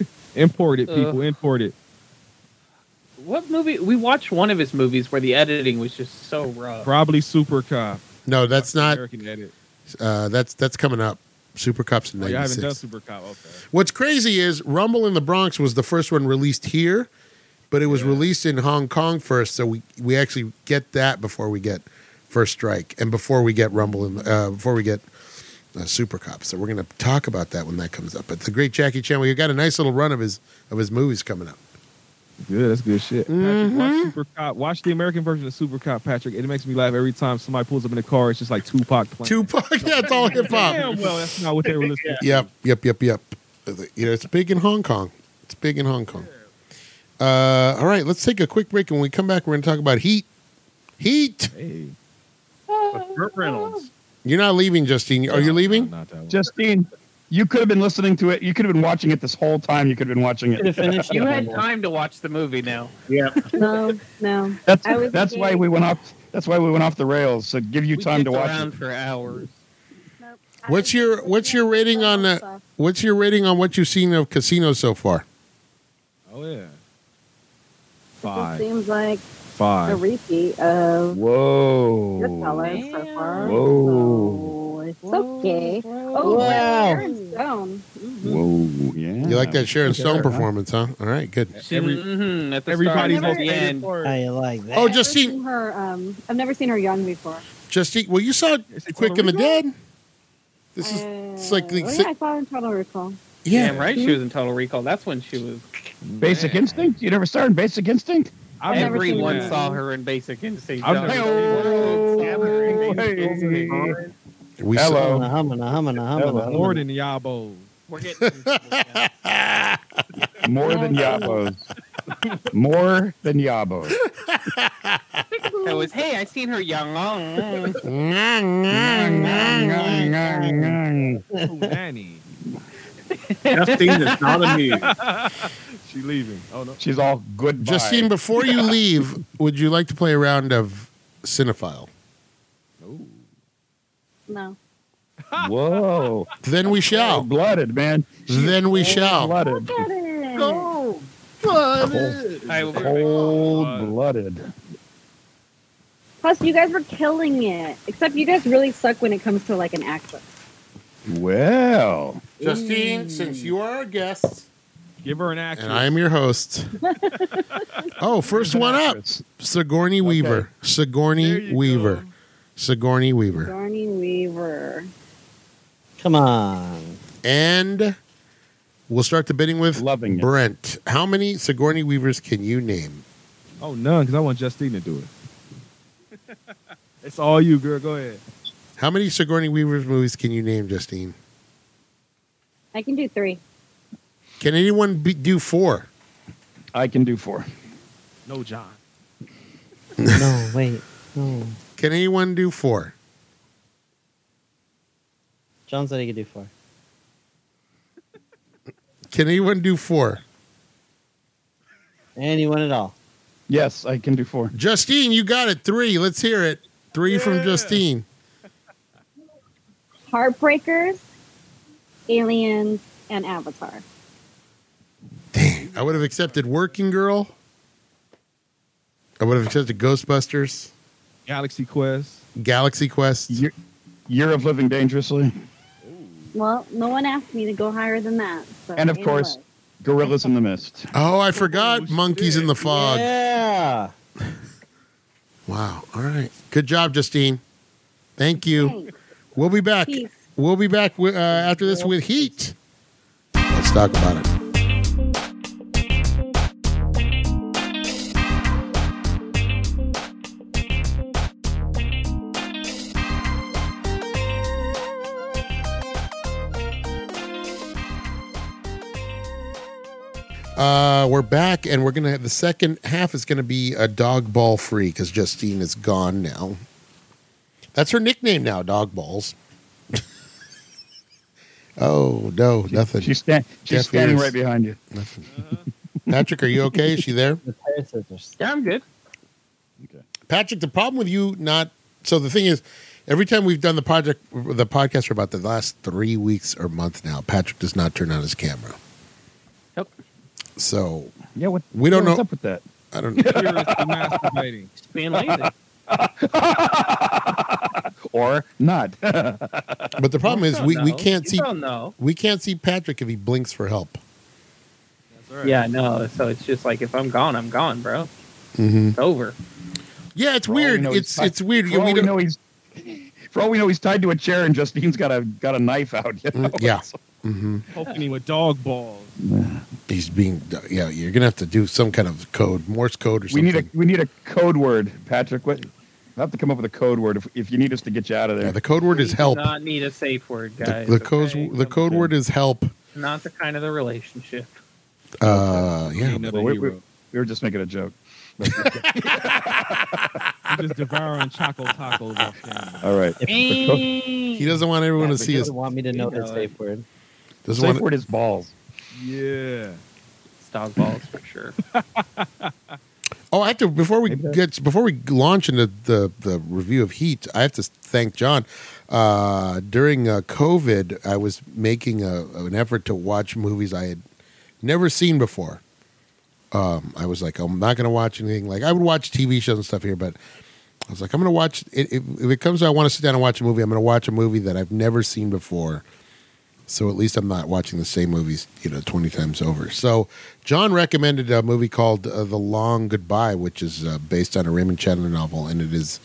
Speaker 5: uh, import it, people. Import it.
Speaker 4: What movie? We watched one of his movies where the editing was just so rough.
Speaker 5: Probably Super Cop.
Speaker 1: No, that's not.
Speaker 5: American edit.
Speaker 1: Uh, that's that's coming up. Super Cop's in
Speaker 5: Oh, you haven't done
Speaker 1: '96.
Speaker 5: Super Cop. Okay.
Speaker 1: What's crazy is Rumble in the Bronx was the first one released here, but it was
Speaker 5: Yeah.
Speaker 1: released in Hong Kong first, so we we actually get that before we get First Strike and before we get Rumble in the, uh, before we get uh, Super Cop. So we're gonna talk about that when that comes up. But the great Jackie Chan, we got a nice little run of his of his movies coming up.
Speaker 5: Good. That's good shit. Patrick, watch Super Cop. Watch the American version of Super Cop, Patrick. It makes me laugh every time somebody pulls up in the car. It's just like Tupac playing.
Speaker 1: Tupac, (laughs) yeah, it's all hip hop.
Speaker 5: Damn well, that's not what they were listening. to.
Speaker 1: Yep, yep, yep, yep. Uh, You know, it's big in Hong Kong. It's big in Hong Kong. Uh, all right, let's take a quick break. and When we come back, we're going to talk about heat. Heat.
Speaker 5: Hey.
Speaker 11: But Burt Reynolds.
Speaker 1: You're not leaving, Justine. Are you
Speaker 5: No,
Speaker 1: leaving?
Speaker 5: no, not that one.
Speaker 6: Justine, you could have been listening to it. You could have been watching it this whole time. You could have been watching
Speaker 7: Could have
Speaker 6: it.
Speaker 7: finished.
Speaker 4: You had time to watch the movie now.
Speaker 11: Yeah.
Speaker 2: No, no.
Speaker 6: That's
Speaker 2: I was
Speaker 6: that's why we went off. That's why we went off the rails. So give you
Speaker 4: we
Speaker 6: time to
Speaker 4: dicked
Speaker 6: watch
Speaker 4: around
Speaker 6: it.
Speaker 4: for hours.
Speaker 2: Nope.
Speaker 1: What's your What's your rating on uh, What's your rating on what you've seen of Casino so far?
Speaker 5: Oh yeah.
Speaker 2: It
Speaker 5: Five.
Speaker 2: seems like a
Speaker 5: Five.
Speaker 2: repeat of
Speaker 6: Whoa!
Speaker 2: Goodfellas so far.
Speaker 6: Whoa.
Speaker 2: So it's okay. Oh,
Speaker 7: Wow.
Speaker 2: Sharon Stone. Mhm.
Speaker 6: Whoa! Yeah.
Speaker 1: You like that Sharon
Speaker 6: Okay.
Speaker 1: Stone performance, huh? All right, good.
Speaker 5: Every-
Speaker 4: Mhm, at the
Speaker 5: Everybody's
Speaker 4: start and
Speaker 5: most
Speaker 4: at the
Speaker 5: hated
Speaker 4: end.
Speaker 5: part.
Speaker 7: I like that.
Speaker 1: Oh,
Speaker 2: I've never
Speaker 1: just seen
Speaker 2: seen her. Um, I've never seen her young before.
Speaker 1: Justine. Well, you saw
Speaker 5: Is it
Speaker 1: Quick and the
Speaker 5: Tolerigo?
Speaker 1: Dead. This
Speaker 5: Uh,
Speaker 1: is it's like the
Speaker 2: oh, yeah, I saw her in Total Recall.
Speaker 4: Damn right, she was in Total Recall. That's when she was.
Speaker 6: Basic
Speaker 4: Man.
Speaker 6: Instinct. You never started Basic Instinct.
Speaker 5: I've never seen
Speaker 4: Everyone
Speaker 5: that.
Speaker 4: saw her in Basic Instinct.
Speaker 5: I've never
Speaker 6: Oh, hey.
Speaker 1: We
Speaker 6: Hello.
Speaker 7: Humana, humana, humana,
Speaker 6: Hello.
Speaker 7: humana.
Speaker 5: More than Yabo.
Speaker 4: We're getting. (laughs)
Speaker 6: More than Yabos. More than Yabos.
Speaker 4: It was, hey, I seen her young. Oh,
Speaker 1: Saw, Ngang, ngang, ngang.
Speaker 5: Ooh, Nanny.
Speaker 11: Justine is not amused.
Speaker 5: She leaving. Oh no.
Speaker 6: She's all good.
Speaker 1: Justine, before you leave, would you like to play a round of Cinephile?
Speaker 2: No.
Speaker 6: Whoa.
Speaker 1: Then we shall.
Speaker 6: blooded, man.
Speaker 1: Then we shall.
Speaker 6: Blooded.
Speaker 2: Look at it.
Speaker 4: I,
Speaker 6: Cold blooded.
Speaker 2: Plus, you guys were killing it. Except you guys really suck when it comes to like an accent.
Speaker 6: Well,
Speaker 1: Justine, since you are our guest
Speaker 5: Give her an action.
Speaker 1: and I am your
Speaker 5: (laughs)
Speaker 1: host. oh, first one up. Sigourney Weaver.
Speaker 6: Okay.
Speaker 5: There
Speaker 1: Sigourney
Speaker 5: you
Speaker 1: Weaver.
Speaker 5: go.
Speaker 1: Sigourney Weaver.
Speaker 2: Sigourney Weaver.
Speaker 7: Come on.
Speaker 1: And we'll start the bidding with
Speaker 6: Loving it.
Speaker 1: Brent. How many Sigourney Weavers can you name?
Speaker 5: Oh, none, because I want Justine to do it. (laughs) it's all you, girl. Go ahead.
Speaker 1: How many Sigourney Weavers movies can you name, Justine?
Speaker 2: I can do three.
Speaker 1: Can anyone be, do four?
Speaker 6: I can do four.
Speaker 5: No, John.
Speaker 7: No, wait. No.
Speaker 1: Can anyone do four?
Speaker 7: John said he could do four.
Speaker 1: Can anyone do four?
Speaker 7: Anyone at all.
Speaker 6: Yes, I can do four.
Speaker 1: Justine, you got it. Three. Let's hear it. Three from Justine.
Speaker 2: Heartbreakers, Aliens, and Avatar.
Speaker 1: I would have accepted Working Girl. I would have accepted Ghostbusters,
Speaker 5: Galaxy Quest.
Speaker 1: Galaxy Quest.
Speaker 6: Year, year of Living Dangerously,
Speaker 2: Well, no one asked me to go higher than that. So
Speaker 6: and of
Speaker 2: it
Speaker 6: course,
Speaker 2: was.
Speaker 6: Gorillas in the Mist.
Speaker 1: Oh, I forgot Monkeys in the Fog.
Speaker 7: Yeah.
Speaker 1: Wow. All right. Good job, Justine. Thank you.
Speaker 2: Thanks.
Speaker 1: We'll be back.
Speaker 2: Peace.
Speaker 1: We'll be back wi- uh, after this with Heat. Let's talk about it. Uh, we're back, and we're gonna have the second half is gonna be a dog ball free because Justine is gone now. That's her nickname now, dog balls. (laughs) oh no, nothing.
Speaker 6: She's, sta-
Speaker 1: Jeff
Speaker 6: she's standing
Speaker 1: Ears.
Speaker 6: right behind you.
Speaker 1: nothing. Patrick, are you okay? Is she there?
Speaker 4: (laughs)
Speaker 7: The tire scissors.
Speaker 4: Yeah, I'm good.
Speaker 1: Patrick, the problem with you not so the thing is, every time we've done the project, the podcast for about the last three weeks or month now, Patrick does not turn on his camera.
Speaker 4: Yep.
Speaker 1: So
Speaker 6: Yeah, what,
Speaker 1: We don't
Speaker 6: yeah, what's
Speaker 1: know-
Speaker 6: up with that?
Speaker 1: I don't. know.
Speaker 5: Here is the masturbating.
Speaker 4: Just being lazy.
Speaker 6: Or not.
Speaker 1: But the problem is,
Speaker 4: You
Speaker 1: we,
Speaker 4: don't
Speaker 1: we
Speaker 4: know.
Speaker 1: can't
Speaker 4: You
Speaker 1: see
Speaker 4: Don't know.
Speaker 1: we can't see Patrick if he blinks for help.
Speaker 4: Yeah, no. So it's just like if I'm gone, I'm gone, bro.
Speaker 1: Mm-hmm.
Speaker 4: It's over.
Speaker 1: Yeah, it's
Speaker 6: For all we
Speaker 1: weird.
Speaker 6: know, he's
Speaker 1: it's
Speaker 6: fine.
Speaker 1: it's weird.
Speaker 6: For
Speaker 1: Yeah,
Speaker 6: all
Speaker 1: (laughs) we
Speaker 6: we
Speaker 1: don't-
Speaker 6: know, he's for all we know, he's tied to a chair, and Justine's got a got a knife out. You know?
Speaker 1: Mm,
Speaker 6: (laughs)
Speaker 1: yeah. Mhm.
Speaker 5: Poking me with dog balls.
Speaker 1: He's being yeah. You're gonna have to do some kind of code, Morse code or
Speaker 6: we
Speaker 1: something.
Speaker 6: need a we need a code word, Patrick. What? I'll have to come up with a code word if, if you need us to get you out of there.
Speaker 1: yeah, the code word
Speaker 4: We
Speaker 1: is
Speaker 4: do
Speaker 1: help.
Speaker 4: Not need a safe word,
Speaker 1: The,
Speaker 4: guys.
Speaker 1: the codes-
Speaker 4: okay?
Speaker 1: the code word is help.
Speaker 4: Not the kind of
Speaker 1: (laughs)
Speaker 4: the relationship.
Speaker 1: Uh,
Speaker 5: Ain't
Speaker 1: yeah,
Speaker 5: Another
Speaker 6: Well, we-
Speaker 5: hero.
Speaker 6: we were just making a joke.
Speaker 5: I'm just devouring choco tacos off camera.
Speaker 6: All right. The code-
Speaker 1: he doesn't want everyone to
Speaker 7: Patrick
Speaker 1: see us.
Speaker 7: doesn't want me to know
Speaker 4: You know
Speaker 7: that
Speaker 4: it.
Speaker 7: safe word.
Speaker 1: Doesn't
Speaker 6: safe
Speaker 1: want
Speaker 6: word is balls.
Speaker 5: Yeah.
Speaker 4: It's dog balls for
Speaker 1: (laughs)
Speaker 4: sure.
Speaker 1: Oh, I have to before we
Speaker 6: Maybe that-
Speaker 1: get before we launch into the the review of Heat. I have to thank John. Uh, during uh, COVID, I was making a, an effort to watch movies I had never seen before. Um, I was like, I'm not going to watch anything. Like I would watch TV shows and stuff here, but I was like, I'm going to watch it. If, if it comes, to I want to sit down and watch a movie. I'm going to watch a movie that I've never seen before. So at least I'm not watching the same movies, you know, 20 times over. So John recommended a movie called uh, The Long Goodbye, which is uh, based on a Raymond Chandler novel, and it is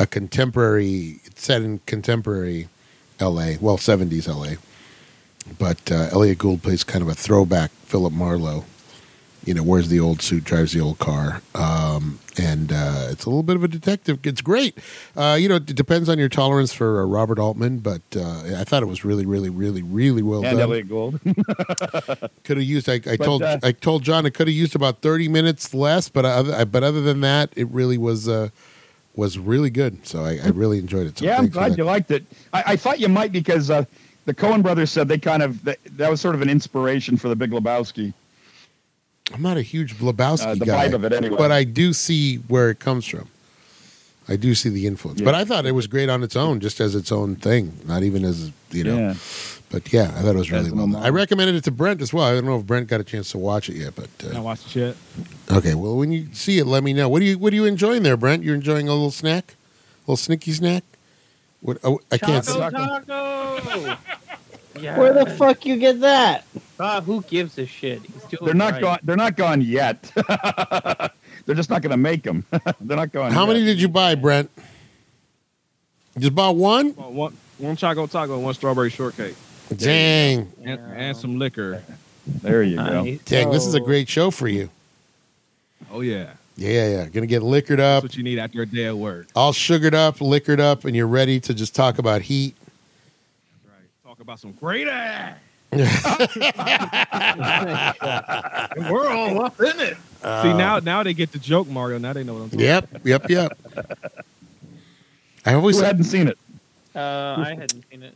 Speaker 1: a contemporary, it's set in contemporary LA, well, 70s LA. But uh, Elliot Gould plays kind of a throwback Philip Marlowe. You know, wears the old suit, drives the old car, um, and uh, it's a little bit of a detective. It's great. Uh, you know, it depends on your tolerance for uh, Robert Altman, but uh, I thought it was really, really, really, really well
Speaker 6: and
Speaker 1: done
Speaker 6: Elliot Gould.
Speaker 1: could have used. I, I
Speaker 6: But,
Speaker 1: told
Speaker 6: uh,
Speaker 1: I told John I could have used about thirty minutes less, but other, I, but other than that, it really was uh, was really good. So I, I really enjoyed it. So
Speaker 6: yeah, I'm
Speaker 1: thanks for
Speaker 6: glad
Speaker 1: that.
Speaker 6: you liked it. I, I thought you might because uh, the Cohen brothers said they kind of that, that was sort of an inspiration for the Big Lebowski.
Speaker 1: I'm not a huge Lebowski
Speaker 6: Uh, the
Speaker 1: guy,
Speaker 6: vibe of it anyway.
Speaker 1: but I do see where it comes from. I do see the influence, but
Speaker 6: Yeah.
Speaker 1: I thought it was great on its own, just as its own thing, not even as you know.
Speaker 6: Yeah.
Speaker 1: But yeah, I thought it was really
Speaker 6: an
Speaker 1: well. done.
Speaker 6: homage.
Speaker 1: I recommended it to Brent as well. I don't know if Brent got a chance to watch it yet, but
Speaker 5: Can I
Speaker 1: uh,
Speaker 5: watch the chat?
Speaker 1: okay. Well, when you see it, let me know. What do you What are you enjoying there, Brent? You're enjoying a little snack, a little snicky snack. What oh, I can't.
Speaker 4: Choco taco. yeah.
Speaker 7: Where the fuck you get that? (laughs)
Speaker 4: Ah, who gives a shit? He's doing
Speaker 6: They're not
Speaker 4: right.
Speaker 6: gone. They're not gone yet. (laughs) they're just not going to make them. they're not going.
Speaker 1: How many did you buy, Brent? Just bought one.
Speaker 5: Bought one, one Choco Taco and one strawberry shortcake.
Speaker 1: Dang,
Speaker 5: And, and some liquor.
Speaker 6: There you go.
Speaker 7: Nice.
Speaker 1: dang, this is a
Speaker 7: So-
Speaker 1: great show for you.
Speaker 5: Oh, yeah.
Speaker 1: Yeah, yeah, yeah. Gonna get liquored up,
Speaker 5: That's what you need after a day at work.
Speaker 1: all sugared up, liquored up, and you're ready to just talk about heat.
Speaker 5: Right. Talk about some great ass.
Speaker 11: We're all up in it.
Speaker 5: See, now now they get the joke, Mario. Now they know what I'm talking
Speaker 1: Yep, yep, yep. I always
Speaker 6: Who hadn't seen it?
Speaker 4: Uh, I hadn't seen it.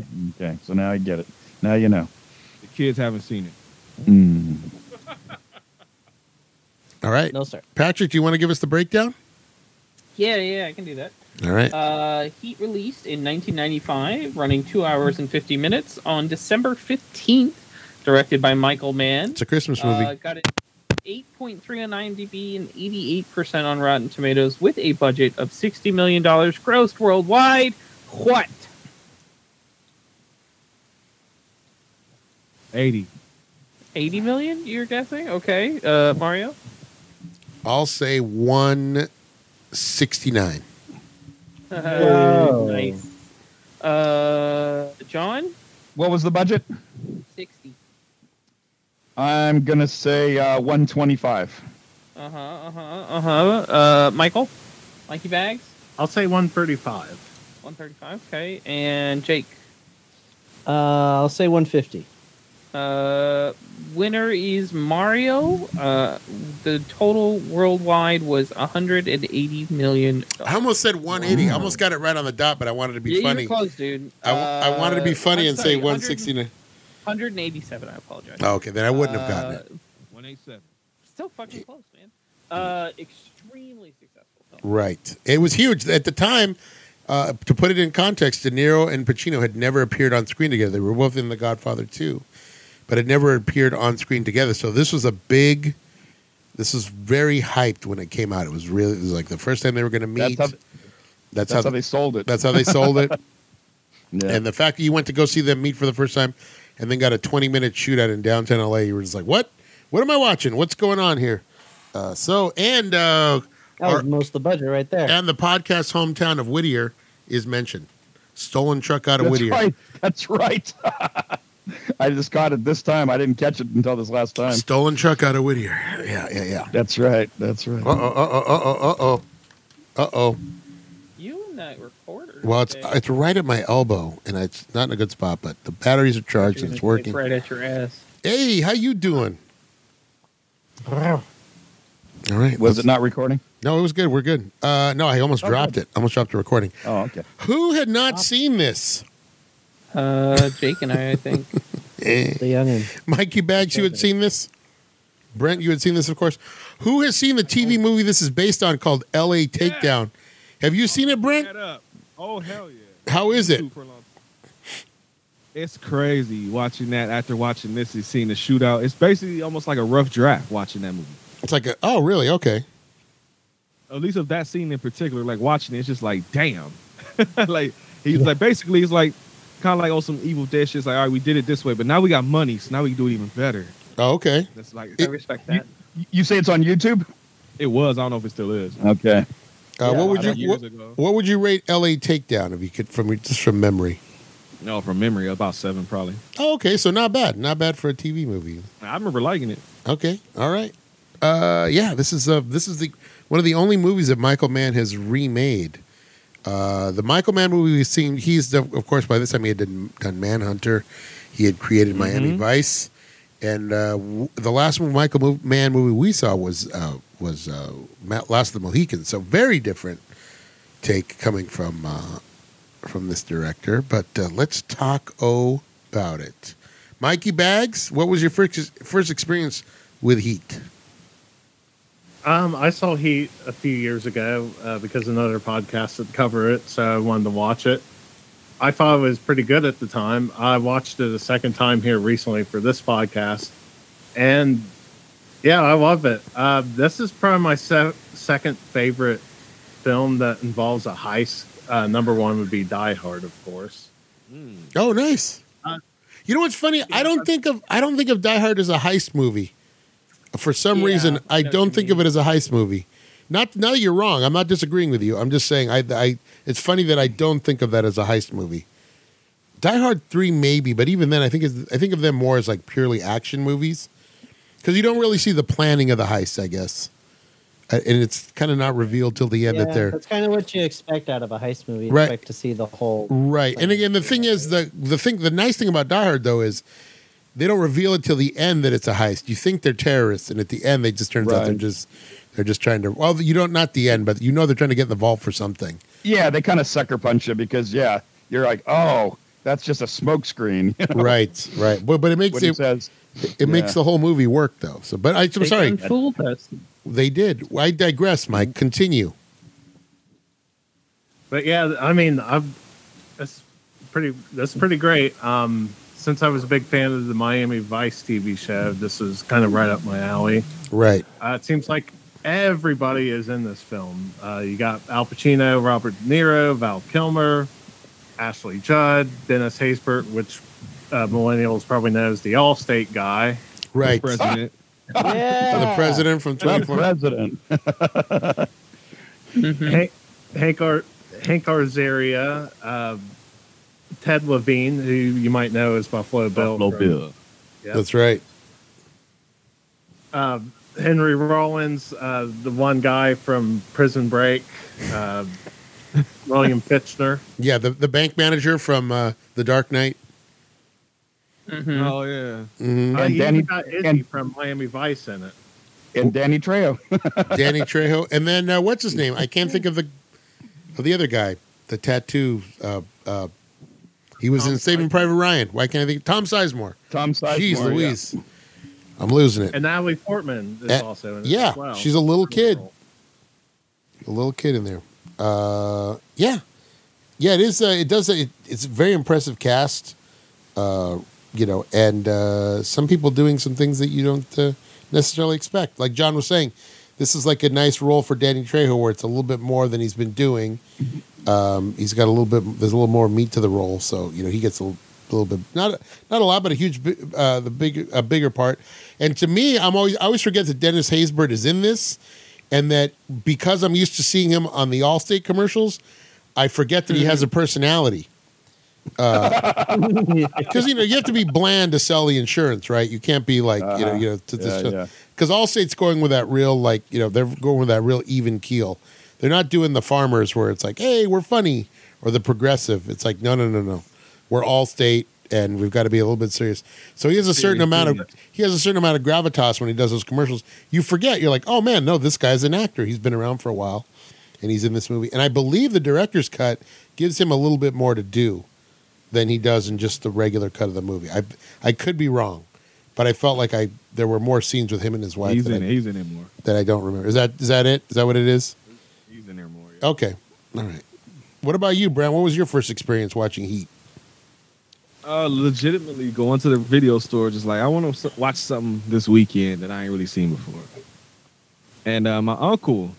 Speaker 6: Hmm. Okay, so now I get it. Now you know.
Speaker 5: about. The kids haven't seen it.
Speaker 6: Mm.
Speaker 1: all right.
Speaker 7: No, sir.
Speaker 1: Patrick, do you want to give us the breakdown?
Speaker 4: Yeah, yeah, I can do that.
Speaker 1: All right.
Speaker 4: Uh, Heat released in 1995, running two hours and 50 minutes on December 15th, directed by Michael Mann.
Speaker 1: It's a Christmas movie.
Speaker 4: Uh, got it 8.3 on IMDb and 88% on Rotten Tomatoes with a budget of $60 million grossed worldwide. What?
Speaker 5: 80.
Speaker 4: 80 million, you're guessing? Okay. Uh, Mario? (laughs)
Speaker 1: I'll say 169.
Speaker 7: Whoa.
Speaker 4: nice. Uh, John?
Speaker 6: What was the budget?
Speaker 4: 60.
Speaker 6: I'm gonna say uh, 125.
Speaker 4: Uh huh, uh huh, uh huh. Uh, Michael? Mikey Bags?
Speaker 11: I'll say 135.
Speaker 4: 135, okay. And Jake?
Speaker 7: Uh, I'll say 150.
Speaker 4: Uh, winner is Mario. Uh, the total worldwide was 180 million.
Speaker 1: I almost said 180. I almost got it right on the dot, but I wanted to be
Speaker 4: Oh. Yeah, you were
Speaker 1: funny.
Speaker 4: close, dude.
Speaker 1: I, I wanted to be
Speaker 4: Uh,
Speaker 1: funny
Speaker 4: I'm
Speaker 1: and
Speaker 4: sorry,
Speaker 1: say 169.
Speaker 4: 187. I apologize.
Speaker 1: Oh, okay, then I wouldn't have gotten it.
Speaker 4: Uh,
Speaker 5: 187.
Speaker 4: Still fucking close, man. Uh, extremely successful film.
Speaker 1: Right. It was huge. At the time, uh, to put it in context, De Niro and Pacino had never appeared on screen together. They were both in The Godfather 2, but had never appeared on screen together. So this was a big, this was very hyped when it came out. It was really, it was like the first time they were going to meet.
Speaker 6: That's how, that's
Speaker 1: That's,
Speaker 6: how they sold it.
Speaker 1: that's how they sold it.
Speaker 6: (laughs) yeah.
Speaker 1: And the fact that you went to go see them meet for the first time and then got a 20 minute shootout in downtown LA, you were just like, what? What am I watching? What's going on here? Uh, so, and, uh,
Speaker 7: That was
Speaker 1: our-
Speaker 7: most of the budget right there.
Speaker 1: (laughs) and the podcast hometown of Whittier is mentioned. Stolen truck out of
Speaker 6: that's
Speaker 1: Whittier.
Speaker 6: right. That's right. (laughs) I just caught it this time. I didn't catch it until this last time.
Speaker 1: Stolen truck out of Whittier. Yeah, yeah, yeah.
Speaker 6: That's right. That's right.
Speaker 1: Uh oh, uh oh, uh oh, uh oh. Uh oh.
Speaker 4: You and that recorder.
Speaker 1: Well, it's
Speaker 4: today.
Speaker 1: it's right at my elbow, and it's not in a good spot. But the batteries are charged and it's working.
Speaker 4: right at your ass.
Speaker 1: Hey, how you doing? All right.
Speaker 6: Was
Speaker 1: let's-
Speaker 6: it not recording?
Speaker 1: No, it was good. We're good. Uh, no, I almost dropped it. Almost dropped the recording.
Speaker 6: Oh, okay.
Speaker 1: Who had not seen this?
Speaker 4: Uh, Jake and I,
Speaker 1: (laughs)
Speaker 4: I think.
Speaker 1: Eh.
Speaker 7: the youngin.
Speaker 1: Mikey Bags, you had seen this. Brent, you had seen this, of course. Who has seen the TV movie this is based on called L.A. Takedown? Have you seen it, Brent?
Speaker 5: That up. Oh, hell yeah.
Speaker 1: How is it?
Speaker 5: Two for a long time. It's crazy watching that after watching this and seeing the shootout. It's basically almost like a rough draft watching that movie.
Speaker 1: It's like, a, oh, really? Okay.
Speaker 5: At least of that scene in particular, like watching it, it's just like, damn. (laughs) like he's like basically it's like kind of like on some evil dead shit. It's like, all right, we did it this way, but now we got money, so now we can do it even better.
Speaker 1: Oh, okay.
Speaker 5: That's like
Speaker 4: I respect that.
Speaker 6: Y- You say it's on YouTube?
Speaker 5: it was. I don't know if it still is.
Speaker 6: Okay.
Speaker 1: Uh,
Speaker 7: Yeah,
Speaker 1: what
Speaker 5: I
Speaker 1: would
Speaker 5: know
Speaker 1: you what,
Speaker 5: years ago.
Speaker 1: what would you rate L.A. Takedown if you could from just from memory?
Speaker 5: No, from memory, about seven probably.
Speaker 1: Oh, okay. So not bad. Not bad for a TV movie.
Speaker 5: I remember liking it.
Speaker 1: Okay. All right. Uh, yeah. This is uh, this is the one of the only movies that Michael Mann has remade. Uh, the Michael Mann movie we've seen. He's the, of course by this time he had done, done Manhunter. He had created Miami Vice, and uh, w- the last one Michael Mo- Mann movie we saw was uh, was uh, Ma- Last of the Mohicans. So very different take coming from uh, from this director. But uh, let's talk o about it. Mikey Bags, what was your first first experience with Heat?
Speaker 11: Um, I saw Heat a few years ago uh, because another podcast had covered it, so I wanted to watch it. I thought it was pretty good at the time. I watched it a second time here recently for this podcast, and yeah, I love it. Uh, this is probably my se- second favorite film that involves a heist. Uh, number one would be Die Hard, of course.
Speaker 1: Oh, nice.
Speaker 11: Uh,
Speaker 1: you know what's funny? I don't think of I don't think of Die Hard as a heist movie. For some
Speaker 4: Yeah,
Speaker 1: reason,
Speaker 4: I
Speaker 1: I
Speaker 4: know what
Speaker 1: don't
Speaker 4: you
Speaker 1: think
Speaker 4: mean.
Speaker 1: of it as a heist movie. Not now that you're wrong. I'm not disagreeing with you. I'm just saying I, I it's funny that I don't think of that as a heist movie. Die Hard 3 maybe, but even then I think it's, I think of them more as like purely action movies cuz you don't really see the planning of the heist, I guess. Uh, And it's kind of not revealed till the end that they're
Speaker 7: that's kind of what you expect out of a heist movie. You
Speaker 1: Right.
Speaker 7: expect to see the whole.
Speaker 1: (laughs) Right. And again, the thing is the the thing the nice thing about Die Hard though is they don't reveal it till the end that it's a heist. You think they're terrorists, and at the end, they just turns out they're
Speaker 6: Right.
Speaker 1: just they're just trying to. Well, you don't not the end, but you know they're trying to get in the vault for something.
Speaker 6: Yeah, they kind of sucker punch you because yeah, you're like, oh, that's just a smokescreen. (laughs) You know
Speaker 1: Right. Right. But but it makes
Speaker 6: what he
Speaker 1: it
Speaker 6: says.
Speaker 1: it makes the whole movie work though. So, but I, I'm
Speaker 4: They
Speaker 1: sorry,
Speaker 4: done fooled us.
Speaker 1: they did. I digress, Mike. Continue.
Speaker 11: But yeah, I mean, I've that's pretty that's pretty great. Um, since I was a big fan of the Miami Vice TV show, this is kind of right up my alley.
Speaker 1: Right.
Speaker 11: Uh, it seems like everybody is in this film. Uh, you got Al Pacino, Robert De Niro, Val Kilmer, Ashley Judd, Dennis Haysbert, which uh, millennials probably knows the Allstate guy.
Speaker 1: Right.
Speaker 5: President.
Speaker 7: Yeah.
Speaker 1: (laughs)
Speaker 7: (laughs)
Speaker 1: The president from
Speaker 6: The
Speaker 1: 24.
Speaker 6: president.
Speaker 11: Hank, Hank, Ar- Hank Arzaria, uh, Ted Levine, who you might know as Buffalo Bill. from- Yeah.
Speaker 1: That's right.
Speaker 11: Uh, Henry Rollins, uh, the one guy from Prison Break,
Speaker 1: (laughs)
Speaker 11: uh, William Fitchner.
Speaker 1: Yeah. The the bank manager from uh, The Dark Knight.
Speaker 4: Mhm.
Speaker 5: Oh yeah.
Speaker 1: Mhm.
Speaker 11: Uh,
Speaker 6: And
Speaker 11: he
Speaker 6: Danny-
Speaker 11: got Izzy
Speaker 6: and-
Speaker 11: from Miami Vice in it.
Speaker 6: and Danny Trejo. (laughs)
Speaker 1: Danny Trejo, and then uh, what's his name? I can't think of the of the other guy, the tattoo. Uh, uh, he was
Speaker 11: Tom
Speaker 1: in Saving Private Ryan. Why can't I think? Tom Sizemore.
Speaker 6: Tom Sizemore.
Speaker 1: Jeez
Speaker 6: yeah.
Speaker 1: Louise, I'm losing it.
Speaker 11: And Natalie Portman is
Speaker 1: Uh,
Speaker 11: also in it.
Speaker 1: yeah,
Speaker 11: as well.
Speaker 1: she's a little kid. A little kid in there. Uh, yeah, yeah. It is. Uh, it does. It, it's a very impressive cast. Uh, you know, and uh, some people doing some things that you don't uh, necessarily expect. Like John was saying, this is like a nice role for Danny Trejo, where it's a little bit more than he's been doing. Um, he's got a little bit. There's a little more meat to the role, so you know he gets a little, little bit not not a lot, but a huge bi- uh, the big a bigger part. And to me, I'm always I always forget that Dennis Haysbert is in this, and that because I'm used to seeing him on the Allstate commercials, I forget that he has a personality.
Speaker 7: Oh,
Speaker 1: (laughs) Because you know you have to be bland to sell the insurance, right? You can't be like you know
Speaker 6: Uh-huh.
Speaker 1: you know to
Speaker 6: Yeah, yeah.
Speaker 1: because Allstate's going with that real like you know they're going with that real even keel. They're not doing the farmers where it's like, hey, we're funny, or the progressive. It's like, no, no, no, no, we're Allstate, and we've got to be a little bit serious. So he has a certain amount of he has a certain amount of gravitas when he does those commercials. You forget, you're like, oh man, no, this guy's an actor. He's been around for a while, and he's in this movie. And I believe the director's cut gives him a little bit more to do than he does in just the regular cut of the movie. I I could be wrong, but I felt like I there were more scenes with him and his wife
Speaker 5: He's
Speaker 1: that,
Speaker 5: in.
Speaker 1: I,
Speaker 5: it. He's in it more.
Speaker 1: that I don't remember. Is that is that it? Is that what it is?
Speaker 5: He's in there more. yeah.
Speaker 1: Okay, all right. What about you, Brent? What was your first experience watching Heat?
Speaker 5: Uh, legitimately going to the video store, just like I want to watch something this weekend that I ain't really seen before. And uh, my uncle,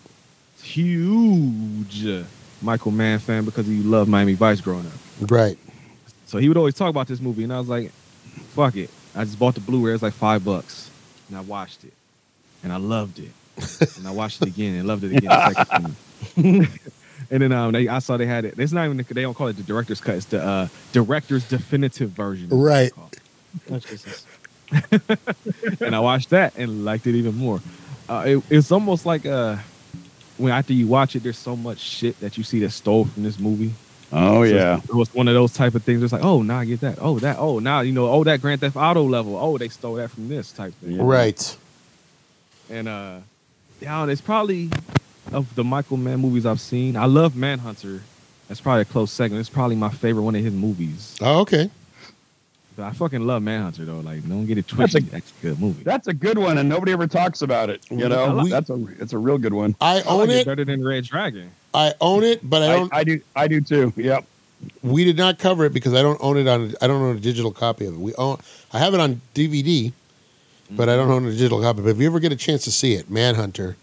Speaker 5: huge Michael Mann fan because he loved Miami Vice growing up.
Speaker 1: Right.
Speaker 5: So he would always talk about this movie, and I was like, "Fuck it!" I just bought the Blu-ray. It was like five bucks, and I watched it, and I loved it. and I watched it again and loved it again. the second time. (laughs) and then um, they, I saw they had it. It's not even they don't call it the director's cut. It's the uh, director's definitive version. is what
Speaker 1: Right.
Speaker 5: it's called.
Speaker 7: Oh, Jesus.
Speaker 5: and I watched that and liked it even more. Uh, it, it's almost like uh, when after you watch it, there's so much shit that you see that's stole from this movie. So
Speaker 6: Oh yeah.
Speaker 5: it's- it was one of those type of things. It's like, oh, now I get that. Oh, that. Oh, now you know. Oh, that Grand Theft Auto level. Oh, they stole that from this type thing.
Speaker 1: Right.
Speaker 5: And uh, yeah, and it's probably of the Michael Mann movies I've seen. I love Manhunter. That's probably a close second. It's probably my favorite one of his movies.
Speaker 1: Oh, okay.
Speaker 5: But I fucking love Manhunter though. Like, don't get it twisted. That's a, good movie.
Speaker 6: That's a good one, and nobody ever talks about it. You know,
Speaker 1: We-
Speaker 6: that's a it's a real good one.
Speaker 1: I
Speaker 5: I like
Speaker 1: own it.
Speaker 5: better than Red Dragon.
Speaker 1: I own it, but I
Speaker 6: I,
Speaker 1: don't.
Speaker 6: I do I do too. Yep.
Speaker 1: we did not cover it because I don't own it on. I don't own a digital copy of it. We own. I have it on DVD, but I don't own a digital copy. But if you ever get a chance to see it, Manhunter,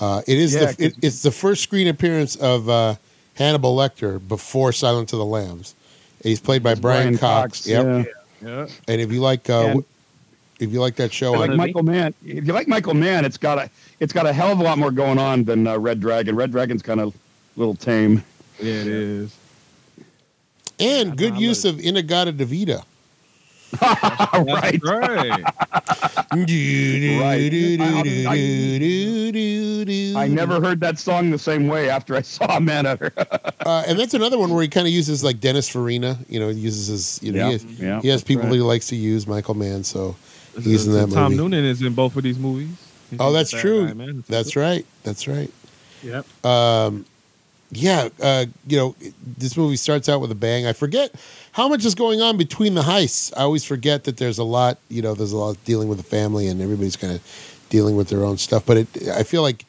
Speaker 1: uh, it is
Speaker 6: Yeah,
Speaker 1: the, it,
Speaker 6: 'cause-
Speaker 1: it's the first screen appearance of uh, Hannibal Lecter before Silence of the Lambs. He's played by Brian, Cox. Yep.
Speaker 6: yeah.
Speaker 5: Yeah.
Speaker 1: And if you like, uh,
Speaker 6: And-
Speaker 1: w- If you like that show,
Speaker 6: Oh, like
Speaker 1: on
Speaker 6: Michael Mann. If you like Michael Mann, it's got a it's got a hell of a lot more going on than uh, Red Dragon. Red Dragon's kind of little tame. (laughs)
Speaker 5: Yeah, it is.
Speaker 1: and good use of Inagata Devita.
Speaker 6: right.
Speaker 5: Right.
Speaker 6: Right. I never heard that song the same way after I saw (laughs) Man Eater.
Speaker 1: Uh, and that's another one where he kind of uses like Dennis Farina. You know, he uses his. You know, he
Speaker 6: Yeah,
Speaker 1: has,
Speaker 6: yeah,
Speaker 1: he has people
Speaker 6: right.
Speaker 1: he likes to use. Michael Mann. So (laughs) he's in that
Speaker 5: Tom
Speaker 1: movie.
Speaker 5: Noonan is in both of these movies.
Speaker 1: Oh, that's
Speaker 5: Saturday
Speaker 1: true.
Speaker 5: Night Mass.
Speaker 1: That's right. That's right.
Speaker 11: Yep.
Speaker 1: Um, yeah, uh, you know, it- this movie starts out with a bang. I forget how much is going on between the heists. I always forget that there's a lot. You know, there's a lot dealing with the family, and everybody's kind of dealing with their own stuff. But it, I feel like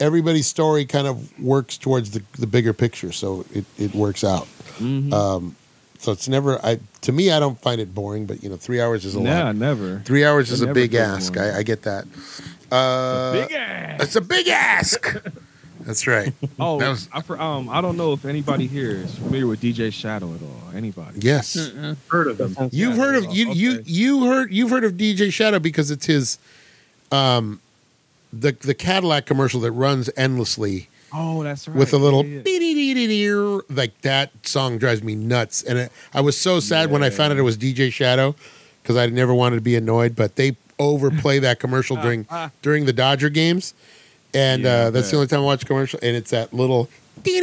Speaker 1: everybody's story kind of works towards the, the bigger picture, so it, it works out.
Speaker 5: Mhm.
Speaker 1: Um, so it's never. I to me, I don't find it boring. But you know, three hours is a
Speaker 5: Nah,
Speaker 1: lot.
Speaker 5: never.
Speaker 1: Three hours is
Speaker 5: It
Speaker 1: a
Speaker 5: never
Speaker 1: big
Speaker 5: gets
Speaker 1: ask.
Speaker 5: boring.
Speaker 1: I, I get that. Uh,
Speaker 5: Big ass.
Speaker 1: it's a big ask.
Speaker 5: (laughs)
Speaker 1: That's right.
Speaker 5: Oh,
Speaker 1: That was-
Speaker 5: I, for, um, I don't know if anybody here is familiar with DJ Shadow at all. Anybody?
Speaker 1: Yes.
Speaker 11: Heard
Speaker 1: (laughs)
Speaker 11: of them?
Speaker 1: You've heard of you you
Speaker 5: Okay.
Speaker 1: you heard you've heard of DJ Shadow because it's his um the the Cadillac commercial that runs endlessly
Speaker 5: Oh, that's right.
Speaker 1: with a little
Speaker 5: Yeah, yeah.
Speaker 1: beep-dee-dee-dee-dee-er. like that song drives me nuts and it, I was so sad when I found out it was DJ Shadow cuz I never wanted to be annoyed but they overplay that
Speaker 5: (laughs)
Speaker 1: commercial during during the Dodger games and
Speaker 5: Uh, Yeah,
Speaker 1: uh, that's the
Speaker 5: yeah.
Speaker 1: only time I watch commercial and it's that little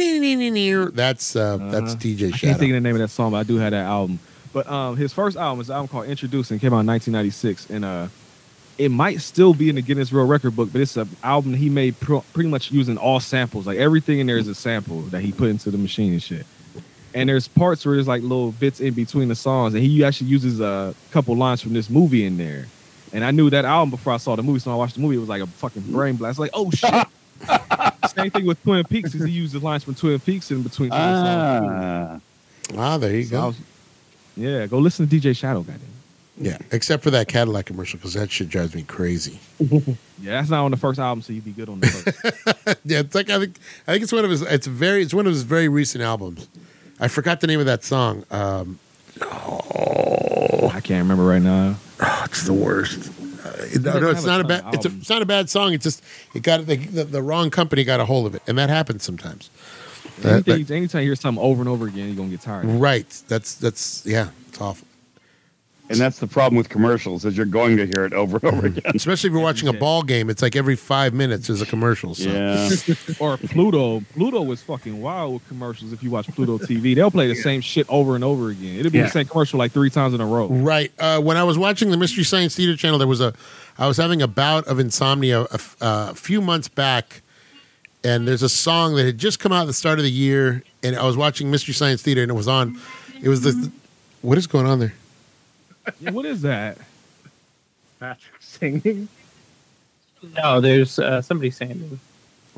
Speaker 1: dee-dee-dee-dee-dee-er. that's uh, that's
Speaker 5: Uh-huh.
Speaker 1: DJ
Speaker 5: I can't think
Speaker 1: Shadow.
Speaker 5: of the name of that song, but I do have that album. But um, his first album is an album called Introducing, came out in 1996, and uh, it might still be in the Guinness World Record book, but it's an album he made pr- pretty much using all samples. Like everything in there is a sample that he put into the machine and shit. And there's parts where there's like little bits in between the songs, and he actually uses a couple lines from this movie in there. And I knew that album before I saw the movie, so when I watched the movie. It was like a fucking brain blast. Like, oh shit. Same thing with Twin Peaks, because he used the lines from Twin Peaks in between. some of the songs, too.
Speaker 6: Ah.
Speaker 1: Ah, there you
Speaker 5: So I
Speaker 1: go.
Speaker 5: was- yeah, go listen to DJ Shadow, goddamn.
Speaker 1: Yeah, except for that Cadillac commercial because that shit drives me crazy. (laughs)
Speaker 5: Yeah, that's not on the first album, so you'd be good on the first.
Speaker 1: yeah, it's like I think I think it's one of his. It's very. It's one of his very recent albums. I forgot the name of that song. Um,
Speaker 5: I can't remember right now.
Speaker 1: oh, it's the worst. Uh, no, no, it's
Speaker 5: have a
Speaker 1: not a
Speaker 5: ton
Speaker 1: bad.
Speaker 5: of
Speaker 1: It's, a,
Speaker 5: albums.
Speaker 1: it's not a bad song. It's just it got the, the, the wrong company got a hold of it, and that happens sometimes. That-
Speaker 5: Anything,
Speaker 1: that-
Speaker 5: anytime you hear something over and over again, you're gonna get tired. of it.
Speaker 1: right. That's that's yeah. It's awful.
Speaker 6: And that's the problem with commercials is you're going to hear it over and
Speaker 1: (laughs)
Speaker 6: over again.
Speaker 1: Especially
Speaker 5: (laughs)
Speaker 1: if you're watching a ball game. It's like every five minutes is a commercial. So.
Speaker 6: Yeah.
Speaker 1: (laughs)
Speaker 5: Or Pluto. Pluto was fucking wild with commercials. If you watch Pluto TV, they'll play the same shit over and over again. It'll be
Speaker 11: Yeah.
Speaker 5: the same commercial like three times in a row.
Speaker 1: Right. Uh, when I was watching the Mystery Science Theater channel, there was a, I was having a bout of insomnia a, f- uh, a few months back, and there's a song that had just come out at the start of the year, and I was watching Mystery Science Theater, and it was on. It was the,
Speaker 5: Mm-hmm.
Speaker 1: what is going on there?
Speaker 5: Yeah, what is that?
Speaker 11: Patrick singing.
Speaker 4: No, there's uh, somebody saying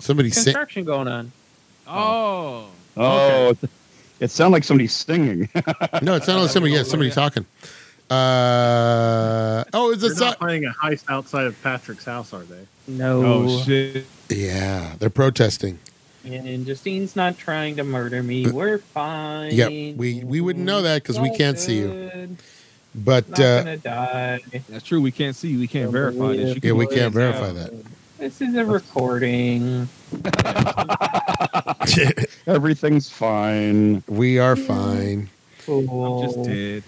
Speaker 1: Somebody sing.
Speaker 4: construction going on.
Speaker 5: Oh,
Speaker 6: (laughs) Oh, it sounded like somebody singing. (laughs)
Speaker 1: No, it sounded like somebody. Yeah, somebody talking. Uh, oh, it's a
Speaker 11: They're
Speaker 1: song.
Speaker 11: not playing a heist outside of Patrick's house, are they?
Speaker 4: No,
Speaker 5: oh shit.
Speaker 1: Yeah, they're protesting.
Speaker 4: and Justine's not trying to murder me. We're fine.
Speaker 1: Uh, Yep, we we wouldn't know that because we
Speaker 4: All
Speaker 1: can't see you.
Speaker 4: good.
Speaker 1: But
Speaker 4: Not
Speaker 1: uh,
Speaker 4: gonna die.
Speaker 5: That's true. We can't see. We can't verify this. You
Speaker 1: yeah,
Speaker 5: can
Speaker 1: we
Speaker 5: look
Speaker 1: can't
Speaker 5: it up.
Speaker 1: verify that.
Speaker 4: This is a recording.
Speaker 6: Everything's fine.
Speaker 1: uh, (laughs) We are fine.
Speaker 4: Cool.
Speaker 5: Just did.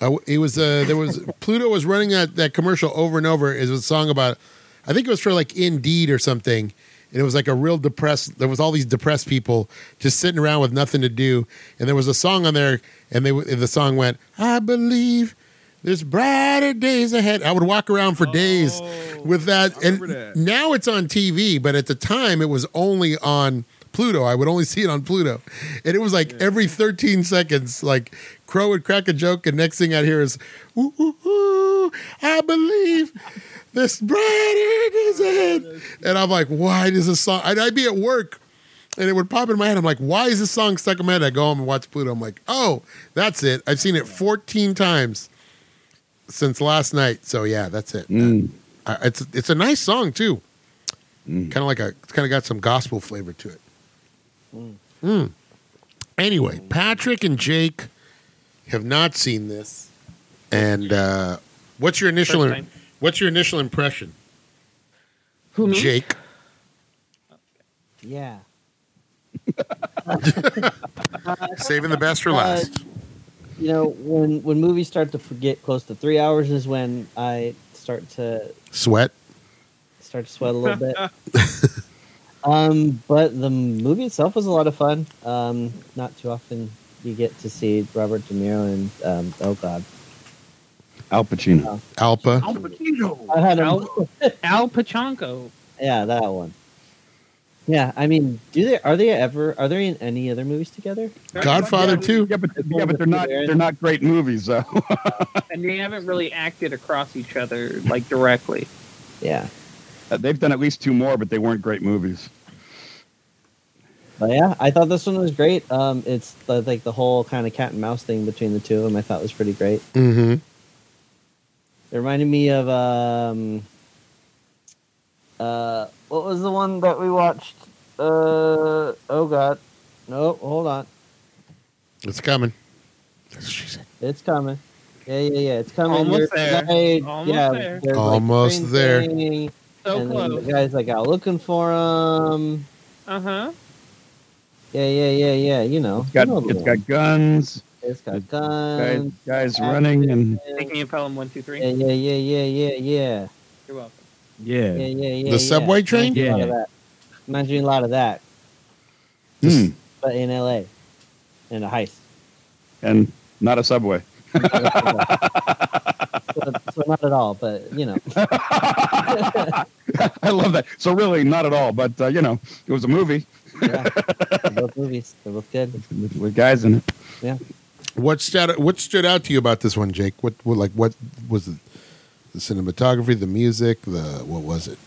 Speaker 1: Uh, it was uh, there was Pluto was running that, that commercial over and over. It was a song about, I think it was for like Indeed or something, and it was like a real depressed. There was all these depressed people just sitting around with nothing to do, and there was a song on there, and they and the song went, "I believe there's brighter days ahead." I would walk around for days
Speaker 5: Oh,
Speaker 1: with that,
Speaker 5: I
Speaker 1: and
Speaker 5: remember that.
Speaker 1: now it's on TV, but at the time it was only on Pluto. I would only see it on Pluto. And it was like every 13 seconds, like Crow would crack a joke, and next thing I'd hear is, ooh, ooh, ooh, I believe this brighter is ahead. And I'm like, why does this song? And I'd be at work and it would pop in my head. I'm like, why is this song stuck in my head? I go home and watch Pluto. I'm like, oh, that's it. I've seen it 14 times since last night. So yeah, that's it.
Speaker 6: Mm.
Speaker 1: Uh, it's it's a nice song too.
Speaker 6: Mm.
Speaker 1: Kind of like a it's kind of got some gospel flavor to it. Mm. Anyway, Patrick and Jake have not seen this, and uh, What's your initial?
Speaker 4: First time.
Speaker 1: What's your initial impression,
Speaker 4: Who me? (laughs)
Speaker 1: Jake?
Speaker 7: Yeah.
Speaker 1: Saving the best for last.
Speaker 7: You know, when when movies start to get close to three hours is when I start to
Speaker 1: Sweat.
Speaker 7: start to sweat a little bit. um, but the movie itself was a lot of fun. Um, not too often you get to see Robert De Niro and um, oh god,
Speaker 6: Al Pacino.
Speaker 1: Alpa.
Speaker 7: I had a,
Speaker 4: Al, Al Pachanko.
Speaker 7: (laughs) yeah that one. Yeah, I mean, do they are they ever are they in any other movies together?
Speaker 1: Godfather
Speaker 6: Yeah,
Speaker 1: too.
Speaker 6: but, yeah, but they're not they're not great movies though. (laughs)
Speaker 4: And they haven't really acted across each other like directly.
Speaker 7: Yeah,
Speaker 6: They've done at least two more, but they weren't great movies.
Speaker 7: but yeah, I thought this one was great. Um, it's the, like the whole kind of cat and mouse thing between the two of them. I thought was pretty great.
Speaker 1: Mm-hmm.
Speaker 7: It reminded me of um uh what was the one that we watched? Uh oh god. No, hold on.
Speaker 1: It's coming. That's what she said.
Speaker 7: It's coming. Yeah, yeah, yeah. It's coming.
Speaker 4: Almost
Speaker 7: There's
Speaker 4: there.
Speaker 7: a guy-
Speaker 4: Almost
Speaker 7: yeah,
Speaker 4: there.
Speaker 7: there's, like, a
Speaker 1: Almost
Speaker 7: train
Speaker 1: there.
Speaker 7: thing,
Speaker 4: So
Speaker 7: and then the
Speaker 4: close.
Speaker 7: guy's like out looking for him.
Speaker 4: Uh huh.
Speaker 7: Yeah, yeah, yeah, yeah. You know.
Speaker 6: It's got
Speaker 7: you know the
Speaker 6: it's
Speaker 7: one.
Speaker 6: got guns,
Speaker 7: it's got
Speaker 6: it's guys,
Speaker 7: guns.
Speaker 6: guys running, and
Speaker 4: Taking you Pelham one two three.
Speaker 7: Yeah, yeah, yeah, yeah, yeah, yeah.
Speaker 4: You're welcome.
Speaker 5: Yeah.
Speaker 7: Yeah, yeah, yeah.
Speaker 1: The subway train?
Speaker 7: Yeah. Reminds me a lot of
Speaker 5: Yeah.
Speaker 7: that. Reminds me a lot of
Speaker 6: hmm,
Speaker 7: that, but in LA, in a heist.
Speaker 6: and not a subway. (laughs)
Speaker 7: so, so not at all, but you know,
Speaker 1: (laughs)
Speaker 6: I love that. So really, not at all. But uh, you know, it was a movie
Speaker 7: yeah. They're both movies, they're both good.
Speaker 6: with, with guys in it.
Speaker 1: What stood What stood out to you about this one, Jake? What, what like what was it? The cinematography, the music, the what was it?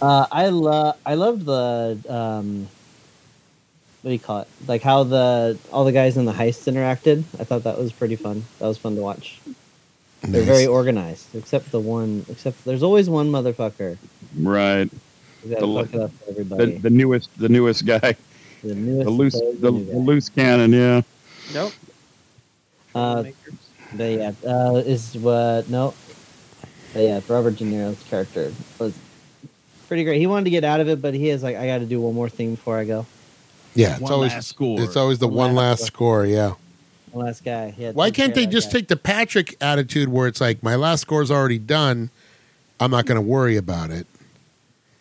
Speaker 7: Uh, I love, I loved the um, what do you call it? Like how the all the guys in the heist interacted. I thought that was pretty fun. That was fun to watch. They're very
Speaker 1: Nice.
Speaker 7: organized, except the one. Except there's always one motherfucker.
Speaker 6: Right.
Speaker 7: You gotta
Speaker 6: The lo-
Speaker 7: fuck it up for
Speaker 6: The,
Speaker 7: everybody.
Speaker 6: the newest the newest guy.
Speaker 7: The, newest
Speaker 6: The loose
Speaker 7: employee,
Speaker 6: the,
Speaker 7: new
Speaker 6: the
Speaker 7: guy.
Speaker 6: loose cannon. Yeah.
Speaker 4: Nope.
Speaker 7: Uh,
Speaker 4: Filmmakers.
Speaker 7: But yeah, uh, is what no. But yeah, Robert De Niro's character was pretty great. He wanted to get out of it, but he is like, I got to do one more thing before I go.
Speaker 1: Yeah, it's
Speaker 5: One
Speaker 1: always
Speaker 5: last score.
Speaker 1: It's always the one
Speaker 7: One last
Speaker 1: last score. Yeah.
Speaker 7: The last guy. He had
Speaker 1: Why
Speaker 7: to
Speaker 1: can't they
Speaker 7: carry that
Speaker 1: just
Speaker 7: guy.
Speaker 1: take the Patrick attitude where it's like my last score's already done, I'm not going to worry about it.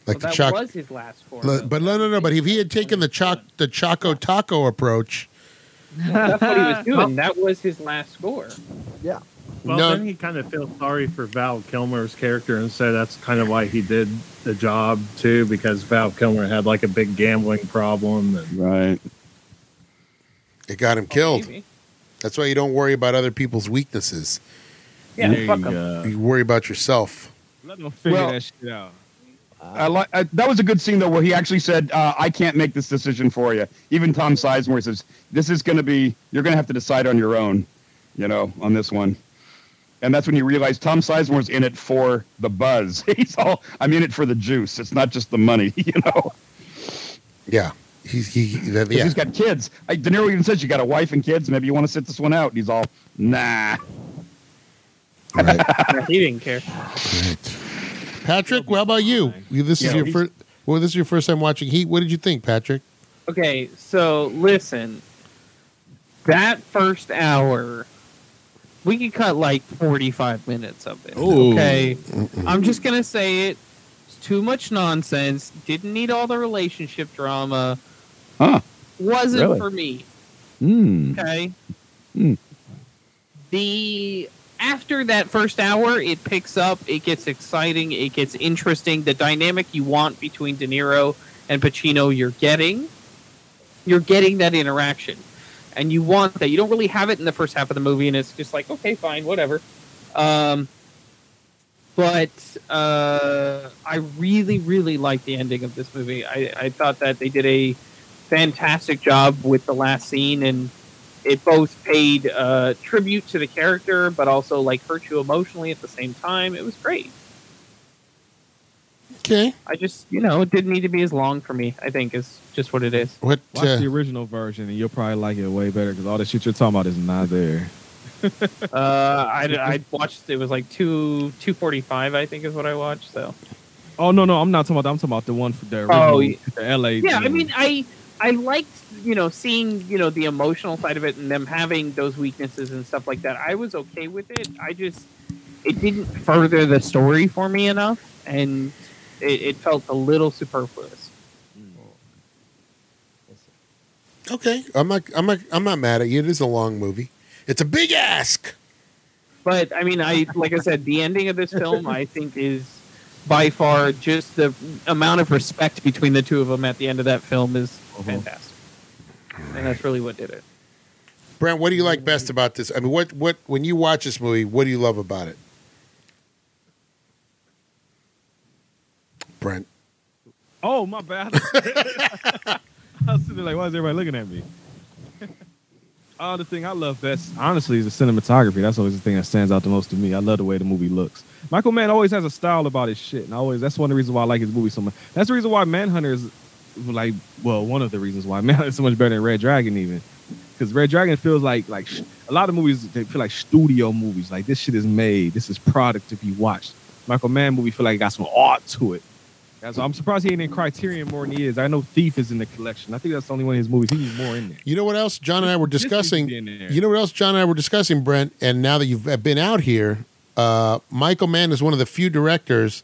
Speaker 1: Like
Speaker 4: Well, that
Speaker 1: the Choc
Speaker 4: was his last four.
Speaker 1: Le- but no, no, no. But if he had taken the choc the Choco Taco approach,
Speaker 4: that's what he was doing. That was his last score.
Speaker 11: Well,
Speaker 1: No.
Speaker 11: then he kind of feels sorry for Val Kilmer's character, and so that's kind of why he did the job too, because Val Kilmer had like a big gambling problem, and
Speaker 6: Right.
Speaker 1: it got him killed.
Speaker 4: Oh, Maybe.
Speaker 1: That's why you don't worry about other people's weaknesses.
Speaker 4: Yeah,
Speaker 6: There
Speaker 4: fuck
Speaker 6: you
Speaker 4: him.
Speaker 6: go.
Speaker 1: You worry about yourself.
Speaker 5: Let them figure
Speaker 6: Well-
Speaker 5: that shit out.
Speaker 6: I like I, that was a good scene though, where he actually said, uh, "I can't make this decision for you." Even Tom Sizemore says, "This is going to be you're going to have to decide on your own," you know, on this one. And that's when you realize Tom Sizemore's in it for the buzz. (laughs) He's all, "I'm in it for the juice. It's not just the money," (laughs) you know.
Speaker 1: Yeah, he's he. he- that-
Speaker 6: 'Cause
Speaker 1: yeah,
Speaker 6: He's got kids. I, De Niro even says, "You got a wife and kids. Maybe you want to sit this one out." And he's all, "Nah."
Speaker 1: right.
Speaker 4: Yeah, he didn't care.
Speaker 1: right. Patrick, what about you? You- This is
Speaker 6: Yeah,
Speaker 1: your
Speaker 6: he's-
Speaker 1: first. Well, this is your first time watching Heat. What did you think, Patrick?
Speaker 4: Okay, so listen. That first hour, we could cut like 45 minutes of it.
Speaker 5: Ooh.
Speaker 4: Okay. I'm just going to say it. It's too much nonsense. Didn't need all the relationship drama.
Speaker 6: Huh.
Speaker 4: Wasn't
Speaker 6: Really?
Speaker 4: for me.
Speaker 6: Hmm.
Speaker 4: Okay.
Speaker 6: Hmm.
Speaker 4: The after that first hour, it picks up. It gets exciting. It gets interesting. The dynamic you want between De Niro and Pacino, you're getting. You're getting that interaction, and you want that. You don't really have it in the first half of the movie, and it's just like, okay, fine, whatever. Um, but uh, I really, really like the ending of this movie. I, I thought that they did a fantastic job with the last scene and it both paid uh, tribute to the character but also like hurt you emotionally at the same time it was great
Speaker 1: Okay,
Speaker 4: i just you know it didn't need to be as long for me i think is just what it is (laughs)
Speaker 1: what?
Speaker 5: Watch
Speaker 1: Uh,
Speaker 5: the original version, and you'll probably like it way better because all the shit you're talking about is not there.
Speaker 4: uh, I, (laughs) I watched. It was like two two forty five. I think is what I watched. So
Speaker 5: Oh no, no, I'm not talking about. That. I'm talking about the one for the original,
Speaker 4: Oh,
Speaker 5: the L.A.
Speaker 4: yeah, I
Speaker 5: thing.
Speaker 4: mean, I I liked you know seeing you know the emotional side of it and them having those weaknesses and stuff like that. I was okay with it. I just it didn't further the story for me enough, and it, it felt a little superfluous.
Speaker 1: Okay, I'm not. I'm not. I'm not mad at you. It is a long movie. It's a big ask.
Speaker 4: But I mean, I like I said, the ending of this film, I think, is by far just the amount of respect between the two of them at the end of that film is fantastic, and that's really what did it.
Speaker 1: Brent, what do you like best about this? I mean, what what when you watch this movie, what do you love about it? Brent,
Speaker 5: Oh my bad. (laughs) I was sitting there like, why is everybody looking at me? uh, the thing I love best, honestly, is the cinematography. That's always the thing that stands out the most to me. I love the way the movie looks. Michael Mann always has a style about his shit, and I always that's one of the reasons why I like his movie so much. That's the reason why Manhunter is like, well, one of the reasons why (laughs) Manhunter is so much better than Red Dragon even, because Red Dragon feels like like sh- a lot of movies they feel like studio movies. Like this shit is made. This is product to be watched. Michael Mann movie feel like it got some art to it. That's, I'm surprised he ain't in Criterion more than he is. I know Thief is in the collection. I think that's the only one of his movies. He's more in there.
Speaker 1: you know what else John and I were
Speaker 5: This needs to
Speaker 1: discussing?
Speaker 5: be in there.
Speaker 1: You know what else John and I were discussing, Brent? And now that you've been out here, uh, Michael Mann is one of the few directors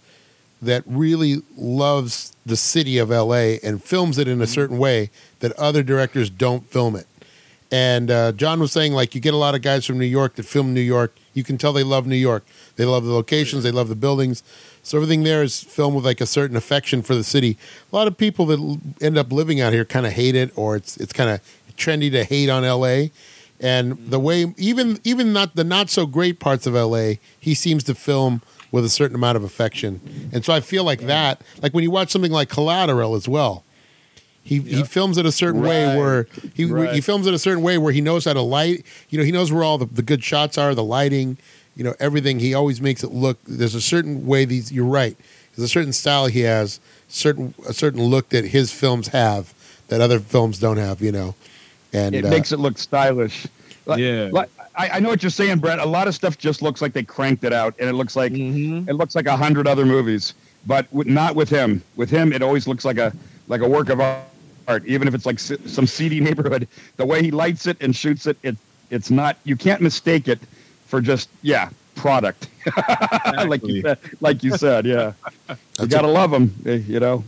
Speaker 1: that really loves the city of LA and films it in
Speaker 5: Mm-hmm.
Speaker 1: a certain way that other directors don't film it. And uh, John was saying, like, you get a lot of guys from New York that film New York. You can tell they love New York. They love the locations. They love the buildings. So everything there is filmed with like a certain affection for the city. A lot of people that l- end up living out here kind of hate it, or it's it's kind of trendy to hate on L.A. And the way even even not the not so great parts of L.A. He seems to film with a certain amount of affection. And so I feel like that, like when you watch something like Collateral as well, he he films it a certain way
Speaker 6: Right.
Speaker 1: where he he
Speaker 6: Right.
Speaker 1: films it a certain way where he knows how to light. You know, he knows where all the, the good shots are, the lighting, you know, everything. He always makes it look. There's a certain way these. You're right. There's a certain style he has, certain a certain look that his films have that other films don't have. You know, and
Speaker 6: it
Speaker 1: uh,
Speaker 6: makes it look stylish. Like-
Speaker 5: Yeah.
Speaker 6: like- I, I know what you're saying, Brett. A lot of stuff just looks like they cranked it out, and it looks like
Speaker 1: Mm-hmm.
Speaker 6: it looks like a hundred other movies, but with, not with him. With him, it always looks like a like a work of art, even if it's like s- some seedy (laughs) neighborhood. The way he lights it and shoots it, it it's not. You can't mistake it for just yeah product. (laughs) like you said, like you said, yeah. you
Speaker 1: That's
Speaker 6: gotta love him, you know.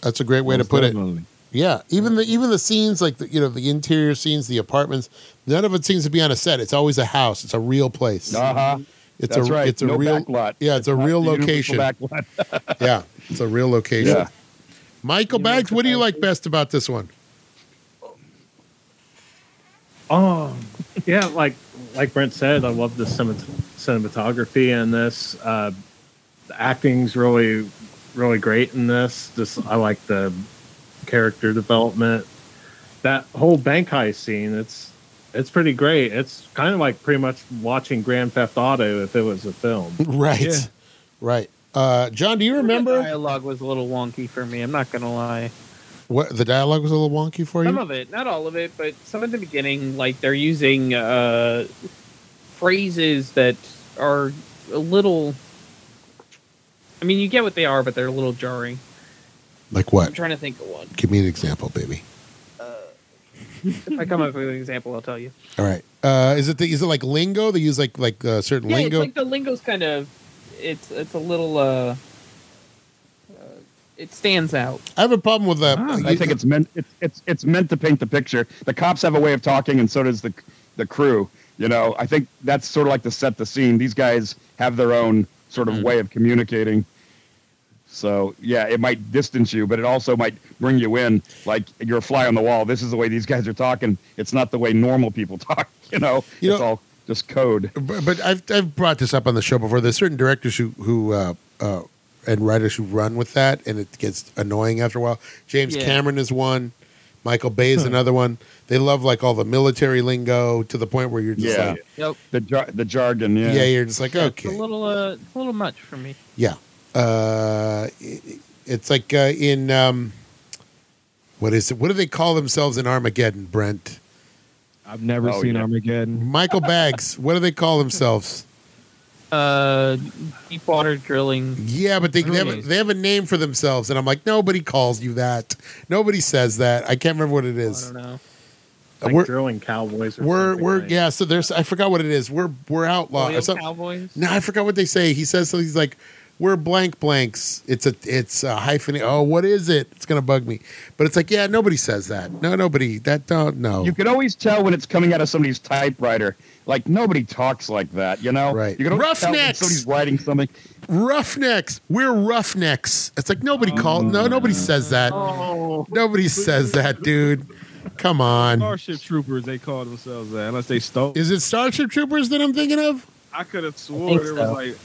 Speaker 1: that's a great way to put it.
Speaker 5: Definitely.
Speaker 1: Yeah, even the even the scenes like the, you know the interior scenes, the apartments, none of it seems to be on a set. It's always a house. It's a real place.
Speaker 6: Uh huh.
Speaker 1: it's
Speaker 6: That's
Speaker 1: a
Speaker 6: right.
Speaker 1: it's a
Speaker 6: no
Speaker 1: real
Speaker 6: back lot.
Speaker 1: yeah, it's a real
Speaker 6: not the
Speaker 1: location.
Speaker 6: universal Back lot.
Speaker 1: yeah, it's a real location.
Speaker 6: Yeah.
Speaker 1: Michael Bags, what do you like best about this one?
Speaker 11: Oh, yeah. Like like Brent said, I love the cinemat- cinematography in this. Uh, the acting's really really great in this. Just I like the character development. That whole bank heist scene, it's it's pretty great. It's kind of like pretty much watching Grand Theft Auto if it was a film.
Speaker 1: Right,
Speaker 5: Yeah.
Speaker 1: right. Uh, John, do you
Speaker 4: The
Speaker 1: remember
Speaker 4: dialogue was a little wonky for me. I'm not gonna lie.
Speaker 1: what the dialogue was a little wonky for
Speaker 4: some
Speaker 1: you?
Speaker 4: of it, not all of it, but some at the beginning, like they're using uh, phrases that are a little. I mean, you get what they are, but they're a little jarring.
Speaker 1: Like
Speaker 4: I'm
Speaker 1: what?
Speaker 4: trying to think of one.
Speaker 1: Give me an example, baby.
Speaker 4: If I come up with an example, I'll tell you.
Speaker 1: All right. Uh, is it the, is it like lingo? They use like like uh, certain
Speaker 4: Yeah,
Speaker 1: lingo.
Speaker 4: it's like the lingo's kind of. It's it's a little. Uh, uh, it stands out.
Speaker 1: Ah, I have a problem with uh, that.
Speaker 6: I think it's meant it's it's it's meant to paint the picture. The cops have a way of talking, and so does the the crew. You know, I think that's sort of like to set the scene. These guys have their own sort of way of communicating. So yeah, it might distance you, but it also might bring you in. Like you're a fly on the wall. This is the way these guys are talking. It's not the way normal people (laughs) talk. You know,
Speaker 1: You
Speaker 6: it's
Speaker 1: know-
Speaker 6: all just code.
Speaker 1: but, but I've I've brought this up on the show before. There's certain directors who who uh, uh, and writers who run with that, and it gets annoying after a while. James
Speaker 4: Yeah.
Speaker 1: Cameron is one. Michael Bay is another one. They love like all the military lingo to the point where you're just
Speaker 6: Yeah.
Speaker 1: like,
Speaker 4: Yep.
Speaker 6: The jar- the jargon.
Speaker 1: yeah,
Speaker 6: Yeah.
Speaker 1: you're just like,
Speaker 4: It's a
Speaker 1: okay,
Speaker 4: little uh, it's a little much for me.
Speaker 1: yeah. Uh, it- it's like uh, in um, what is it? What do they call themselves in Armageddon, Brent?
Speaker 5: I've never
Speaker 6: Oh,
Speaker 5: seen
Speaker 6: yeah.
Speaker 5: Armageddon.
Speaker 1: Michael Bags, what do they call themselves?
Speaker 4: Uh, deep water drilling.
Speaker 1: Yeah, but they
Speaker 4: Really?
Speaker 1: have, they have a name for themselves, and I'm like, nobody calls you that. Nobody says that. I can't remember what it
Speaker 4: I
Speaker 1: is.
Speaker 4: don't know.
Speaker 11: Like
Speaker 1: we're-
Speaker 11: drilling cowboys. Or
Speaker 1: We're
Speaker 11: something
Speaker 1: we're
Speaker 11: like-
Speaker 1: yeah. So there's I forgot what it is. We're we're outlaw.
Speaker 4: Loyal
Speaker 1: or some-
Speaker 4: Cowboys.
Speaker 1: No, I forgot what they say. He says something. He's like, "We're blank blanks." It's a it's a hyphen. Oh, what is it? It's gonna bug me. But it's like, yeah, nobody says that. No, nobody. That don't no.
Speaker 6: You can always tell when it's coming out of somebody's typewriter. Like nobody talks like that, you know.
Speaker 1: Right.
Speaker 6: You can always tell when
Speaker 1: Roughnecks!
Speaker 6: somebody's writing something.
Speaker 1: Roughnecks. We're roughnecks. It's like nobody call. No, nobody says that. Nobody says that, dude. Come on.
Speaker 5: Starship Troopers, they call themselves that, unless they stole.
Speaker 1: Is it Starship Troopers that I'm thinking of,
Speaker 5: I could have
Speaker 7: I
Speaker 5: swore
Speaker 7: think
Speaker 5: there
Speaker 7: so.
Speaker 5: was like.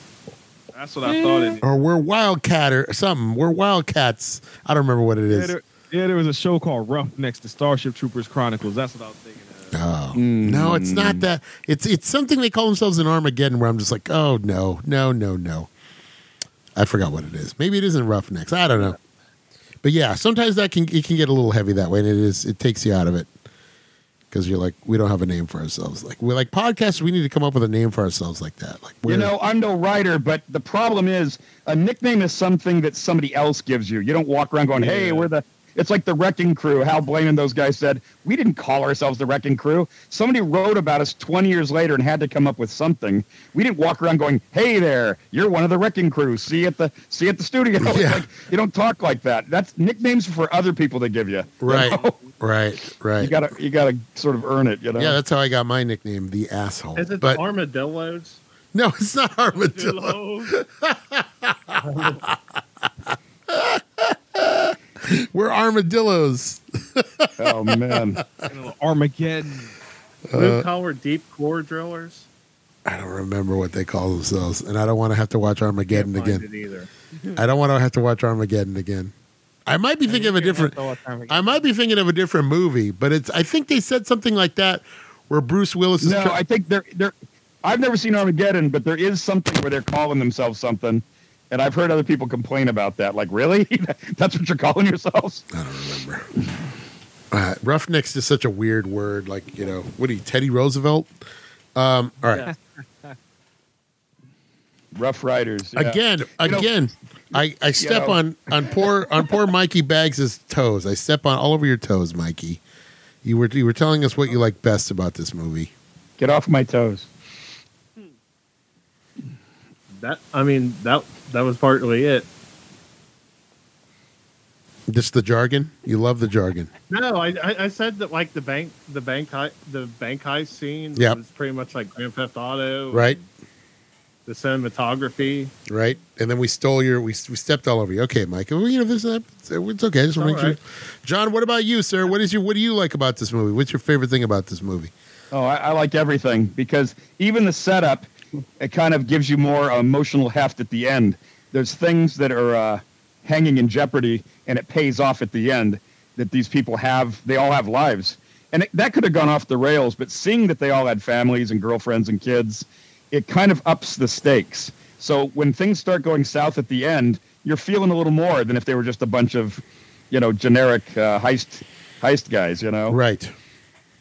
Speaker 5: That's what I thought it.
Speaker 1: or we're Wildcat or something? We're Wildcats. I don't remember what it
Speaker 5: Yeah
Speaker 1: is.
Speaker 5: there, yeah, there was a show called Rough next to Starship Troopers Chronicles. That's what I was thinking. Of.
Speaker 1: Oh. No, it's not that. It's it's something they call themselves in Armageddon, where I'm just like, oh no, no, no, no. I forgot what it is. Maybe it isn't Roughnecks. I don't know. But yeah, sometimes that can it can get a little heavy that way, and it is it takes you out of it because you're like, we don't have a name for ourselves. Like we're like podcasts, we need to come up with a name for ourselves like that. Like we're,
Speaker 6: You know, I'm no writer, but the problem is a nickname is something that somebody else gives you. You don't walk around going, "Hey, we're the." It's like the Wrecking Crew. Hal Blaine and those guys said we didn't call ourselves the Wrecking Crew. Somebody wrote about us 20 years later and had to come up with something. We didn't walk around going, "Hey there, you're one of the Wrecking Crew. See you at the see you at the studio." (laughs) It's
Speaker 1: Yeah.
Speaker 6: like, you don't talk like that. That's nicknames for other people to give (laughs) you.
Speaker 1: right, right, right.
Speaker 6: You gotta you gotta sort of earn it. You know.
Speaker 1: yeah, that's how I got my nickname, the asshole.
Speaker 11: Is it
Speaker 1: but Uh,
Speaker 11: the armadillos?
Speaker 1: (laughs) no, it's not armadillo. We're armadillos. (laughs)
Speaker 6: oh man.
Speaker 5: And a little Armageddon.
Speaker 11: Blue collar deep core drillers.
Speaker 1: I don't remember what they call themselves, and I don't want to have to watch Armageddon
Speaker 11: Can't
Speaker 1: again.
Speaker 11: find it either.
Speaker 1: I don't want to have to watch Armageddon again. I might be thinking of a different. I might be thinking of a different movie, but it's. I think they said something like that where Bruce Willis is.
Speaker 6: No,
Speaker 1: try-
Speaker 6: I think there there. I've never seen Armageddon, but there is something where they're calling themselves something, and I've heard other people complain about that. Like, really? (laughs) That's what you're calling
Speaker 1: (laughs)
Speaker 6: yourselves?
Speaker 1: I don't remember. Uh, roughnecks is such a weird word. Like you know, what are you, Teddy Roosevelt? Um, all right.
Speaker 6: Rough Riders. yeah.
Speaker 1: again
Speaker 6: know-
Speaker 1: again i i step
Speaker 6: know.
Speaker 1: on on poor on poor mikey bags's toes i step on all over your toes mikey you were you were telling us what you like best about this movie
Speaker 6: Get off my toes.
Speaker 11: That I mean that that was partly it.
Speaker 1: just the jargon you love the jargon
Speaker 11: No, I I I said that like the bank the bank hei- the bank heist scene
Speaker 1: Yep.
Speaker 11: was pretty much like Grand Theft Auto.
Speaker 1: right
Speaker 11: The cinematography.
Speaker 1: right and then we stole your we, we stepped all over you okay mike well, you know this is it's okay I just want to
Speaker 11: All
Speaker 1: make sure
Speaker 11: right.
Speaker 1: john what about you sir what is your what do you like about this movie what's your favorite thing about this movie
Speaker 6: Oh, I, I like everything because even the setup, it kind of gives you more emotional heft at the end. There's things that are uh, hanging in jeopardy, and it pays off at the end that these people have. They all have lives, and it, that could have gone off the rails. But seeing that they all had families and girlfriends and kids, it kind of ups the stakes. So when things start going south at the end, you're feeling a little more than if they were just a bunch of, you know, generic uh, heist heist guys. You know,
Speaker 1: right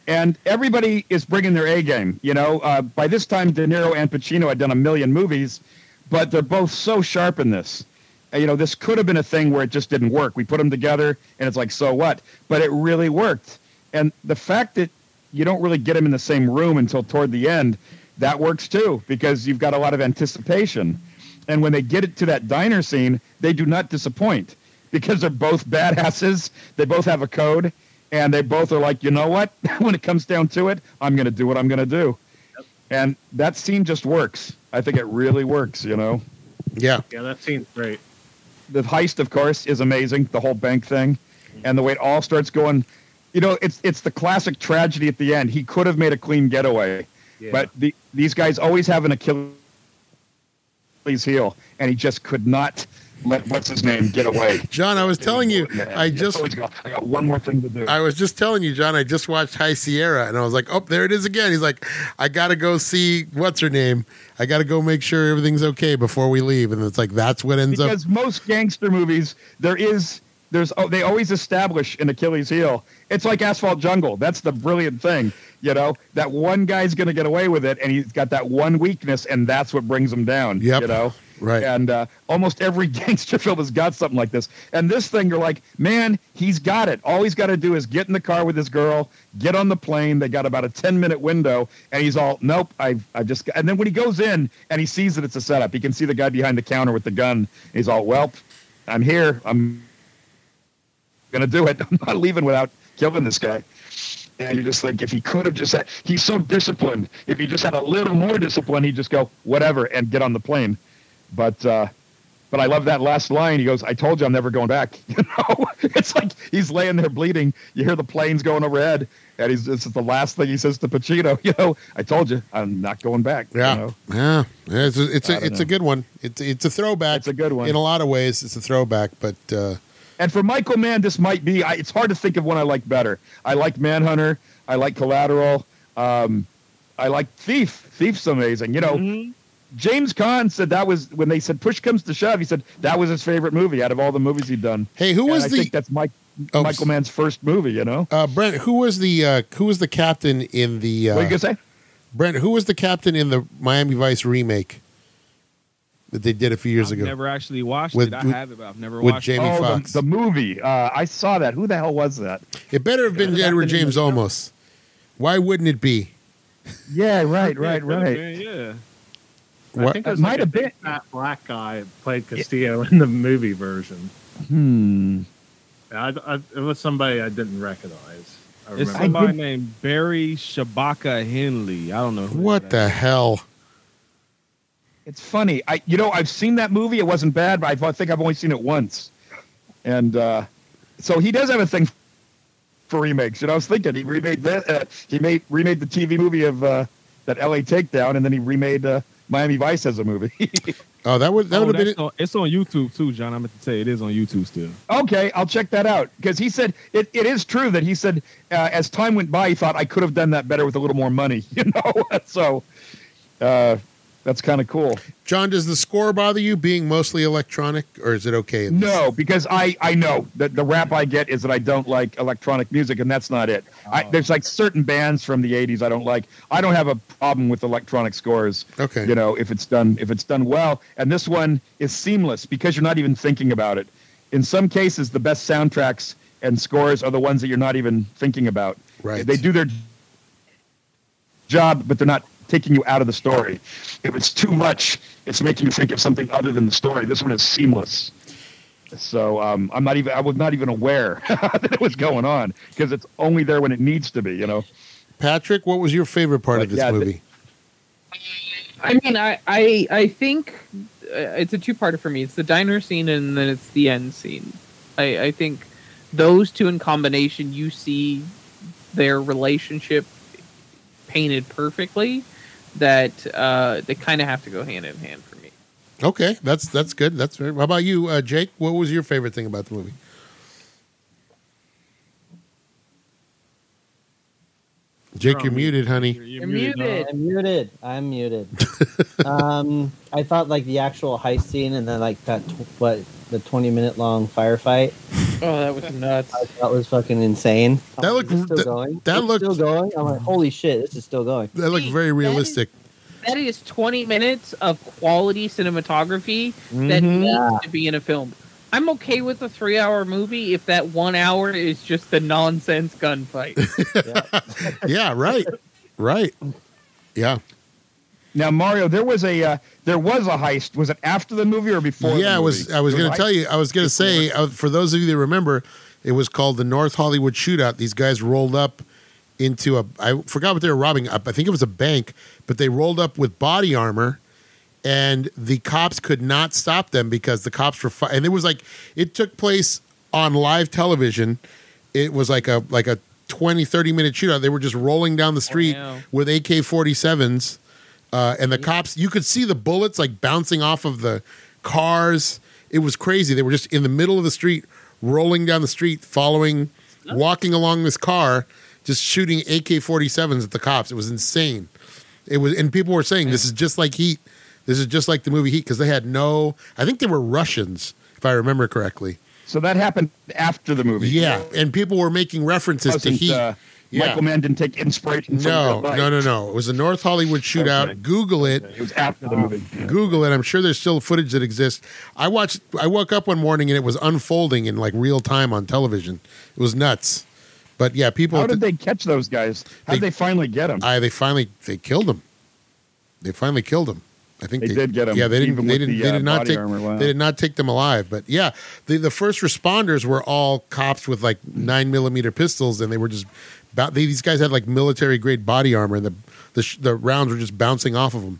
Speaker 6: and everybody is bringing their A game. You know, uh, by this time, De Niro and Pacino had done a million movies, but they're both so sharp in this. Uh, You know, this could have been a thing where it just didn't work. We put them together, and it's like, so what? But it really worked. And the fact that you don't really get them in the same room until toward the end, that works too because you've got a lot of anticipation. And when they get it to that diner scene, they do not disappoint because they're both badasses. They both have a code, and they both are like, you know what? (laughs) when it comes down to it, I'm going to do what I'm going to do. And that scene just works. I think it really works. You know,
Speaker 1: yeah
Speaker 11: Yeah, that scene's great.
Speaker 6: the heist, of course, is amazing. The whole bank thing, and the way it all starts going. You know, it's it's the classic tragedy at the end. He could have made a clean getaway,
Speaker 11: Yeah.
Speaker 6: but the, these guys always have an Achilles heel, and he just could not let what's his name get away.
Speaker 1: john i was telling you
Speaker 6: Yeah,
Speaker 1: i
Speaker 6: he's
Speaker 1: just
Speaker 6: always got- I got one more thing to do.
Speaker 1: I was just telling you, John, I just watched High Sierra and I was like, oh, there it is again. He's like, I got to go see what's her name. I got to go make sure everything's okay before we leave. And it's like, that's what ends
Speaker 6: because most gangster movies, there is there's oh, they always establish an Achilles heel. It's like Asphalt Jungle. That's the brilliant thing, you know. That one guy's going to get away with it, and he's got that one weakness, and that's what brings him down.
Speaker 1: Yep.
Speaker 6: You know.
Speaker 1: Right.
Speaker 6: And uh, almost every (laughs) gangster film has got something like this. And this thing, you're like, man, he's got it. All he's got to do is get in the car with his girl, get on the plane. They got about a 10 minute window, and he's all, nope, I've, I've just. got-" And then when he goes in and he sees that it's a setup, he can see the guy behind the counter with the gun. He's all, well, I'm here. I'm going to do it. (laughs) I'm not leaving without killing this guy. And you're just like, if he could have just had, he's so disciplined. If he just had a little more discipline, he'd just go, whatever, and get on the plane. But, uh, but I love that last line. He goes, I told you I'm never going back. (laughs) You know, it's like he's laying there bleeding. You hear the planes going overhead. And he's, this is the last thing he says to Pacino, (laughs) you know, I told you I'm not going back.
Speaker 1: Yeah,
Speaker 6: You know?
Speaker 1: yeah, Yeah, It's a, it's
Speaker 6: I
Speaker 1: a,
Speaker 6: don't
Speaker 1: it's a
Speaker 6: know.
Speaker 1: good one. It's it's a throwback.
Speaker 6: It's a good one.
Speaker 1: in a lot of ways. It's a throwback, but uh,
Speaker 6: And for Michael Mann, this might be. I, it's hard to think of one I like better. I like Manhunter. I like Collateral. Um, I like Thief. Thief's amazing. You know,
Speaker 11: Mm-hmm.
Speaker 6: James Caan said that was when they said push comes to shove. He said that was his favorite movie out of all the movies he'd done.
Speaker 1: hey, who
Speaker 6: And
Speaker 1: was
Speaker 6: I think
Speaker 1: the
Speaker 6: that's Mike
Speaker 1: Oh,
Speaker 6: Michael Mann's first movie. You know,
Speaker 1: uh, Brent? Who was the uh, who was the captain in the
Speaker 6: what are you
Speaker 1: uh,
Speaker 6: gonna say?
Speaker 1: Brent? Who was the captain in the Miami Vice remake that they did a few years
Speaker 5: I've
Speaker 1: ago
Speaker 5: never actually watched
Speaker 1: With-
Speaker 5: it. I
Speaker 1: with-
Speaker 5: have it, but I've never
Speaker 1: with
Speaker 5: watched
Speaker 1: Jamie
Speaker 5: it.
Speaker 6: oh, the-
Speaker 1: Foxx.
Speaker 6: The, movie. Uh, I saw that. Who the hell was that?
Speaker 1: It better have been
Speaker 6: Yeah,
Speaker 1: Edward
Speaker 6: that's been in
Speaker 1: James
Speaker 6: the-
Speaker 1: Olmos. Why wouldn't it be?
Speaker 6: Yeah, right,
Speaker 11: Yeah,
Speaker 6: right, (laughs)
Speaker 11: it could've
Speaker 6: right.
Speaker 11: been, Yeah. I
Speaker 1: What-
Speaker 11: think it was
Speaker 6: Might
Speaker 11: like a
Speaker 6: have
Speaker 11: big
Speaker 6: been-
Speaker 11: fat black guy that played Castillo in the movie version.
Speaker 6: Hmm.
Speaker 11: I, I, it was somebody I didn't recognize. I
Speaker 5: It's
Speaker 11: remember.
Speaker 5: somebody
Speaker 6: did-
Speaker 5: named Barry Shabaka Henley. I don't know. who
Speaker 1: What
Speaker 5: that
Speaker 1: the hell?
Speaker 6: It's funny. I you know I've seen that movie. It wasn't bad, but I've- I think I've only seen it once. And uh, so he does have a thing for remakes. You know, I was thinking he remade that. Uh, he made remade the TV movie of uh, that LA Takedown, and then he remade uh, Miami Vice as a movie. (laughs)
Speaker 1: Oh, that would that
Speaker 5: Oh,
Speaker 1: would have
Speaker 5: that's
Speaker 1: been.
Speaker 5: on- it's on YouTube too, John. I meant to tell you, it is on YouTube still.
Speaker 6: okay, I'll check that out because he said it, it is true that he said uh, as time went by, he thought I could have done that better with a little more money. (laughs) You know, so uh, that's kind of cool.
Speaker 1: John, does the score bother you being mostly electronic, or is it okay? in this?
Speaker 6: No, because I I know that the rap I get is that I don't like electronic music, and that's not it. I, there's like certain bands from the '80s I don't like. I don't have a problem with electronic scores.
Speaker 1: Okay.
Speaker 6: you know if it's done if it's done well, and this one is seamless because you're not even thinking about it. In some cases, the best soundtracks and scores are the ones that you're not even thinking about.
Speaker 1: Right.
Speaker 6: They do their job, but they're not taking you out of the story. If it's too much, it's making you think of something other than the story. This one is seamless. So um, I'm not even I was not even aware (laughs) that it was going on because it's only there when it needs to be. You know,
Speaker 1: Patrick, what was your favorite part
Speaker 6: But
Speaker 1: of this
Speaker 6: yeah, the-
Speaker 1: movie?
Speaker 4: I mean, I I, I think uh, it's a two-parter for me. It's the diner scene and then it's the end scene. I, I think those two in combination, you see their relationship painted perfectly. That uh, they kind of have to go hand in hand for me.
Speaker 1: Okay, that's that's good. That's very, how about you, uh, Jake? What was your favorite thing about the movie? Jake, you're,
Speaker 11: You're on mute.
Speaker 1: muted, honey.
Speaker 11: You're
Speaker 4: You're muted.
Speaker 7: I'm muted.
Speaker 1: (laughs)
Speaker 7: I'm muted. um, I thought like the actual heist scene and then like that tw- what the 20 minute long firefight.
Speaker 4: Oh, that was nuts.
Speaker 7: I thought was fucking insane.
Speaker 1: That
Speaker 7: Is
Speaker 1: looked-
Speaker 7: it still
Speaker 1: that-
Speaker 7: going.
Speaker 1: that
Speaker 7: It's
Speaker 1: looked-
Speaker 7: still going. I'm like, holy shit, this is still going.
Speaker 1: That looked very realistic.
Speaker 4: That is 20 minutes of quality cinematography that
Speaker 5: Mhm.
Speaker 4: needs to be in a film. I'm okay with a three hour movie if that one hour is just the nonsense gunfight.
Speaker 1: yeah, right, right. Yeah,
Speaker 6: now Mario, there was a uh, there was a heist. Was it after the movie or before? the
Speaker 1: yeah. I was
Speaker 6: movie?
Speaker 1: I was
Speaker 6: There
Speaker 1: going
Speaker 6: a
Speaker 1: to tell
Speaker 6: heist?
Speaker 1: you. I was going to say uh, for those of you that remember, it was called the North Hollywood Shootout. These guys rolled up into a I forgot what they were robbing. I I think it was a bank, but they rolled up with body armor. and the cops could not stop them because the cops were fi- and it was like it took place on live television it was like a like a 20 30 minute shootout they were just rolling down the street
Speaker 4: Wow.
Speaker 1: with AK47s uh, and the cops you could see the bullets like bouncing off of the cars it was crazy they were just in the middle of the street rolling down the street following walking along this car just shooting AK47s at the cops it was insane it was, and people were saying this is just like Heat. This is just like the movie Heat because they had no. I think they were Russians, if I remember correctly,
Speaker 6: So that happened after the movie.
Speaker 1: Yeah, and people were making references to
Speaker 6: Wasn't,
Speaker 1: Heat.
Speaker 6: uh,
Speaker 1: Yeah.
Speaker 6: Michael Mann didn't take inspiration from
Speaker 1: no,
Speaker 6: real life.
Speaker 1: no, no, no. It was the North Hollywood shootout. Google it.
Speaker 6: It was after
Speaker 1: Oh,
Speaker 6: the movie.
Speaker 1: Google it. I'm sure there's still footage that exists. I watched. I woke up one morning and it was unfolding in like real time on television. It was nuts. But yeah, people.
Speaker 6: How did they catch those guys? How did
Speaker 1: They-
Speaker 6: they finally get them?
Speaker 1: I, they finally they killed him. They finally killed him. I think
Speaker 6: They did get him,
Speaker 1: Yeah, they didn't.
Speaker 6: even
Speaker 1: They
Speaker 6: with
Speaker 1: didn't.
Speaker 6: the,
Speaker 1: they
Speaker 6: uh,
Speaker 1: did not
Speaker 6: body
Speaker 1: take.
Speaker 6: armor, wow.
Speaker 1: They did not take them alive. But yeah, the the first responders were all cops with like nine millimeter pistols, and they were just. About, they, these guys had like military grade body armor, and the the, sh- the rounds were just bouncing off of them.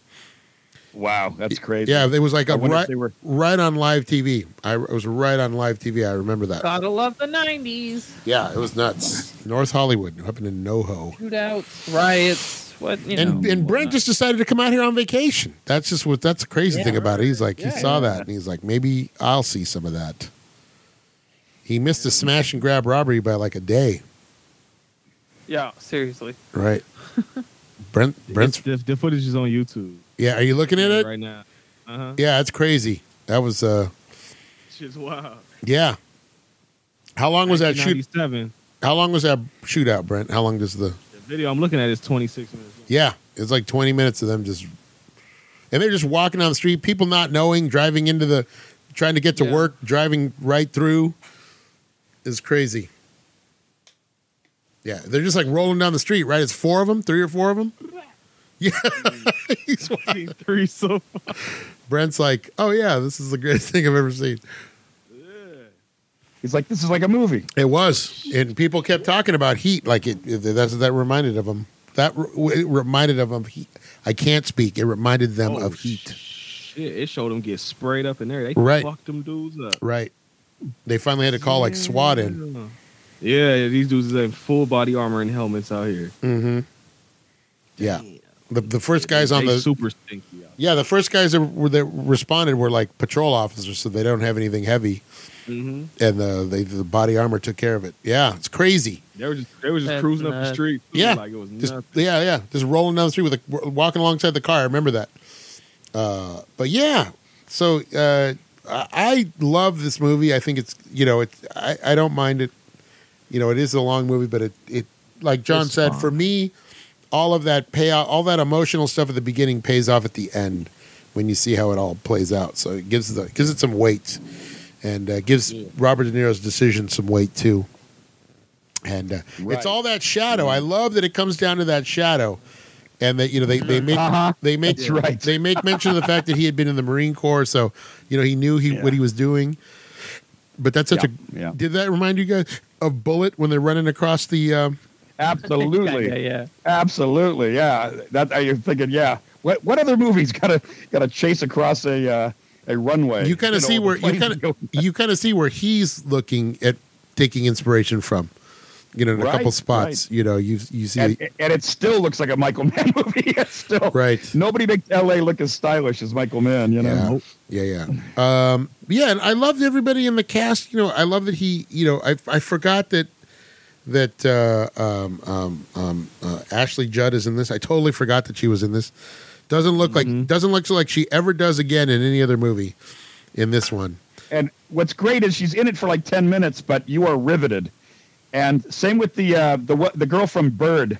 Speaker 6: Wow, that's crazy.
Speaker 1: Yeah, it was like
Speaker 6: I
Speaker 1: a
Speaker 6: wonder if
Speaker 1: right,
Speaker 6: they were-
Speaker 1: right on live TV. I it was right on live TV. I remember that.
Speaker 4: Gotta love the '90s
Speaker 1: Yeah, it was nuts. North Hollywood happened in NoHo.
Speaker 4: shootouts, riots. What you
Speaker 1: and
Speaker 4: know? uh,
Speaker 1: and Brent
Speaker 4: whatnot.
Speaker 1: just decided to come out here on vacation. That's just what that's the crazy
Speaker 4: Yeah.
Speaker 1: thing about it. He's like he
Speaker 4: Yeah,
Speaker 1: saw
Speaker 4: yeah.
Speaker 1: that and he's like maybe I'll see some of that. He missed a smash and grab robbery by like a day,
Speaker 4: yeah, seriously. (laughs)
Speaker 1: right? Brent Brent's
Speaker 5: It's- the, the footage is on YouTube
Speaker 1: yeah. Are you looking at it?
Speaker 5: right now. Uh huh.
Speaker 1: Yeah, it's crazy. That was uh
Speaker 5: Shit's wild.
Speaker 1: yeah. How long was that shoot?
Speaker 5: 1997.
Speaker 1: How long was that shootout, Brent? How long does the
Speaker 5: The video I'm looking at is 26 minutes. long.
Speaker 1: Yeah, it's like 20 minutes of them just, and they're just walking down the street, people not knowing, driving into the, trying to get to
Speaker 4: Yeah.
Speaker 1: work, driving right through. Is crazy. Yeah, they're just like rolling down the street, right? It's four of them, three or four of them. Yeah, (laughs) He's-
Speaker 5: I've seen three so far.
Speaker 1: Brent's like, oh yeah, this is the greatest (laughs) thing I've ever seen.
Speaker 6: He's like, this is like a movie.
Speaker 1: It was, and people kept talking about heat, like it. it- that's what that reminded of them. That re- it reminded of them. Heat. I can't speak. It reminded them
Speaker 5: Oh,
Speaker 1: of heat.
Speaker 5: Shit, it showed them get sprayed up in there. They
Speaker 1: Right.
Speaker 5: fucked them dudes up.
Speaker 1: Right. They finally had to call like SWAT in.
Speaker 5: Yeah, yeah, these dudes is in full body armor and helmets out here.
Speaker 1: Mm-hmm. Yeah.
Speaker 5: Damn.
Speaker 1: The the first guys
Speaker 5: They
Speaker 1: on the
Speaker 5: super stinky. Out.
Speaker 1: yeah the first guys that were that responded were like patrol officers, so they don't have anything heavy,
Speaker 5: Mm-hmm.
Speaker 1: and the they, the body armor took care of it. Yeah, it's crazy.
Speaker 5: They were just they were just
Speaker 4: That's
Speaker 5: cruising up the
Speaker 4: nuts.
Speaker 5: street. too,
Speaker 1: Yeah.
Speaker 5: like it was
Speaker 1: Just
Speaker 5: nothing.
Speaker 1: yeah, yeah, just rolling down the street with a walking alongside the car. I remember that. Uh, but yeah, so uh, I- I love this movie. I think it's you know it's I, I don't mind it. You know, it is a long movie, but it it like John
Speaker 5: It's
Speaker 1: said
Speaker 5: fun.
Speaker 1: for me, all of that payout, all that emotional stuff at the beginning pays off at the end when you see how it all plays out. So it gives the gives it some weight, and uh, gives Robert De Niro's decision some weight too. And uh, it's
Speaker 6: Right.
Speaker 1: all that shadow. I love that it comes down to that shadow, and that you know they they
Speaker 6: (laughs)
Speaker 1: make
Speaker 6: Uh-huh.
Speaker 1: they make
Speaker 6: That's right.
Speaker 1: they make mention of the fact that he had been in the Marine Corps, so you know he knew he
Speaker 6: Yeah.
Speaker 1: what he was doing. But that's such a.
Speaker 6: Yeah.
Speaker 1: Did that remind you guys of Bullet when they're running across the? Um,
Speaker 4: (laughs)
Speaker 6: Absolutely.
Speaker 4: Yeah, yeah.
Speaker 6: Absolutely. Yeah. That I you're thinking, yeah. What what other movie's gotta gotta chase across a uh, a runway?
Speaker 1: you kind of see
Speaker 6: know,
Speaker 1: where
Speaker 6: the
Speaker 1: you
Speaker 6: planes
Speaker 1: kind of
Speaker 6: go-
Speaker 1: you kind of see where he's looking at taking inspiration from. You know, in a
Speaker 6: Right,
Speaker 1: couple spots, you know, you you see,
Speaker 6: and, and it still looks like a Michael (laughs) Mann movie. It's still
Speaker 1: right?
Speaker 6: nobody makes LA look as stylish as Michael Mann, you know.
Speaker 1: Yeah. Yeah, yeah. Um, yeah, and I loved everybody in the cast. You know, I love that he. You know, I I forgot that that uh, um, um, um, uh, Ashley Judd is in this. I totally forgot that she was in this. Doesn't look
Speaker 6: Mm-hmm.
Speaker 1: like doesn't look like she ever does again in any other movie. In this one,
Speaker 6: And what's great is she's in it for like ten minutes, but you are riveted. And same with the uh, the wo- the girl from Bird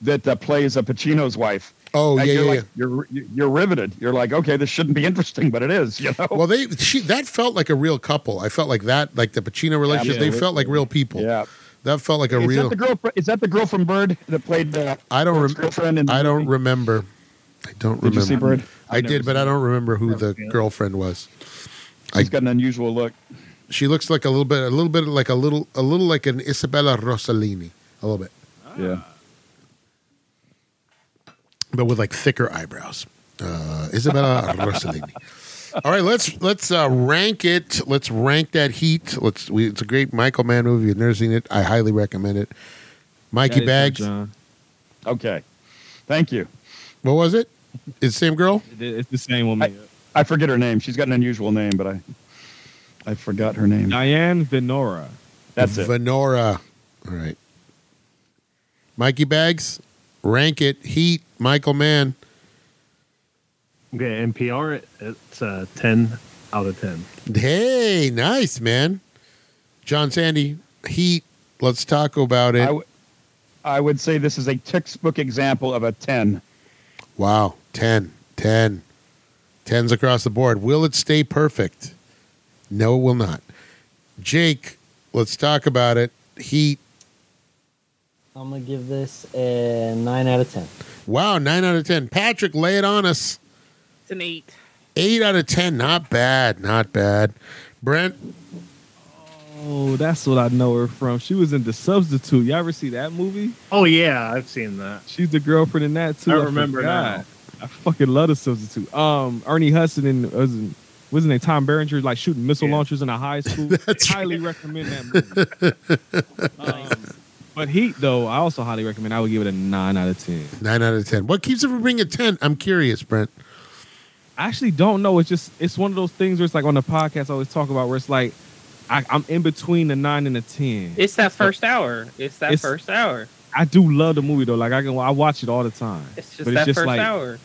Speaker 6: that uh, plays a Pacino's wife.
Speaker 1: oh
Speaker 6: And
Speaker 1: yeah, yeah,
Speaker 6: you're
Speaker 1: yeah.
Speaker 6: like, You're you're riveted. You're like, okay, this shouldn't be interesting, but it is. You know.
Speaker 1: Well, they she that felt like a real couple. I felt like that, like the Pacino relationship. They
Speaker 6: Absolutely.
Speaker 1: felt like real people.
Speaker 6: yeah.
Speaker 1: that felt like a
Speaker 6: is
Speaker 1: real.
Speaker 6: that the girl? fr- Is that the girl from Bird that played? Uh,
Speaker 1: I don't
Speaker 6: Bird's
Speaker 1: rem-
Speaker 6: girlfriend. In the
Speaker 1: I don't
Speaker 6: movie?
Speaker 1: remember. I don't
Speaker 6: Did
Speaker 1: remember.
Speaker 6: you see Bird?
Speaker 1: I did, but I don't remember who the girlfriend was. I-
Speaker 6: She's got an unusual look.
Speaker 1: She looks like a little bit, a little bit like a little, a little like an Isabella Rossellini, a little bit,
Speaker 6: Yeah.
Speaker 1: but with like thicker eyebrows. Uh, Isabella (laughs) Rossellini. All right, let's let's uh, rank it. Let's rank that heat. Let's. We, it's a great Michael Mann movie. If you've never seen it, I highly recommend it. Mikey
Speaker 5: That is
Speaker 1: Bags.
Speaker 5: her, John.
Speaker 6: Okay. Thank you.
Speaker 1: What was it? It's the same girl.
Speaker 5: It- It's the same woman.
Speaker 6: I forget her name. She's got an unusual name, but I I forgot her name.
Speaker 5: Diane Venora.
Speaker 6: That's it.
Speaker 1: Venora. All right. Mikey Bags. Rank it. Heat. Michael Mann.
Speaker 11: Okay, NPR, it's uh, 10 out of 10.
Speaker 1: Hey, nice man. John Sandy, Heat. Let's talk about
Speaker 6: I
Speaker 1: it.
Speaker 6: w- I would say this is a textbook example of a 10.
Speaker 1: wow. 10, 10. 10s across the board. Will it stay perfect? No, it will not. Jake, let's talk about it. Heat.
Speaker 7: I'm gonna give this a nine out of ten.
Speaker 1: Wow. 9 out of 10. Patrick, lay it on us.
Speaker 4: It's an eight.
Speaker 1: Eight out of ten, not bad, not bad. Brent,
Speaker 5: Oh, that's what I know her from. She was in The Substitute. Y'all ever see that movie?
Speaker 11: Oh yeah, I've seen that.
Speaker 5: She's the girlfriend in that too.
Speaker 11: I remember
Speaker 5: forgot.
Speaker 11: now.
Speaker 5: I fucking love The Substitute. Um, Ernie Hudson and was it- was his name Tom Berenger like shooting missile
Speaker 11: Yeah.
Speaker 5: launchers in a high
Speaker 11: (laughs)
Speaker 5: school. highly recommend that movie. um, but Heat though, I also highly recommend. I would give it a nine out of ten.
Speaker 1: nine out of ten. What keeps it from being a ten? I'm curious, Brent.
Speaker 5: I actually don't know. It's just it's one of those things where it's like on the podcast I always talk about where it's like I, I'm in between the nine and the ten.
Speaker 4: It's that first hour. It's that
Speaker 5: It's-
Speaker 4: first hour.
Speaker 5: I do love the movie though. Like I can I watch it all the time.
Speaker 4: It's just
Speaker 5: but
Speaker 4: that
Speaker 5: it's just
Speaker 4: first
Speaker 5: like
Speaker 4: hour.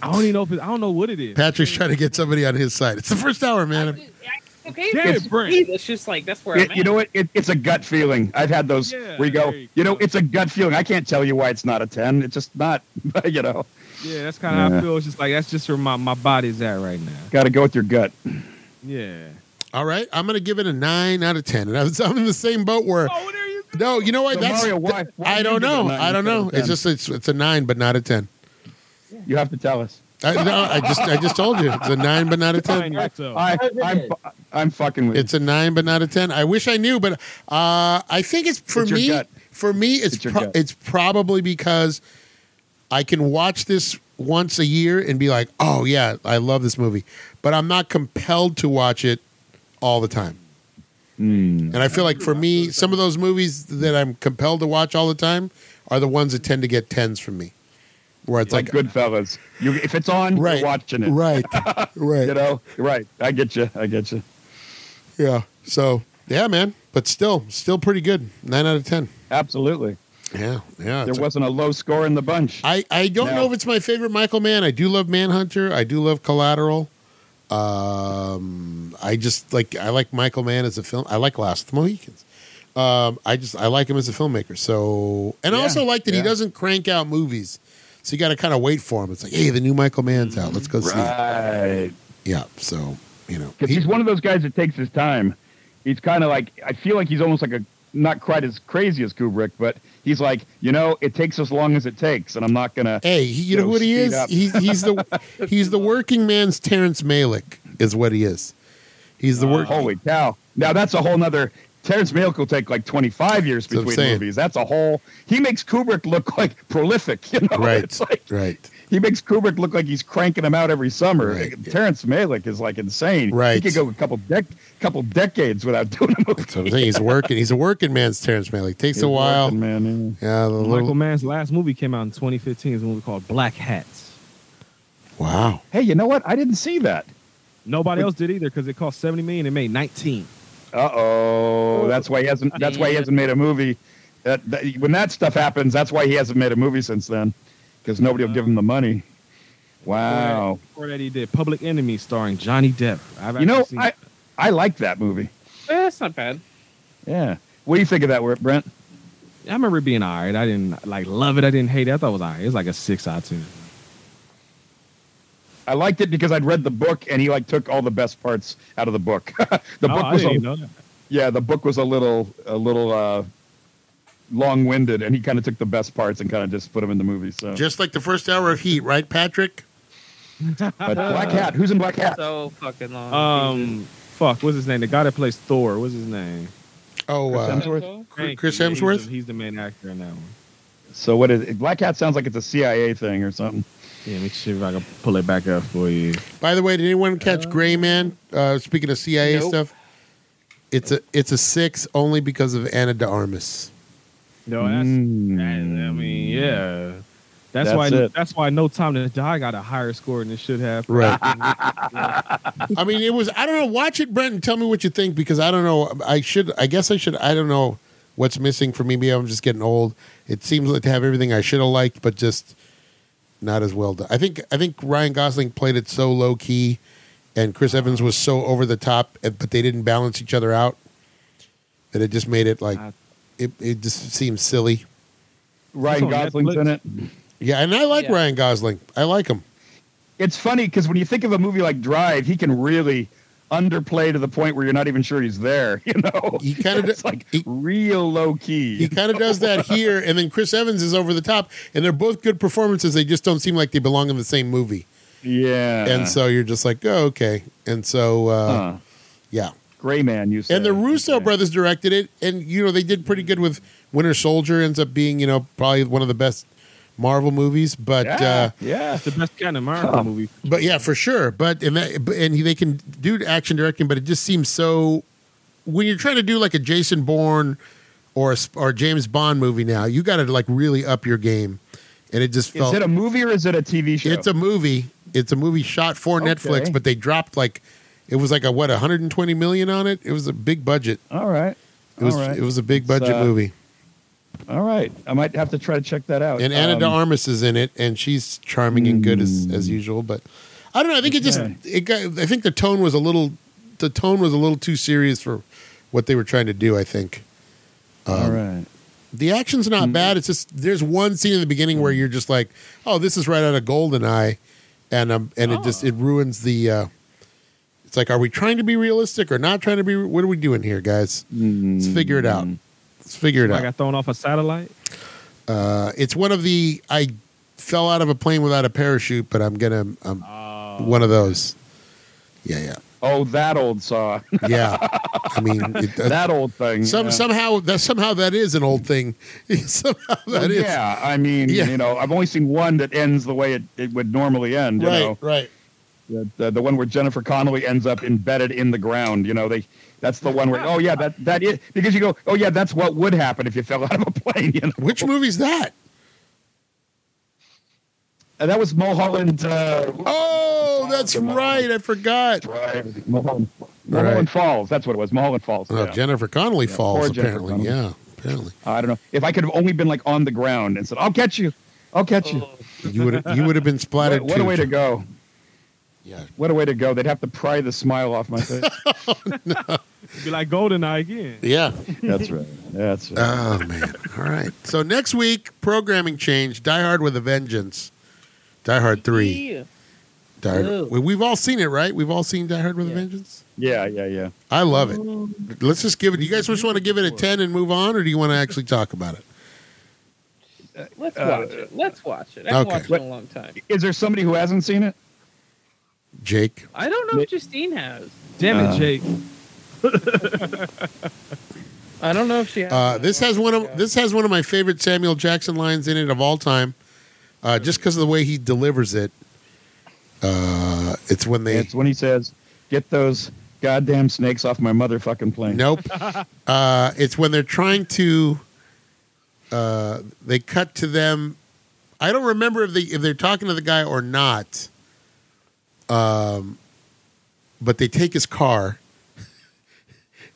Speaker 5: I don't even know if it, I don't know what it is.
Speaker 1: Patrick's trying to get somebody on his side. It's the first hour, man.
Speaker 4: Okay,
Speaker 5: Damn it,
Speaker 4: it's,
Speaker 5: Brent.
Speaker 4: it's just like that's where
Speaker 6: Y-
Speaker 4: I'm at.
Speaker 6: you know what? It, it's a gut feeling. I've had those
Speaker 5: Yeah,
Speaker 6: where you go,
Speaker 5: there you
Speaker 6: you know,
Speaker 5: go.
Speaker 6: it's a gut feeling. I can't tell you why it's not a 10. It's just not, (laughs) you know,
Speaker 5: Yeah, that's kind of how I
Speaker 6: Yeah.
Speaker 5: feel. It's just like that's just where my, my body's at right now.
Speaker 6: got to go with your gut.
Speaker 5: Yeah.
Speaker 1: All right, I'm gonna give it a nine out of ten, and I was, I'm in the same boat where.
Speaker 5: Oh, there you go.
Speaker 1: No, you know what?
Speaker 6: So
Speaker 1: That's
Speaker 6: Mario, why- why
Speaker 1: I
Speaker 6: you
Speaker 1: don't
Speaker 6: give it a
Speaker 1: know.
Speaker 6: nine
Speaker 1: I don't
Speaker 6: instead of
Speaker 1: know.
Speaker 6: a
Speaker 1: It's
Speaker 6: 10?
Speaker 1: just it's it's a nine, but not a ten.
Speaker 6: You have to tell us.
Speaker 1: I, no, I just I just told you it's a nine, but not a ten.
Speaker 5: Find yourself.
Speaker 6: I,
Speaker 7: How's it
Speaker 6: I'm,
Speaker 7: is?
Speaker 6: fu- I'm fucking with
Speaker 1: It's a nine, but not a ten. I wish I knew, but uh, I think it's for
Speaker 6: It's your
Speaker 1: me.
Speaker 6: gut.
Speaker 1: For me, it's
Speaker 6: It's your
Speaker 1: pro-
Speaker 6: gut.
Speaker 1: it's probably because I can watch this once a year and be like, "Oh yeah, I love this movie," but I'm not compelled to watch it all the time.
Speaker 6: you. Mm.
Speaker 1: And I feel like for me, some of those movies that I'm compelled to watch all the time are the ones that tend to get tens from me, where it's
Speaker 6: like
Speaker 1: like,
Speaker 6: Goodfellas. You, if it's on,
Speaker 1: right,
Speaker 6: you're watching it.
Speaker 1: right, right,
Speaker 6: (laughs) You know, right? I get you. I get you.
Speaker 1: yeah. So yeah, man, but still, still pretty good. Nine out of ten.
Speaker 6: Absolutely.
Speaker 1: Yeah, yeah.
Speaker 6: There
Speaker 1: it's a-
Speaker 6: wasn't a low score in the bunch.
Speaker 1: I, I don't
Speaker 6: No.
Speaker 1: know if it's my favorite Michael Mann. I do love Manhunter. I do love Collateral. Um, I just like I like Michael Mann as a film. I like Last of the Mohicans. Um, I just I like him as a filmmaker. So and I
Speaker 6: Yeah,
Speaker 1: also like that he
Speaker 6: yeah.
Speaker 1: doesn't crank out movies. So you got to kind of wait for him. It's like, hey, the new Michael Mann's out. Let's go see. it.
Speaker 6: right.
Speaker 1: Yeah. So you know,
Speaker 6: Because
Speaker 1: he-
Speaker 6: he's one of those guys that takes his time. He's kind of like I feel like he's almost like a not quite as crazy as Kubrick, but he's like you know it takes as long as it takes, and I'm not gonna.
Speaker 1: hey, he- you know
Speaker 6: Yo,
Speaker 1: what he
Speaker 6: speed
Speaker 1: is?
Speaker 6: up.
Speaker 1: He's he's
Speaker 6: (laughs)
Speaker 1: the he's the working man's Terrence Malick is what he is. He's the work.
Speaker 6: Oh, Holy cow! Now that's a whole nother. Terrence Malick will take like 25 years
Speaker 1: That's what I'm
Speaker 6: between
Speaker 1: saying.
Speaker 6: movies. That's a whole. He makes Kubrick look (laughs) like prolific. You
Speaker 1: (laughs)
Speaker 6: know,
Speaker 1: right,
Speaker 6: It's like,
Speaker 1: right.
Speaker 6: He makes Kubrick look like he's cranking him out every summer.
Speaker 1: Right, yeah.
Speaker 6: Terrence Malick is like insane.
Speaker 1: Right.
Speaker 6: He could go a couple dec- couple decades without doing
Speaker 1: (laughs)
Speaker 6: a movie.
Speaker 1: So I'm saying he's working. He's a working man's Terrence Malick. Takes a while.
Speaker 6: Working, man.
Speaker 1: Yeah,
Speaker 6: yeah.
Speaker 1: the
Speaker 5: Michael
Speaker 1: little,
Speaker 5: Mann's last movie came out in 2015. It's a movie called Black Hats.
Speaker 1: wow.
Speaker 6: Hey, you know what? I didn't see that.
Speaker 5: Nobody else did either because it cost 70 million and made 19.
Speaker 6: Uh oh. That's why he hasn't. That's why he hasn't made a movie. That, that when that stuff happens, that's why he hasn't made a movie since then, because nobody will give him the money. Wow.
Speaker 5: Before that, he did Public Enemy starring Johnny Depp. I've
Speaker 6: You know,
Speaker 5: actually seen
Speaker 6: I I like that movie.
Speaker 4: Eh, that's not bad.
Speaker 6: Yeah. What do you think of that, Brent?
Speaker 5: I remember it being all right. I didn't like love it. I didn't hate it. I thought it was all right. It was like a six out of ten.
Speaker 6: I liked it because I'd read the book and he like took all the best parts out of the book. (laughs) the
Speaker 5: No,
Speaker 6: book
Speaker 5: I
Speaker 6: was
Speaker 5: didn't
Speaker 6: a,
Speaker 5: even know that.
Speaker 6: yeah, the book was a little a little uh, long-winded and he kind of took the best parts and kind of just put them in the movie. So
Speaker 1: Just like the first hour of Heat, right, Patrick?
Speaker 6: But Black Hat, who's in Black Hat?
Speaker 4: So fucking long.
Speaker 5: Uh, Um, fuck, what's his name? The guy that plays Thor. What's his name?
Speaker 1: Oh, uh,
Speaker 6: Hemsworth.
Speaker 5: Thank
Speaker 1: Chris
Speaker 5: you. He's the-
Speaker 1: Hemsworth?
Speaker 5: He's, the main actor in that one.
Speaker 6: So what is it? Black Hat sounds like it's a CIA thing or something.
Speaker 5: Yeah, make sure if I can pull it back up for you.
Speaker 1: by the way, did anyone catch Gray Man? Uh, speaking of CIA
Speaker 4: Nope.
Speaker 1: stuff, it's a it's a six only because of Anna De Armas.
Speaker 5: No, Oh, that's.
Speaker 1: Hmm.
Speaker 6: Mm.
Speaker 5: I mean, yeah. That's,
Speaker 6: That's
Speaker 5: why.
Speaker 6: it.
Speaker 5: That's why No Time to Die got a higher score than it should have.
Speaker 1: Right. I mean, it was. I don't know. Watch it, Brent, and tell me what you think because I don't know. I should. I guess I should. I don't know what's missing for me. Maybe I'm just getting old. It seems like to have everything I should have liked, but just not as well done. I think. I think Ryan Gosling played it so low key, and Chris Evans was so over the top, eh, but they didn't balance each other out. that it just made it like
Speaker 5: I-
Speaker 1: it, it just seems silly.
Speaker 6: Ryan
Speaker 5: It's on
Speaker 6: Gosling's in
Speaker 5: Netflix.
Speaker 6: it.
Speaker 1: Yeah, and I like
Speaker 4: Yeah.
Speaker 1: Ryan Gosling. I like him.
Speaker 6: It's funny because when you think of a movie like Drive, he can really underplay to the point where you're not even sure he's there. (laughs) You know,
Speaker 1: He kinda
Speaker 6: it's
Speaker 1: do-
Speaker 6: like
Speaker 1: he-
Speaker 6: real low key.
Speaker 1: He kind of does that here, and then Chris Evans is over the top, and they're both good performances. They just don't seem like they belong in the same movie,
Speaker 6: yeah,
Speaker 1: and so you're just like, oh, okay. And so, uh,
Speaker 6: Uh-uh. Huh.
Speaker 1: yeah.
Speaker 6: Gray Man, you said.
Speaker 1: And the Russo
Speaker 6: Okay.
Speaker 1: brothers directed it, and you know they did pretty good with Winter Soldier. Ends up being you know probably one of the best Marvel movies, but
Speaker 6: Yeah,
Speaker 1: uh,
Speaker 6: yeah.
Speaker 5: It's the best kind of Marvel movie.
Speaker 1: but yeah, for sure. But and that, but- and he, they can do action directing, but it just seems so. When you're trying to do like a Jason Bourne or a, sp- or a James Bond movie now, you got to like really up your game, and it just
Speaker 6: Is
Speaker 1: felt
Speaker 6: it a movie or is it a TV show?
Speaker 1: it's a movie. It's a movie shot for
Speaker 6: Okay.
Speaker 1: Netflix, but they dropped like it was like a what 120 million on it. It was a big budget.
Speaker 6: all right.
Speaker 1: It was
Speaker 6: all right.
Speaker 1: it was a big budget
Speaker 6: uh,
Speaker 1: movie.
Speaker 6: all right. I might have to try to check that out.
Speaker 1: And Anna
Speaker 6: Um,
Speaker 1: de Armas is in it, and she's charming and good as, as usual. But I don't know. I think it just
Speaker 6: Okay.
Speaker 1: it got. I think the tone was a little the tone was a little too serious for what they were trying to do. I think
Speaker 6: all right.
Speaker 1: the action's not bad. It's just there's one scene in the beginning where you're just like, oh, this is right out of Goldeneye, and um and it just it ruins the. Uh, it's like, are we trying to be realistic or not trying to be? What are we doing here, guys? Let's figure it out. Let's figure it
Speaker 5: I
Speaker 1: out.
Speaker 5: got thrown off a satellite.
Speaker 1: Uh, it's one of the I fell out of a plane without a parachute, but I'm gonna I'm one of those. Yeah,
Speaker 6: Oh, that old saw. (laughs)
Speaker 1: yeah, yeah. I mean, it, uh,
Speaker 6: that old thing.
Speaker 1: some
Speaker 6: yeah.
Speaker 1: somehow that somehow that is an old thing. (laughs) somehow (laughs)
Speaker 6: Well,
Speaker 1: that is
Speaker 6: Yeah, I mean,
Speaker 1: Yeah.
Speaker 6: you know, I've only seen one that ends the way it, it would normally end. You
Speaker 1: right,
Speaker 6: know,
Speaker 1: right.
Speaker 6: the, the, the one where Jennifer Connelly ends up embedded in the ground. You know, they that's the one where oh yeah, that that is because you go oh yeah, that's what would happen if you fell (laughs) out of a plane. You know,
Speaker 1: Which movie's that?
Speaker 6: and that was Mulholland. Uh,
Speaker 1: Oh, that's
Speaker 6: Mulholland
Speaker 1: right. I forgot.
Speaker 6: Drive, Mulholland, Mulholland Falls. That's what it was. Mulholland Falls.
Speaker 1: Oh,
Speaker 6: yeah.
Speaker 1: Jennifer Connelly falls
Speaker 6: poor Jennifer
Speaker 1: apparently.
Speaker 6: Connelly.
Speaker 1: Yeah, apparently.
Speaker 6: I don't know if I could have only been like on the ground and said, "I'll catch you, I'll catch you."
Speaker 1: You would you would Oh, have been splattered.
Speaker 6: What, what a
Speaker 1: too.
Speaker 6: way to go!
Speaker 1: Yeah.
Speaker 6: What a way to go! They'd have to pry the smile off
Speaker 1: (laughs)
Speaker 6: my face.
Speaker 5: It'd be like GoldenEye again.
Speaker 1: Yeah.
Speaker 6: That's right. That's right.
Speaker 1: Oh man! All right. So next week, programming change. Die Hard with a Vengeance. Die Hard Three.
Speaker 4: Yeah.
Speaker 1: Die Hard.
Speaker 7: Ooh.
Speaker 1: We- We've all seen it, right? We've all seen Die Hard with a
Speaker 4: Yeah.
Speaker 1: Vengeance.
Speaker 6: yeah, yeah, yeah.
Speaker 1: I love it. Let's just give it. You guys just want to give it a ten and move on, or do you want to actually talk about it?
Speaker 4: Let's
Speaker 6: Uh,
Speaker 4: watch it. Let's watch it. I haven't
Speaker 1: okay.
Speaker 4: watched it in a long time.
Speaker 6: Is there somebody who hasn't seen it?
Speaker 1: Jake,
Speaker 4: I don't know if Justine has.
Speaker 5: Damn it,
Speaker 6: Uh,
Speaker 5: Jake.
Speaker 4: I don't know if she has.
Speaker 1: uh, this has one of this has one of my favorite Samuel Jackson lines in it of all time, uh, just because of the way he delivers it. Uh, it's when they
Speaker 6: It's when he says, "Get those goddamn snakes off my motherfucking plane."
Speaker 1: Nope. uh, it's when they're trying to. Uh, they cut to them. I don't remember if they if they're talking to the guy or not. Um, but they take his car.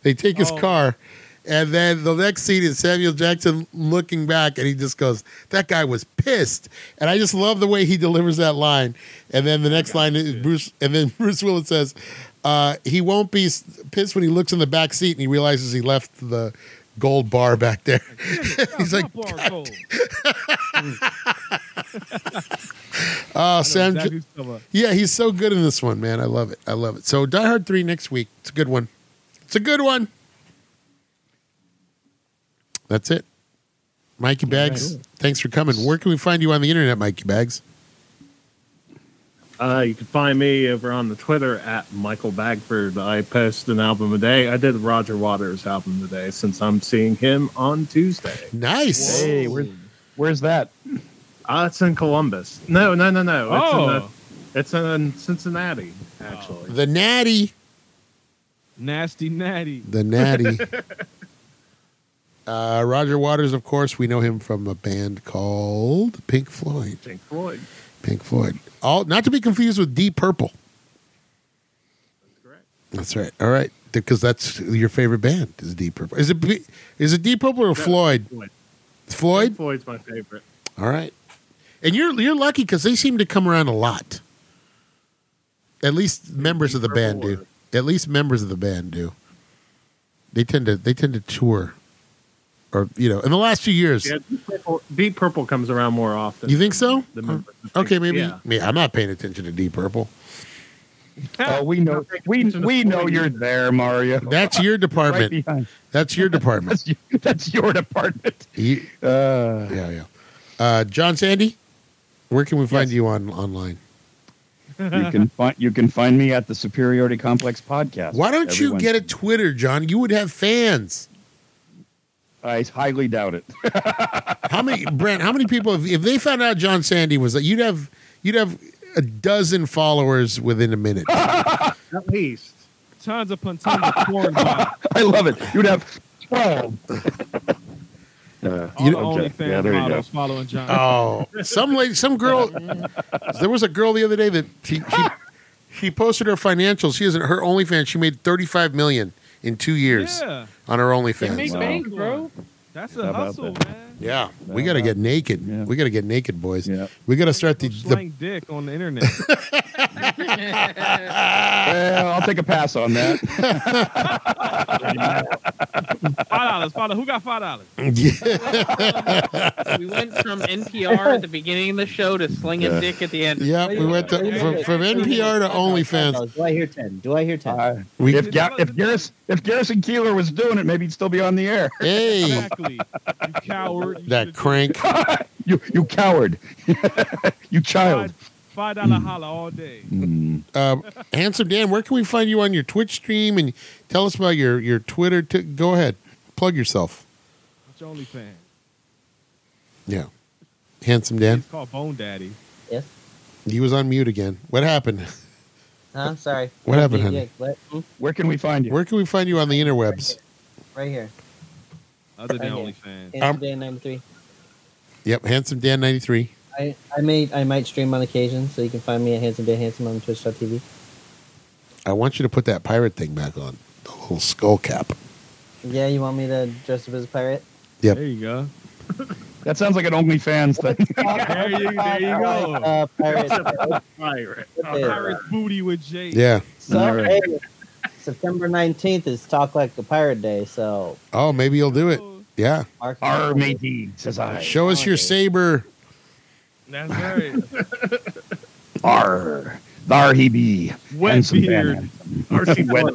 Speaker 1: they take his
Speaker 5: Oh.
Speaker 1: car, and then the next scene is Samuel Jackson looking back, and he just goes, "That guy was pissed." And I just love the way he delivers that line. And then the next line is Bruce, and then (laughs) Bruce Willis says, uh, "He won't be s- pissed when he looks in the back seat and he realizes he left the gold bar back there." (laughs) He's like,
Speaker 5: Bar gold. (laughs)
Speaker 1: "Oh, Uh, Sam, J-
Speaker 5: Exactly what you're talking about.
Speaker 1: yeah, he's so good in this one, man. I love it. I love it." So, Die Hard three next week. It's a good one. It's a good one. That's it. Mikey Bags, thanks for coming. Where can we find you on the internet, Mikey Bags?
Speaker 11: Uh, you can find me over on the Twitter at Michael Bagford. I post an album a day. I did Roger Waters album today since I'm seeing him on Tuesday.
Speaker 1: Nice.
Speaker 6: Hey, where's, where's that?
Speaker 11: Uh, it's in Columbus. No, no, no, no. It's, in,
Speaker 5: Oh,
Speaker 11: uh, it's in Cincinnati,
Speaker 4: Oh.
Speaker 11: actually.
Speaker 1: The natty.
Speaker 5: nasty natty.
Speaker 1: The natty. uh, Roger Waters, of course, we know him from a band called Pink Floyd.
Speaker 11: Pink Floyd.
Speaker 1: Pink Floyd. All not to be confused with Deep Purple.
Speaker 11: Correct.
Speaker 1: That's right. All right, because that's your favorite band is Deep Purple. Is it P- is it Deep Purple or Floyd?
Speaker 11: Floyd. Pink
Speaker 1: Floyd.
Speaker 11: Floyd's my favorite.
Speaker 1: All right. And you're you're lucky because they seem to come around a lot. At least members of the
Speaker 11: Purple
Speaker 1: band do.
Speaker 11: or-
Speaker 1: At least members of the band do. They tend to they tend to tour, or you know, in the last few years.
Speaker 11: Yeah, Deep Purple, Deep Purple comes around more often.
Speaker 1: You think so?
Speaker 11: The members of the
Speaker 1: Okay,
Speaker 11: band,
Speaker 1: maybe.
Speaker 11: yeah.
Speaker 1: Yeah, I'm not paying attention to Deep Purple.
Speaker 6: Oh, we know we we know you're there, Mario.
Speaker 1: That's your
Speaker 6: right
Speaker 1: department.
Speaker 6: behind.
Speaker 1: That's your department.
Speaker 6: (laughs) That's you- that's
Speaker 1: (laughs)
Speaker 6: your department.
Speaker 1: You-
Speaker 6: Uh,
Speaker 1: yeah, yeah. Uh, John Sandy, where can we find you on online?
Speaker 6: you can find you can find me at the Superiority Complex podcast.
Speaker 1: Why don't you
Speaker 6: Everyone-
Speaker 1: get a Twitter, John? You would have fans.
Speaker 6: I highly doubt it. (laughs)
Speaker 1: How many, Brent? How many people? If, if they found out John Sandy was that, you'd have you'd have a dozen followers within a minute.
Speaker 11: At least.
Speaker 5: Tons upon tons
Speaker 13: (laughs)
Speaker 5: of porn. by
Speaker 6: I love it. You'd have twelve.
Speaker 13: Uh,
Speaker 5: All the
Speaker 13: okay.
Speaker 5: OnlyFans
Speaker 13: Yeah, there you go.
Speaker 5: models following
Speaker 6: (laughs)
Speaker 5: John.
Speaker 1: Oh, some lady, some girl. There was a girl the other day that she she, she posted her financials. She isn't her OnlyFans. She made thirty five million in two years
Speaker 5: Yeah,
Speaker 1: on her
Speaker 4: They make
Speaker 1: OnlyFans.
Speaker 6: Wow.
Speaker 4: bank, bro.
Speaker 5: that's
Speaker 6: How
Speaker 5: a
Speaker 6: about
Speaker 5: hustle,
Speaker 6: that?
Speaker 5: man.
Speaker 1: Yeah, we got to get naked.
Speaker 6: Yeah.
Speaker 1: We got to get naked, boys.
Speaker 6: Yeah.
Speaker 1: We got to start the,
Speaker 5: Don't
Speaker 1: the (laughs)
Speaker 5: slang dick on the internet.
Speaker 6: Well, I'll take a pass on that.
Speaker 4: Oh,
Speaker 5: Five dollars, five dollars. Who got five dollars?
Speaker 4: We went from NPR at the beginning of the show to slinging
Speaker 13: Yeah.
Speaker 4: dick at the end.
Speaker 1: yeah. We went to, from, from NPR to OnlyFans.
Speaker 7: Oh, Do I hear ten? Do I hear ten?
Speaker 6: Uh,
Speaker 1: We
Speaker 6: if Ga- if Garrison if Garrison Keeler was doing it, maybe he'd still be on the air.
Speaker 1: hey
Speaker 5: Exactly. You coward. You
Speaker 1: that
Speaker 5: should've
Speaker 1: crank.
Speaker 6: You you coward. (laughs) you child.
Speaker 5: tried Five dollar
Speaker 6: Mm.
Speaker 5: holla all day.
Speaker 1: Uh, Handsome Dan, where can we find you on your Twitch stream? And tell us about your your Twitter. T- go ahead, plug yourself.
Speaker 5: It's your OnlyFans.
Speaker 1: Yeah, Handsome Dan.
Speaker 5: It's called Bone
Speaker 6: (laughs)
Speaker 5: Daddy.
Speaker 7: Yes.
Speaker 1: He was on mute again. What happened?
Speaker 7: Huh? Sorry.
Speaker 1: What happened,
Speaker 7: Yeah,
Speaker 1: honey?
Speaker 7: yeah, what-
Speaker 6: Where can we find you?
Speaker 1: Where can we find you on the interwebs?
Speaker 7: Right here.
Speaker 5: Other than
Speaker 7: Okay.
Speaker 5: OnlyFans.
Speaker 7: Handsome
Speaker 1: Um,
Speaker 7: Dan ninety three.
Speaker 1: Yep, handsome Dan ninety three.
Speaker 7: I, I may I might stream on occasion, so you can find me at Handsome Dan Handsome on Twitch.tv.
Speaker 1: I want you to put that pirate thing back on the little skull cap.
Speaker 7: Yeah, you want me to dress up as
Speaker 4: (laughs)
Speaker 7: a pirate?
Speaker 1: Yep.
Speaker 5: There you go.
Speaker 6: That sounds like an OnlyFans thing.
Speaker 7: (laughs)
Speaker 5: There you, there you go.
Speaker 7: Uh, pirate.
Speaker 11: Pirate. (laughs)
Speaker 7: Okay.
Speaker 5: Pirate's booty with Jake.
Speaker 1: Yeah.
Speaker 7: So,
Speaker 6: All right.
Speaker 7: hey, September nineteenth is Talk Like a Pirate Day, so
Speaker 1: Oh, maybe you'll do it. Yeah.
Speaker 7: mark that.
Speaker 6: R matey says I.
Speaker 1: Show us your saber.
Speaker 5: That's
Speaker 6: (laughs)
Speaker 5: right.
Speaker 6: R. Thar he be.
Speaker 5: Wet
Speaker 6: Handsome Dan.
Speaker 5: beard.
Speaker 6: (laughs)
Speaker 11: RC
Speaker 6: Wet-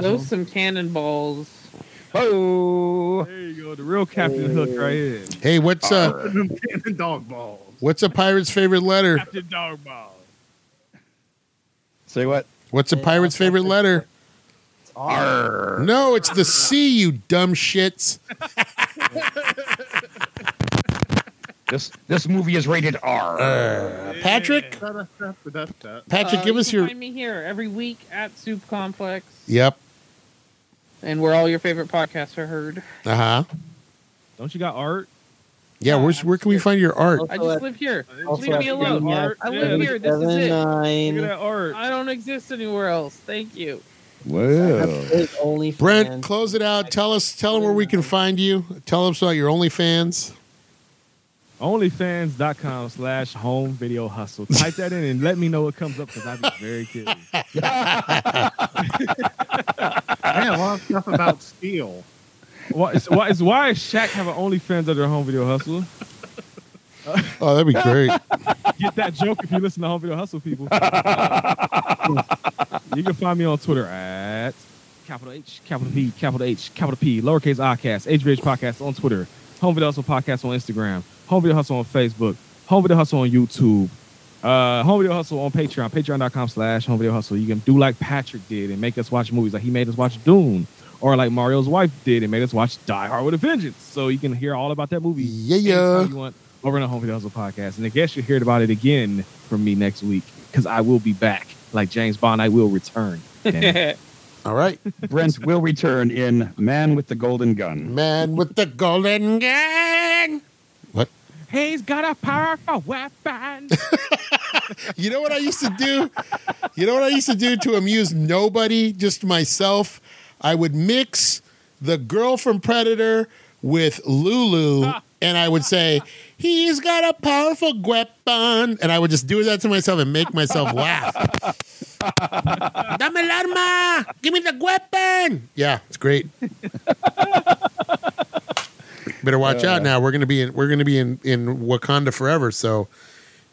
Speaker 4: Those some cannonballs.
Speaker 6: Ho.
Speaker 5: There you go. The real Captain Hook right here.
Speaker 1: Hey, what's uh
Speaker 6: Arr.
Speaker 11: and dog balls.
Speaker 1: what's a pirate's favorite letter?
Speaker 5: Captain Dogball.
Speaker 6: Say what?
Speaker 1: What's a pirate's favorite letter?
Speaker 7: It's R.
Speaker 1: No, it's the C, you dumb shits.
Speaker 6: This this movie is rated R.
Speaker 1: Uh, Patrick? Patrick,
Speaker 4: Uh,
Speaker 1: give
Speaker 4: you
Speaker 1: us
Speaker 4: can
Speaker 1: your
Speaker 4: Find me here every week at Soup Complex,
Speaker 1: Yep.
Speaker 4: and where all your favorite podcasts are heard.
Speaker 1: Uh huh.
Speaker 5: Don't you got art?
Speaker 1: Yeah, where's where can we find your art?
Speaker 4: I
Speaker 7: Also
Speaker 4: just
Speaker 7: at-
Speaker 4: live here.
Speaker 7: also
Speaker 4: Leave
Speaker 7: at
Speaker 4: me alone.
Speaker 7: Streamyard,
Speaker 5: Art.
Speaker 4: I
Speaker 5: Yeah,
Speaker 4: live here. This is it.
Speaker 7: 7-9.
Speaker 5: Look at that art.
Speaker 4: I don't exist anywhere else. Thank you.
Speaker 6: Whoa.
Speaker 7: His OnlyFans.
Speaker 1: Brent, close it out. Tell us tell them where we can find you. Tell us about your OnlyFans.
Speaker 5: OnlyFans.com slash home video hustle. Type that in and let me know what comes up because I'd be very curious.
Speaker 11: Yeah, a lot of stuff about steel.
Speaker 5: Why is, why is, why is Shaq have an OnlyFans under Home Video Hustle?
Speaker 1: Oh, that'd be great.
Speaker 5: Get that joke if you listen to Home Video Hustle, people. you can find me on Twitter at capital H, capital V, capital H, capital P, lowercase iCast, HVH Podcast on Twitter, Home Video Hustle Podcast on Instagram, Home Video Hustle on Facebook, Home Video Hustle on YouTube, uh, Home Video Hustle on Patreon, patreon.com slash Home Video Hustle. You can do like Patrick did and make us watch movies like he made us watch Dune. Or like Mario's wife did and made us watch Die Hard with a Vengeance. So you can hear all about that
Speaker 1: (laughs)
Speaker 5: movie
Speaker 1: Yeah,
Speaker 5: anytime
Speaker 1: yeah.
Speaker 5: you want over on the Home Video Hustle podcast. And I guess you'll hear about it again from me next week because I will be back. Like James Bond, I will return. Damn it.
Speaker 1: All right.
Speaker 6: Brent will return in Man with the Golden Gun.
Speaker 1: Man with the golden gun. What?
Speaker 5: He's got a powerful weapon.
Speaker 1: You know what I used to do? You know what I used to do to amuse nobody, just myself? I would mix the girl from Predator with Lulu, and I would say, He's got a powerful weapon. And I would just do that to myself and make myself laugh. Dame el arma! Give me the weapon! Yeah, it's great. Better watch out now. We're gonna be in we're gonna be in, in Wakanda forever, so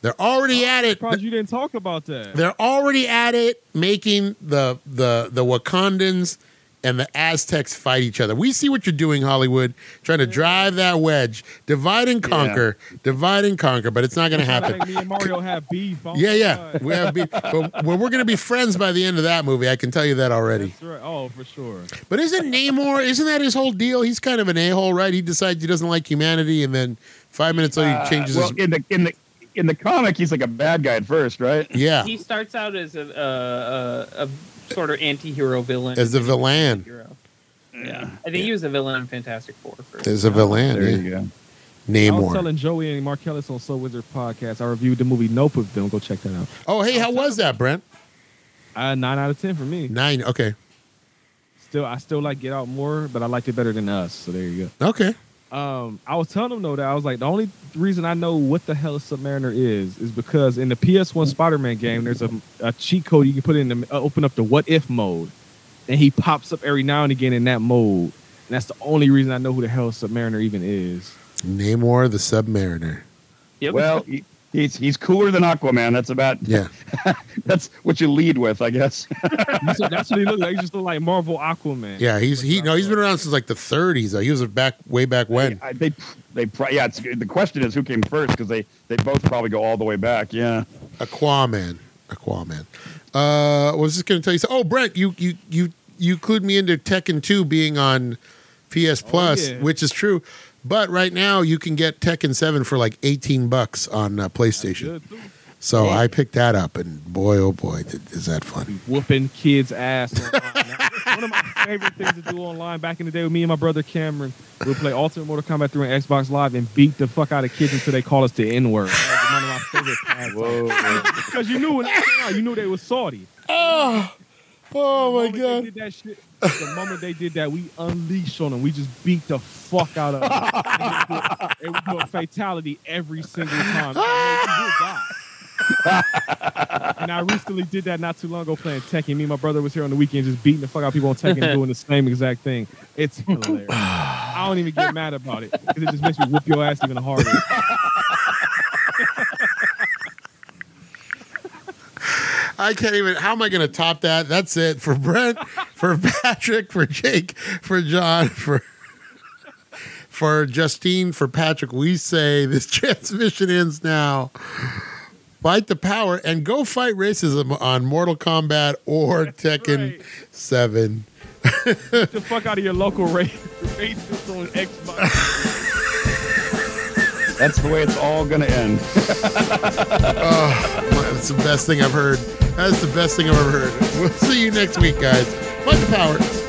Speaker 1: they're already at it.
Speaker 5: Surprised you didn't talk about that.
Speaker 1: They're already at it making the the the Wakandans and the Aztecs fight each other. We see what you're doing, Hollywood, trying to drive that wedge, divide and conquer, divide and conquer, but it's not gonna happen.
Speaker 5: Like me and Mario have beef. Oh,
Speaker 1: Yeah, yeah.
Speaker 5: God.
Speaker 1: We have be- but we're, we're going to be friends by the end of that movie. I can tell you that already.
Speaker 5: That's right. Oh, for sure.
Speaker 1: But isn't Namor, isn't that his whole deal? He's kind of an a hole, right? He decides he doesn't like humanity, and then five minutes later, he changes
Speaker 6: Uh, well,
Speaker 1: his.
Speaker 6: in the in the in the comic, he's like a bad guy at first, right?
Speaker 1: Yeah.
Speaker 4: He starts out as a, uh, a, a sort of anti-hero villain.
Speaker 1: As a villain.
Speaker 4: Hero. Yeah, I think he was a villain in Fantastic Four. First.
Speaker 1: As a villain.
Speaker 6: There
Speaker 1: yeah.
Speaker 6: you go.
Speaker 5: I was
Speaker 1: Namor.
Speaker 5: telling Joey and Marcellus on Soul Wizard podcast. I reviewed the movie Nope with them. Go check that out.
Speaker 1: oh, hey, how was that, Brent?
Speaker 5: Uh, nine out of ten for me.
Speaker 1: Nine. Okay.
Speaker 5: Still, I still like Get Out more, but I liked it better than Us. So there you
Speaker 1: Okay.
Speaker 5: go. Um, I was telling them though that I was like the only reason I know what the hell Submariner is is because in the PS1 Spider-Man game, there's a, a cheat code you can put in to uh, open up the What If mode, and he pops up every now and again in that mode. And that's the only reason I know who the hell Submariner even is.
Speaker 1: Namor the Submariner.
Speaker 4: Yep.
Speaker 6: Well, he, he's he's cooler than Aquaman. That's about
Speaker 1: Yeah.
Speaker 6: that's what you lead with, I guess.
Speaker 5: So that's what he looked like. He just looked like Marvel Aquaman.
Speaker 1: Yeah. He's he. No, he's been around since like the 30s. Though. He was back way back when.
Speaker 6: I, they they pro- yeah. It's, the question is who came first because they they both probably go all the way back. Yeah.
Speaker 1: Aquaman. Aquaman. Uh, I was just going to tell you. So, oh, Brent, you you you you clued me into Tekken 2 being on PS Plus,
Speaker 5: yeah.
Speaker 1: which is true. But right now, you can get Tekken 7 for like 18 bucks on uh, PlayStation.
Speaker 5: Good. too.
Speaker 1: So I picked that up, and boy, oh boy, th- is that fun!
Speaker 5: whooping kids' ass online. One of my favorite things to do online back in the day with me and my brother Cameron, we would play Ultimate Mortal Kombat 3 on Xbox Live and beat the fuck out of kids until they call us the N word. One of my favorite (laughs) Because you knew when they came out, you knew they was salty.
Speaker 1: Oh
Speaker 5: The moment They did that shit, the moment they did that, we unleashed on them. We just beat the fuck out of them. and we do a fatality every single time. And man, you die. and I recently did that not too long ago playing Tekken. Me and my brother was here on the weekend just beating the fuck out of people on Tekken and doing the same exact thing. It's hilarious. I don't even get mad about it because it just makes me whoop your ass even harder.
Speaker 1: I can't even. How am I going to top that? That's it for Brent, for (laughs) Patrick, for Jake, for John, for for Justine, for Patrick. We say this (laughs) transmission ends now. Fight the power and go fight racism on Mortal Kombat or Tekken
Speaker 5: right.
Speaker 1: Seven.
Speaker 5: Get the fuck out of your local (laughs) race. Racist on Xbox.
Speaker 6: That's the way it's all gonna end.
Speaker 1: That's the best thing I've heard. That's the best thing I've ever heard. We'll see you next week, guys. Fight the power.